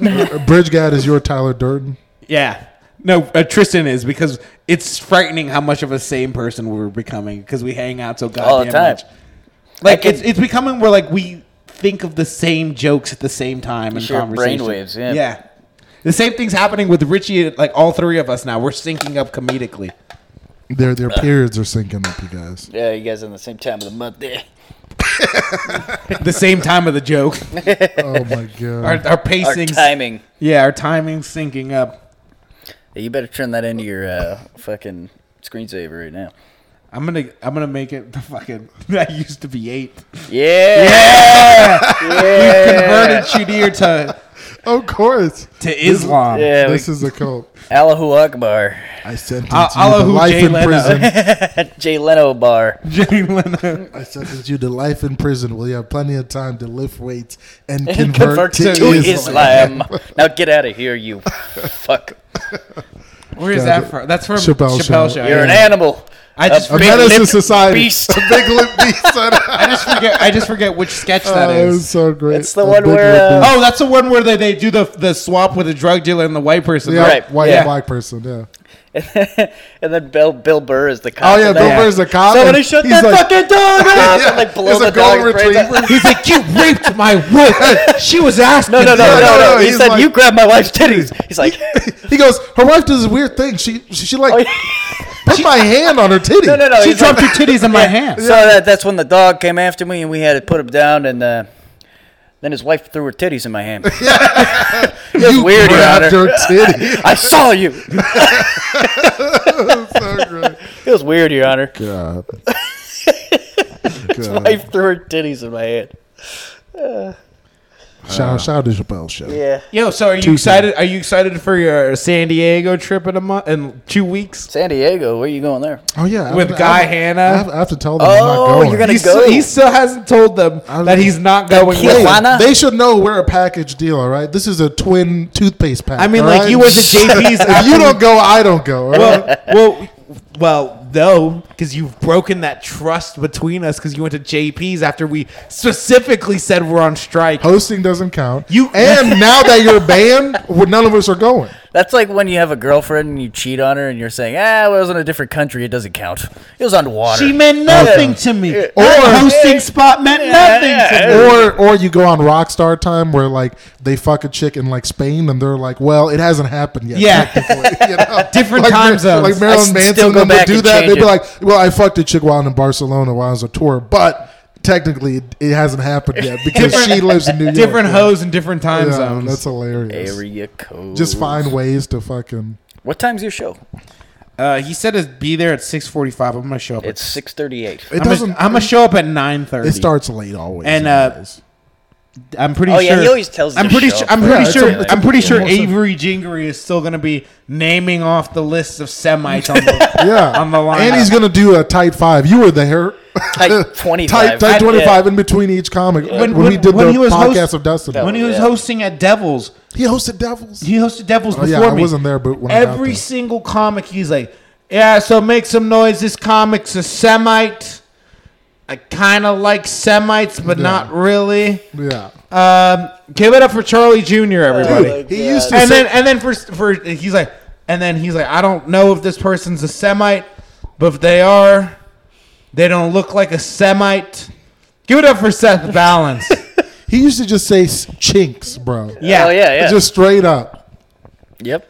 A: Bridge Gad is your Tyler Durden.
D: Yeah. No, uh, Tristan is because it's frightening how much of a same person we're becoming because we hang out so goddamn
B: All the time.
D: much. Like
B: I can-
D: it's it's becoming where like we think of the same jokes at the same time in
B: share
D: conversation.
B: brainwaves, yeah.
D: yeah. The same thing's happening with Richie. Like all three of us now, we're syncing up comedically.
A: Their their periods are syncing up, you guys.
B: Yeah, you guys in the same time of the month there.
D: the same time of the joke.
A: Oh my
D: Our,
A: god.
D: our
B: Our
D: pacing.
B: timing.
D: Yeah, our timing's syncing up.
B: Yeah, you better turn that into your uh, fucking screensaver right now.
D: I'm gonna I'm gonna make it the fucking. I used to be eight.
B: Yeah.
D: Converted Shadir to
A: Of course.
D: to Islam.
B: Yeah. we-
A: This is a cult.
B: Allahu Akbar.
A: I sentenced
D: Al-
A: you to
D: Allahu
A: life
D: Jay
A: in
D: Leno.
A: prison.
B: Jay Leno bar.
D: Jay Leno.
A: I sentenced you to life in prison. Well, you have plenty of time to lift weights and convert, to,
B: to
A: Islam.
B: Islam. now get out of here, you fuck.
D: Where is
A: Yeah,
D: that from? That's from
A: Chappelle
D: Chappelle,
A: Show.
D: Show.
B: You're an
D: yeah.
B: animal.
D: I just
B: a
A: A
B: big
A: menace to
B: lipped
A: society.
B: beast.
A: A big lip beast.
D: I just forget. I just forget which sketch that
A: Oh, it was
D: is.
A: so great.
B: It's the
A: A
B: one
A: big
B: where,
A: lip
B: uh,
A: beast.
D: Oh, that's the one where they, they do the the swap with the drug dealer and the white person.
A: Yeah,
D: right?
B: Right,
A: white
D: yeah.
A: and black person. Yeah.
B: and then Bill, Bill Burr is the
A: Oh
B: cop.
A: yeah,
B: in that.
A: Bill Burr's a cop.
B: Somebody
A: and
B: shut
A: he's
B: that fucking dog up! And like blow
A: he's
B: the
A: a golden
B: dog's brains out.
A: retriever.
C: He's like, you raped my wife. She was asking.
B: No, no, no,
A: Yeah,
B: no,
A: no,
B: no. He
A: he's
B: said,
A: like-
B: "You grabbed my wife's titties." He's like,
A: He goes, her wife does this weird thing. She she, she like
B: "Oh, yeah."
A: put my hand on her titty.
B: "No, no, no."
D: She
B: he's
D: dropped
B: like-
D: your titties in my hand.
B: So that, that's when the dog came after me, and we had to put him down. And uh, then his wife threw her titties in my hand.
A: You
B: weird, Your
A: grabbed
B: Honor.
A: her titty.
B: I saw you.
A: so great.
B: It was weird, Your Honor.
A: God. Uh-huh.
B: His wife threw her titties in my hand.
A: Shout, shout out to Chappelle's show.
B: Yeah.
D: Yo, so are you excited? Are you excited for your San Diego trip in a month in two weeks?
B: San Diego, where you going there?
A: Oh yeah, I
D: With
A: have to-
D: Guy
A: I have-
D: Hanna?
A: I have, I have to tell them I'm
B: Oh,
A: not going.
B: you're gonna
D: He
B: go.
D: still, he still hasn't told them
A: I-
D: that he's not going.
B: Keep
D: with
B: it
D: them.
B: Why not?
A: They should know we're a package deal, all right? This is a twin toothpaste pack.
D: I mean,
A: all
D: like
A: right?
D: you went to JP's.
A: If you don't go, I don't go. all right?
D: well, well, well, no, because you've broken that trust between us. Because you went to JP's after we specifically said we're on strike.
A: Hosting doesn't count.
D: You-
A: and now that you're banned, well, none of us are going.
B: That's like when you have a girlfriend and you cheat on her and you're saying, ah, well, I was in a different country. It doesn't count. It was on water.
D: She meant nothing to me. Or hosting spot meant nothing to me.
A: Or or you go on Rockstar time where like they fuck a chick in like Spain and they're like, well, it hasn't happened yet.
D: Yeah.
A: technically, you know?
D: Different
A: like,
D: time
A: Mar-
D: zones.
A: Like
B: I
A: Marilyn
B: still
A: Manson and
B: go
A: them would
B: back
A: do
B: and
A: that.
B: change
A: They'd be
B: it.
A: like, well, I fucked a chick while in Barcelona while I was on tour, but technically it- it hasn't happened yet because she lives in New York.
D: different
A: yeah.
D: hoes in different time
A: Yeah,
D: zones.
A: That's hilarious.
B: Area code.
A: Just find ways to fucking.
B: What time's your show?
D: uh, he said it'd be there at six forty-five. I'm gonna show up.
B: It's 6:38.
A: It
D: I'm
A: doesn't.
D: gonna, I'm gonna show up at nine thirty.
A: it starts late always.
D: And, uh,
A: anyways.
D: I'm pretty
B: Oh,
D: sure.
B: yeah, he always tells you
D: I'm
B: to
D: pretty.
B: show
D: Sure,
B: up
D: I'm
B: for
D: pretty
A: that.
D: sure.
A: Yeah, it's a-
D: I'm pretty
A: it's a-
D: sure
A: it's a-
D: Avery Jingery is still gonna be naming off the list of Semites on the
A: yeah,
D: on the line.
A: and he's gonna do a tight five. You were there.
B: Tight 25.
A: Tight, tight
B: I-
A: 25 in between each comic when,
D: when-
A: we did
D: when
A: the
D: he was host-
A: podcast of Dustin.
D: when he was
B: Yeah.
D: hosting at Devils.
A: he hosted Devils.
D: He hosted Devils
A: Oh, yeah,
D: before
A: I
D: me.
A: wasn't there, but when I got
D: every
A: there.
D: single comic, he's like, "Yeah, so make some noise. This comic's a Semite. I kind of like Semites, but not really."
A: yeah.
D: Um, give it up for Charlie Jr. Everybody.
A: Dude, he used to
D: and
A: say,
D: then and then for for he's like and then he's like I don't know if this person's a Semite, but if they are, they don't look like a Semite. Give it up for Seth Balance.
A: he used to just say s- chinks, bro.
D: yeah.
B: Oh, yeah, yeah.
A: Just straight up.
B: yep.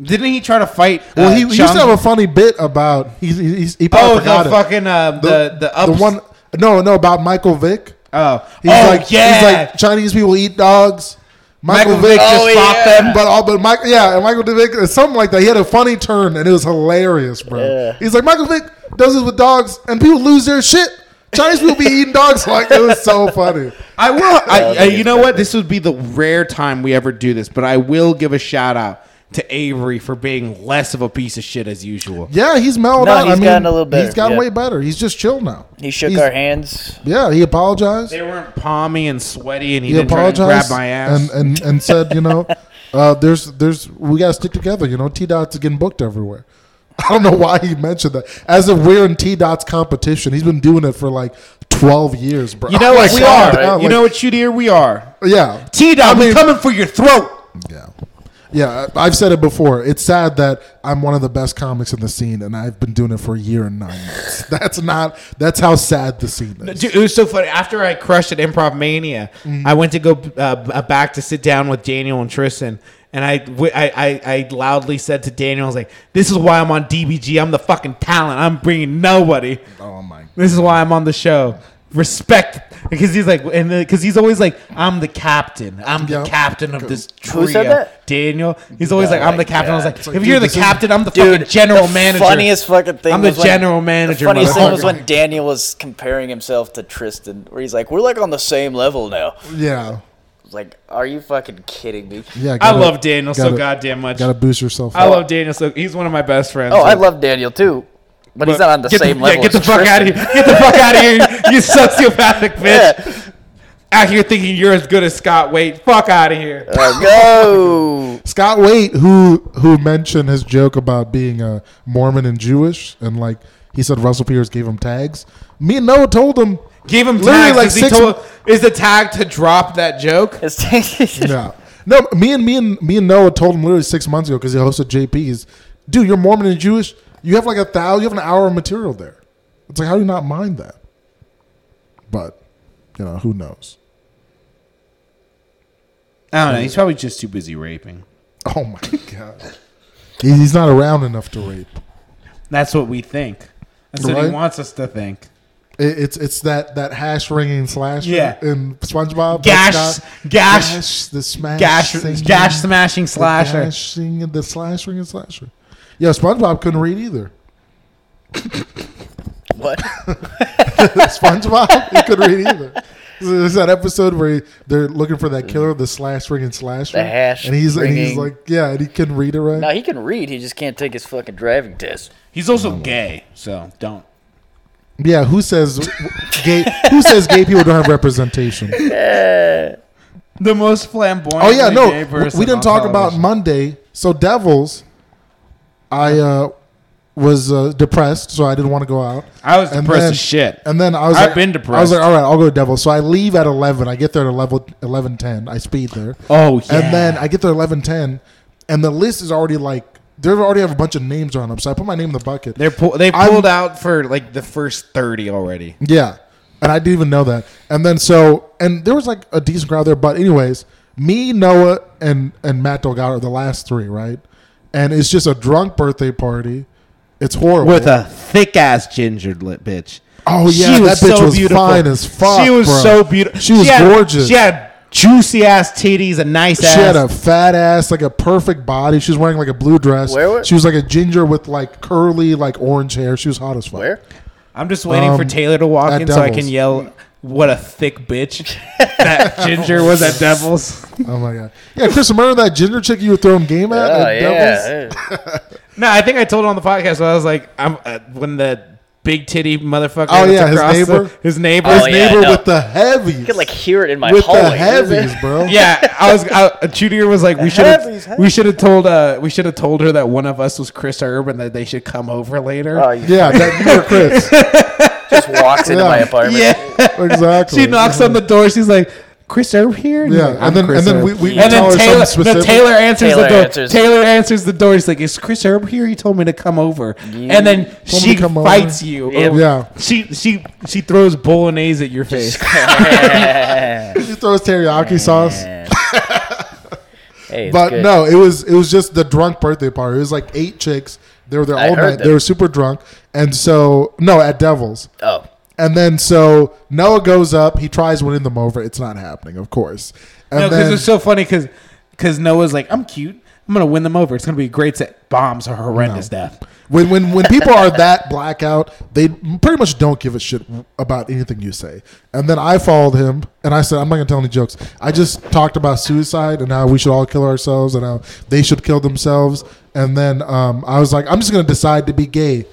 D: Didn't he try to fight?
A: Well,
D: uh,
A: he, he used to
D: Chung?
A: have a funny bit about he he, he, he probably
D: oh
A: forgot
D: the
A: it.
D: fucking um, the the, ups-
A: the one no no about Michael Vick.
D: oh
A: He's
D: oh
A: like
D: yeah
A: he's like Chinese people eat dogs.
D: Michael, Vick just
B: Oh,
D: fought
B: yeah.
D: them.
A: But all, but Mike, yeah, and Michael Vick, uh, something like that. He had a funny turn, and it was hilarious, bro.
B: Yeah.
A: He's like, Michael Vick does this with dogs, and people lose their shit. Chinese people be eating dogs like it was so funny.
D: I will.
A: Oh,
D: I,
B: I
D: I,
B: think
D: you
B: it's
D: know what? This would be the rare time we ever do this, but I will give a shout out to Avery for being less of a piece of shit as usual.
A: Yeah, he's mellowed
B: No,
A: out. I
B: he's
A: mean,
B: gotten a little better,
A: He's gotten
B: yeah.
A: way better. He's just chill now.
B: He shook
A: He's-
B: our hands.
A: Yeah, he apologized.
D: They weren't palmy and sweaty, and he,
A: He
D: didn't try to grab
A: apologized
D: my ass.
A: and and and said, you know, uh, there's there's we gotta stick together. You know, T Dot's getting booked everywhere. I don't know why he mentioned that. As if we're in T Dot's competition. He's been doing it for like twelve years, bro.
D: you know
A: Like,
D: what we
A: calm
D: are.
A: down,
D: You
A: like-
D: know what you dear we are.
A: Yeah.
D: T Dog,
A: I
D: we
A: mean-
D: coming for your throat.
A: Yeah. Yeah, I- I've said it before. It's sad that I'm one of the best comics in the scene, and I've been doing it for a year and nine months. That's not. That's how sad the scene is.
D: Dude, it was so funny. After I crushed at Improv Mania,
A: Mm-hmm.
D: I went to go uh, b- uh, back to sit down with Daniel and Tristan, and I, w- I, I- I loudly said to Daniel, "I was like, this is why I'm on DBG. I'm the fucking talent. I'm bringing nobody.
A: Oh my!
D: This is why I'm on the show. Respect." Because he's like, and because he's always like, I'm the captain. I'm the
A: Yeah.
D: captain of this trio.
B: Who said that?
D: Daniel. He's always like, I'm the captain. I was like, if
A: dude,
D: you're the
A: this is-
D: captain, I'm the fucking
B: Dude,
D: general
B: the
D: manager.
B: Funniest fucking thing.
D: I'm the
B: was when-
D: general manager,
B: The funniest thing
D: motherfucker.
B: was when Daniel was comparing himself to Tristan, where he's like, "We're like on the same level now."
A: Yeah,
B: It's Like, are you fucking kidding me?
A: yeah.
D: I love Daniel so goddamn much.
A: Got to boost yourself.
D: I
A: up.
D: love Daniel. So he's one of my best friends.
B: Oh, I
D: Like,
B: love Daniel too, but, he's
D: But
B: not on the
D: get
B: same
D: yeah,
B: level.
D: get the
B: as
D: fuck
B: Tristan.
D: out of here! Get the fuck out of here! You, you sociopathic bitch!
B: Yeah.
D: Out here thinking you're as good as Scott Wait, Fuck out of here!
B: Uh, go.
A: Scott Waite, who who mentioned his joke about being a Mormon and Jewish, and like he said, Russell Peters gave him tags. Me and Noah told him.
D: Give him
A: Literally
D: tags.
A: like
D: is, he
A: six-
D: told- is the tag to drop that joke?
B: It's-
A: Yeah. No, me and me and me and Noah told him literally six months ago because he hosted JP's. Dude, you're Mormon and Jewish. You have like a thousand. You have an hour of material there. It's like how do you not mind that? But you know who knows.
D: I don't know. He's probably just too busy raping.
A: Oh my god, He- he's not around enough to rape.
D: That's what we think. That's
A: what he Right?
D: wants us to think.
A: It, it's it's that that hash ringing slash
D: Yeah.
A: in SpongeBob
D: Gash-
A: That's
D: gash-
A: the smash
D: Gash,
A: singing,
D: gash, smashing
A: the
D: slasher.
A: gash singing, the slash ringing slasher. Yeah, SpongeBob couldn't read either.
B: what?
A: SpongeBob he couldn't read either. There's that episode where he, they're looking for that killer, the slash ring and slash
B: The
A: ring,
B: hash
A: and he's and he's
B: ringing.
A: like, yeah, and he can read it right.
B: Now he can read. He just can't take his fucking driving test.
D: He's
A: Oh,
D: also gay, so don't.
A: Yeah, who says gay? Who says gay people don't have representation?
D: The most flamboyant.
A: Oh yeah, no, we- we didn't talk about Monday. So Devils, I uh, was uh, depressed, so I didn't want to go out.
D: I was
A: And
D: depressed
A: then-
D: as shit.
A: And then I was
D: I've
A: like-
D: been
A: I was
D: depressed.
A: like, all right, I'll go to Devils. So I leave at eleven. I get there at eleven eleven ten. I speed there.
D: oh yeah.
A: And then I get there eleven ten, and the list is already like they already have a bunch of names on them. So I put my name in the bucket.
D: they're pu- they
A: I'm-
D: pulled out for like the first thirty already.
A: Yeah. And I didn't even know that. And then so and there was like a decent crowd there, but anyways, me, Noah, and and Matt Delgado are the last three, right? And it's just a drunk birthday party. It's horrible.
D: with a thick ass ginger lit bitch.
A: Oh, yeah, that bitch was fine as fuck,
D: She was
A: bro.
D: so beautiful.
A: She was gorgeous.
D: She had juicy ass titties, a nice
A: she
D: ass.
A: had a fat ass, like a perfect body. She was wearing like a blue dress.
B: Where were-
A: She was like a ginger with like curly, like orange hair. She was hot as fuck.
B: Where?
D: I'm just waiting for
A: um,
D: Taylor to walk
A: at
D: in so I can
A: Devils.
D: yell, "What a thick bitch!" that ginger was at Devils.
A: Oh my god. Yeah, Chris, remember that ginger chick you were throwing game at?
B: Oh
A: at Devils?
B: yeah.
D: No, I think I told it on the podcast. But I was like, "I'm uh, when the big titty motherfucker."
A: Oh,
D: that's
A: yeah, his
D: across the-
A: neighbor?
D: his neighbor.
B: Oh,
D: his
B: yeah,
A: Neighbor
B: no.
A: with the heavies.
B: I could like hear it in my
A: with the
B: hallway.
A: heavies, bro.
D: yeah, I was. I, uh, Junior was like, we should have. We should have told. Uh, we should have told her that one of us was Chris Urban that they should come over later.
B: Oh, you
A: Yeah, that you were Chris.
B: just walks into
A: Yeah.
B: my apartment.
D: yeah,
A: Exactly.
D: she knocks on the door. She's like, "Chris Urban here." And
A: Yeah,
D: he's like,
A: and
D: "I'm
A: then
D: Chris
A: and then we,
D: Urban."
A: we tell
D: And
A: her
D: then Taylor,
A: something
D: no,
A: specific.
D: Taylor answers
B: Taylor
D: the door.
B: answers.
D: Taylor answers the door. He's like, "Is Chris Urban here? He told me to come over." And then
A: Told me
D: she
A: to come
D: fights
A: over.
D: you.
B: Yeah.
A: Yeah,
D: She she she throws bolognese at your face.
A: he throws teriyaki sauce.
B: Hey, it's
A: But
B: good.
A: no, it was it was just the drunk birthday party. It was like eight chicks. They were there
B: I
A: all
B: heard
A: night.
B: that.
A: They were super drunk, and so no at Devils.
B: Oh,
A: And then so Noah goes up. He tries winning them over. It's not happening, of course. And
D: No, because
A: then
D: it's so funny because Noah's like, I'm cute. I'm gonna win them over. It's gonna be a great set. Bombs are horrendous death.
A: when when when people are that blackout, they pretty much don't give a shit about anything you say. And then I followed him, and I said, "I'm not gonna tell any jokes. I just talked about suicide and how we should all kill ourselves, and how they should kill themselves." And then um, I was like, "I'm just gonna decide to be gay."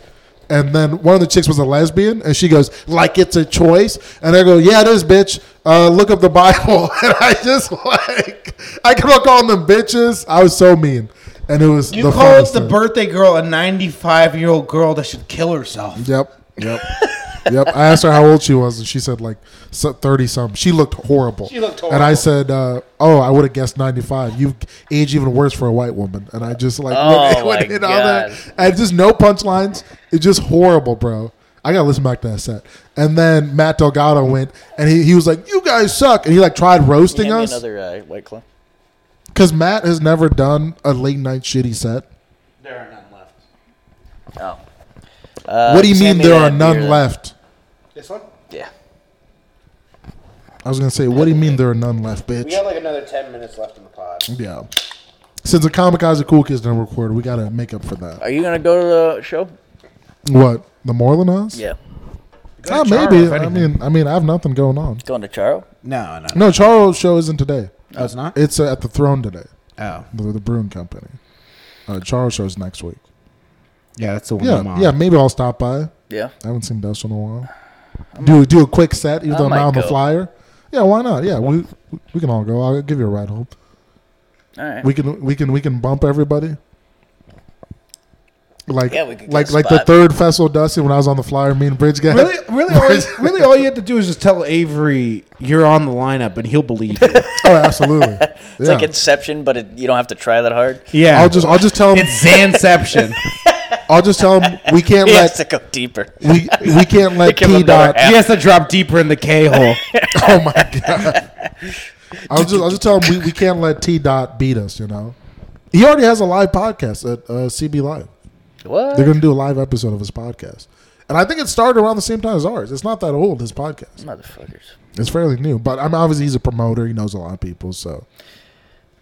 A: And then one of the chicks was a lesbian, and she goes, "Like it's a choice." And I go, "Yeah, it is, bitch. Uh, look up the Bible." And I just like, I kept on calling them bitches. I was so mean, and it was
C: You called
A: funniest
C: the
A: thing.
C: birthday girl a 95 year old girl that should kill herself.
A: Yep. Yep. yep. I asked her how old she was, and she said like thirty some. She looked horrible. She
C: looked
A: And I said, uh, "Oh, I would have guessed ninety five. You age even worse for a white woman." And I just like,
B: Oh,
A: went- went
B: my
A: in on that.
B: God.
A: and just no punchlines. It's just horrible, bro. I gotta listen back to that set. And then Matt Delgado went, and he, he was like, "You guys suck," and he like tried roasting
B: hand me
A: us
B: another uh, white claw.
A: because Matt has never done a late night shitty set.
B: Oh. Uh,
A: what do you
B: just hand
A: mean
B: me
A: there
B: that
A: are none
B: beer then.
A: left?
C: This one?
B: Yeah.
A: I was gonna say, what do you mean there are none left, bitch?
C: like another 10 minutes left in the pod.
A: Yeah. Since the Kamikaze Cool Kids didn't record, we gotta make up for that.
B: Are you gonna go to the show?
A: What the Moreland House?
B: Yeah.
A: Ah, maybe. I mean, I mean, I have nothing going on.
B: Going to Charo?
D: No, no,
A: No, Charles show isn't today.
D: no, it's not.
A: It's uh, at the Throne today.
D: Oh,
A: The, the Brewing Company. Uh, Charles show's next week.
D: yeah, that's the one.
A: Yeah,
D: I'm on.
A: yeah. Maybe I'll stop by.
B: Yeah.
A: I haven't seen Dust in a while. Do do a quick set, even
B: I
A: though I'm
B: might
A: not on the
B: go.
A: flyer. Yeah, why not? Yeah, we we can all go. I'll give you a ride home.
B: All right.
A: We can we can we can bump everybody. Like
B: Yeah, we could get
A: like
B: a
A: like the
B: spot.
A: third festival Dusty when I was on the flyer, me and Bridge got
D: Really, really, always, really, all you have to do is just tell Avery you're on the lineup, and he'll believe you.
A: Oh, absolutely. it's
B: it's like Inception, but it, you don't have to try that hard.
D: Yeah,
A: I'll just I'll just tell him
D: it's Zanception.
A: I'll just tell him we can't
B: He has
A: let
B: to go deeper.
A: we we can't let
B: Give him
A: P
B: another
A: dot.
B: app.
D: he has to drop deeper in the K hole.
A: Oh my god! I'll just I'll just tell him we, we can't let T dot beat us. You know, he already has a live podcast at uh, CB Live.
B: What?
A: They're going to do a live episode of his podcast, and I think it started around the same time as ours. It's not that old. His podcast.
B: Motherfuckers.
A: It's fairly new, but I'm obviously he's a promoter. He knows a lot of people, so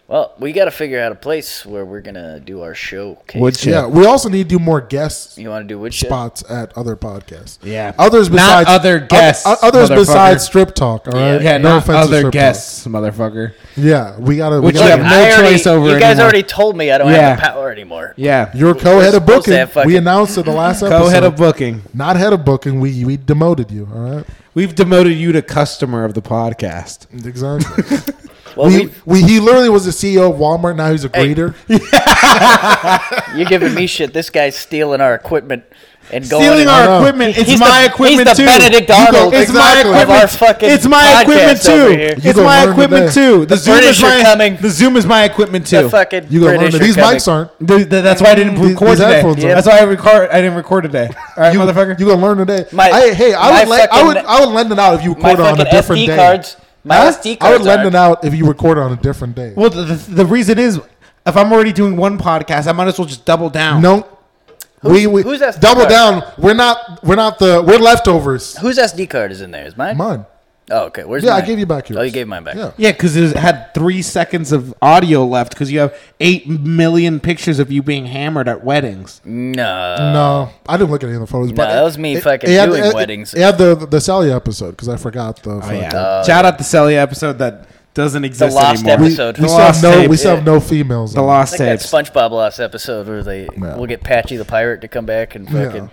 B: Well, we got to figure out a place where we're gonna do our show. Case.
D: Woodshed.
A: Yeah, we also need to do more guests
B: you want to do woodshed?
A: spots at other podcasts.
C: Yeah.
A: others
C: Not
A: besides
C: other guests,
A: oth- others
C: motherfucker.
A: besides strip talk. All right,
C: Yeah, not
A: offense to
C: other
A: Strip Talk.
C: guests, motherfucker.
A: Yeah, we gotta.
C: Which
A: we
C: you
A: gotta
C: have no
B: I already-
C: choice over
B: You guys
C: anymore.
B: already told me I don't
C: Yeah.
B: have the power anymore.
C: Yeah.
A: Your co-head of
B: supposed to
A: booking.
B: have fucking-
A: we announced it the last episode.
D: Go ahead of booking.
A: Not head of booking. We we demoted you. All right.
D: We've demoted you to customer of the podcast.
A: Exactly.
B: Well,
A: we,
B: we,
A: we he literally was the CEO of Walmart. Now he's a
B: Hey.
A: greeter.
B: you're giving me shit. This guy's stealing our equipment and going
D: Stealing
B: and-
A: I know.
D: our equipment. It's
B: He's
D: my
B: the-
D: equipment
B: he's the
D: too.
B: Benedict
D: You
B: Arnold
D: it's my
A: Exactly.
D: equipment.
B: of our fucking
D: it's my
B: podcast
D: equipment
B: over
D: too.
B: here.
A: You
D: It's
A: go
D: my
A: learn today.
D: equipment too. The, Zoom
B: British
D: is
B: are
D: my
B: coming.
D: the Zoom is my equipment too.
B: The fucking
A: You gonna learn
B: British
A: that
B: are
A: these
B: coming.
A: mics aren't.
D: Th- th- that's why I didn't
A: These-
D: record
A: these
D: today.
A: headphones
B: are-
D: That's why I record. I didn't record today. All right,
A: You,
D: motherfucker.
A: you gonna learn today.
B: My-
A: I, hey, I
B: my
A: would let, I
B: fucking-
A: would I would lend it out if you
B: My
A: recorded on
B: fucking
A: a different
B: SD
A: day.
B: cards. My
A: Huh?
B: SD cards.
A: I would lend
B: aren't.
A: it out if you recorded on a different day.
D: well, the, the, the reason is, if I'm already doing one podcast, I might as well just double down.
A: No. we we
B: who's SD
A: double
B: card?
A: down. We're not we're not the we're leftovers.
B: Whose SD card is in there? Is mine?
A: Mine.
B: Oh, okay. Where's
A: Yeah, I
B: mine?
A: gave you back yours.
B: Oh, you gave mine back.
A: Yeah.
D: Yeah, because it had three seconds of audio left because you have eight million pictures of you being hammered at weddings.
B: Oh, No.
A: No, I didn't look at any of the photos. but
B: Uh, that was me fucking doing weddings.
A: It, had the the Sally episode because I forgot the.
D: Oh, yeah.
A: fucking-
D: Shout out the Celia episode that doesn't exist
B: lost
D: anymore.
A: We, we
B: Episode.
A: still
B: The
A: have
D: lost
A: no
D: tape.
A: we still have no females.
D: the
A: on it.
D: lost
B: It's like
D: tapes.
B: that SpongeBob last episode where they
A: Yeah.
B: we'll get Patchy the pirate to come back and fucking.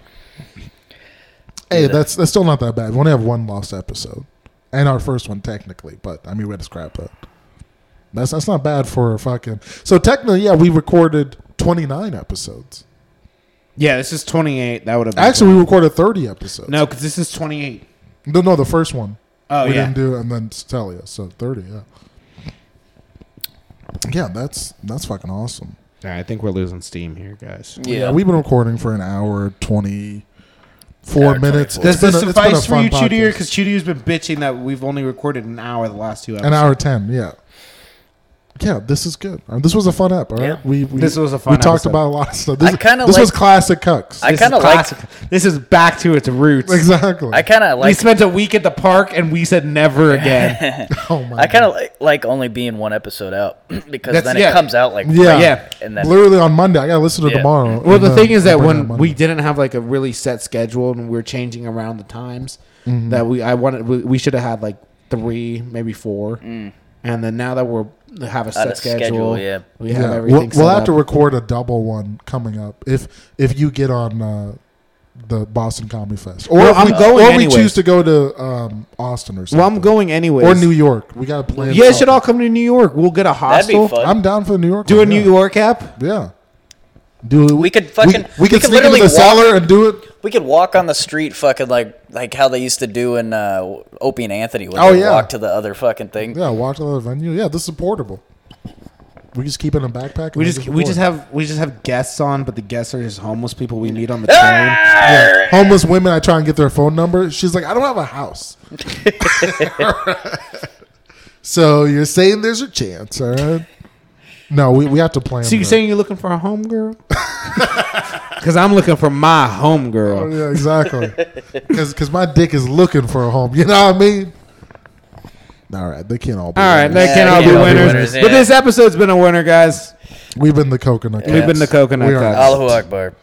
A: Hey, that's that's still not that bad. We only have one lost episode, and our first one technically, but I mean we had to scrap that. That's that's not bad for a fucking. So technically, yeah, we recorded twenty nine episodes.
D: Yeah, this is 28. That would have been
A: Actually, we recorded thirty episodes.
D: no, because this is 28.
A: no, no, the first one.
D: Oh
A: we
D: yeah,
A: didn't do, and then Celia. So thirty, yeah. Yeah, that's that's fucking awesome.
D: All right, I think we're losing steam here, guys.
A: Yeah.
B: Yeah.
A: we've been recording for an hour twenty
B: Hour
A: four minutes.
B: 24.
A: It's
D: Does
A: been
D: this
A: a- it's been a
D: suffice for
A: fun
D: you, Chudier?
A: podcast.
D: Because Chudier's been bitching that we've only recorded an hour the last two episodes.
A: An hour ten, yeah. Yeah, this is good. Um, this was a fun app. All right,
B: Yeah.
A: we, we
D: This was a fun
A: We talked
D: episode.
A: about a lot of stuff. This,
B: I kinda
A: this was
B: like-
A: classic cucks.
B: I
D: This is
B: kind of like.
D: classic. This is back to its roots.
A: exactly.
B: I kind of
D: we
B: like.
D: spent a week at the park and we said never again.
A: oh my!
B: I kind of like, like only being one episode out because
D: That's-
B: then
D: yeah.
B: it comes out like
A: yeah,
D: yeah.
B: and then
A: literally on Monday. I gotta listen to
B: Yeah.
A: tomorrow.
D: well,
A: and
D: the
A: then
D: thing is that
A: bring it on
D: when
A: Monday.
D: we didn't have like a really set schedule and we were changing around the times,
A: Mm-hmm.
D: that we I wanted we, we should have had like three, maybe four, and then now that we're have a set
B: a
D: schedule,
B: schedule, yeah.
D: we have
A: we'll,
D: everything.
A: we'll
D: set
A: have to
D: up.
A: record a double one coming up if if you get on uh, the Boston Comedy Fest, or
D: Well,
A: if
D: I'm
A: we,
D: going
A: or
D: anyways.
A: we choose to go to um, Austin or something.
D: Well, I'm going anyways.
A: or New York. We gotta plan.
D: You guys should all come to New York. We'll get a
B: that'd
D: hostel.
B: be fun.
A: I'm down for the New York.
D: Do a
A: one,
D: New
A: yeah.
D: York app.
A: Yeah. Do
B: We could fucking-
A: we,
B: we
A: could
B: could
A: sneak into
B: literally
A: the
B: walk-
A: cellar and do it.
B: we could walk on the street, fucking like like how they used to do in uh, Opie and Anthony when
A: Oh,
B: they
A: yeah.
B: walk to the other fucking thing.
A: Yeah, walk to the venue. Yeah, this is portable. We just keep it in a backpack. and
D: We
A: then
D: just we
A: record.
D: just have we just have guests on, but the guests are just homeless people we meet on the train.
A: Yeah. homeless women. I try and get their phone number. She's like, I don't have a house. so you're saying there's a chance, all right? No, we, we have to plan.
D: So you
A: that.
D: saying you're looking for a home girl? Because I'm looking for my home
A: Oh,
D: girl.
A: yeah, exactly. Because my dick is looking for a home. You know what I mean? All right, they can't all be.
D: All right,
A: winners.
D: they
B: Yeah,
D: can all
B: they
D: be
B: can't all be
D: winners.
B: winners,
D: But
B: yeah.
D: this episode's been a winner, guys.
A: we've been the coconut.
D: We've
A: Guys.
D: been the coconut
A: We are-
D: guys.
B: Allahu Akbar.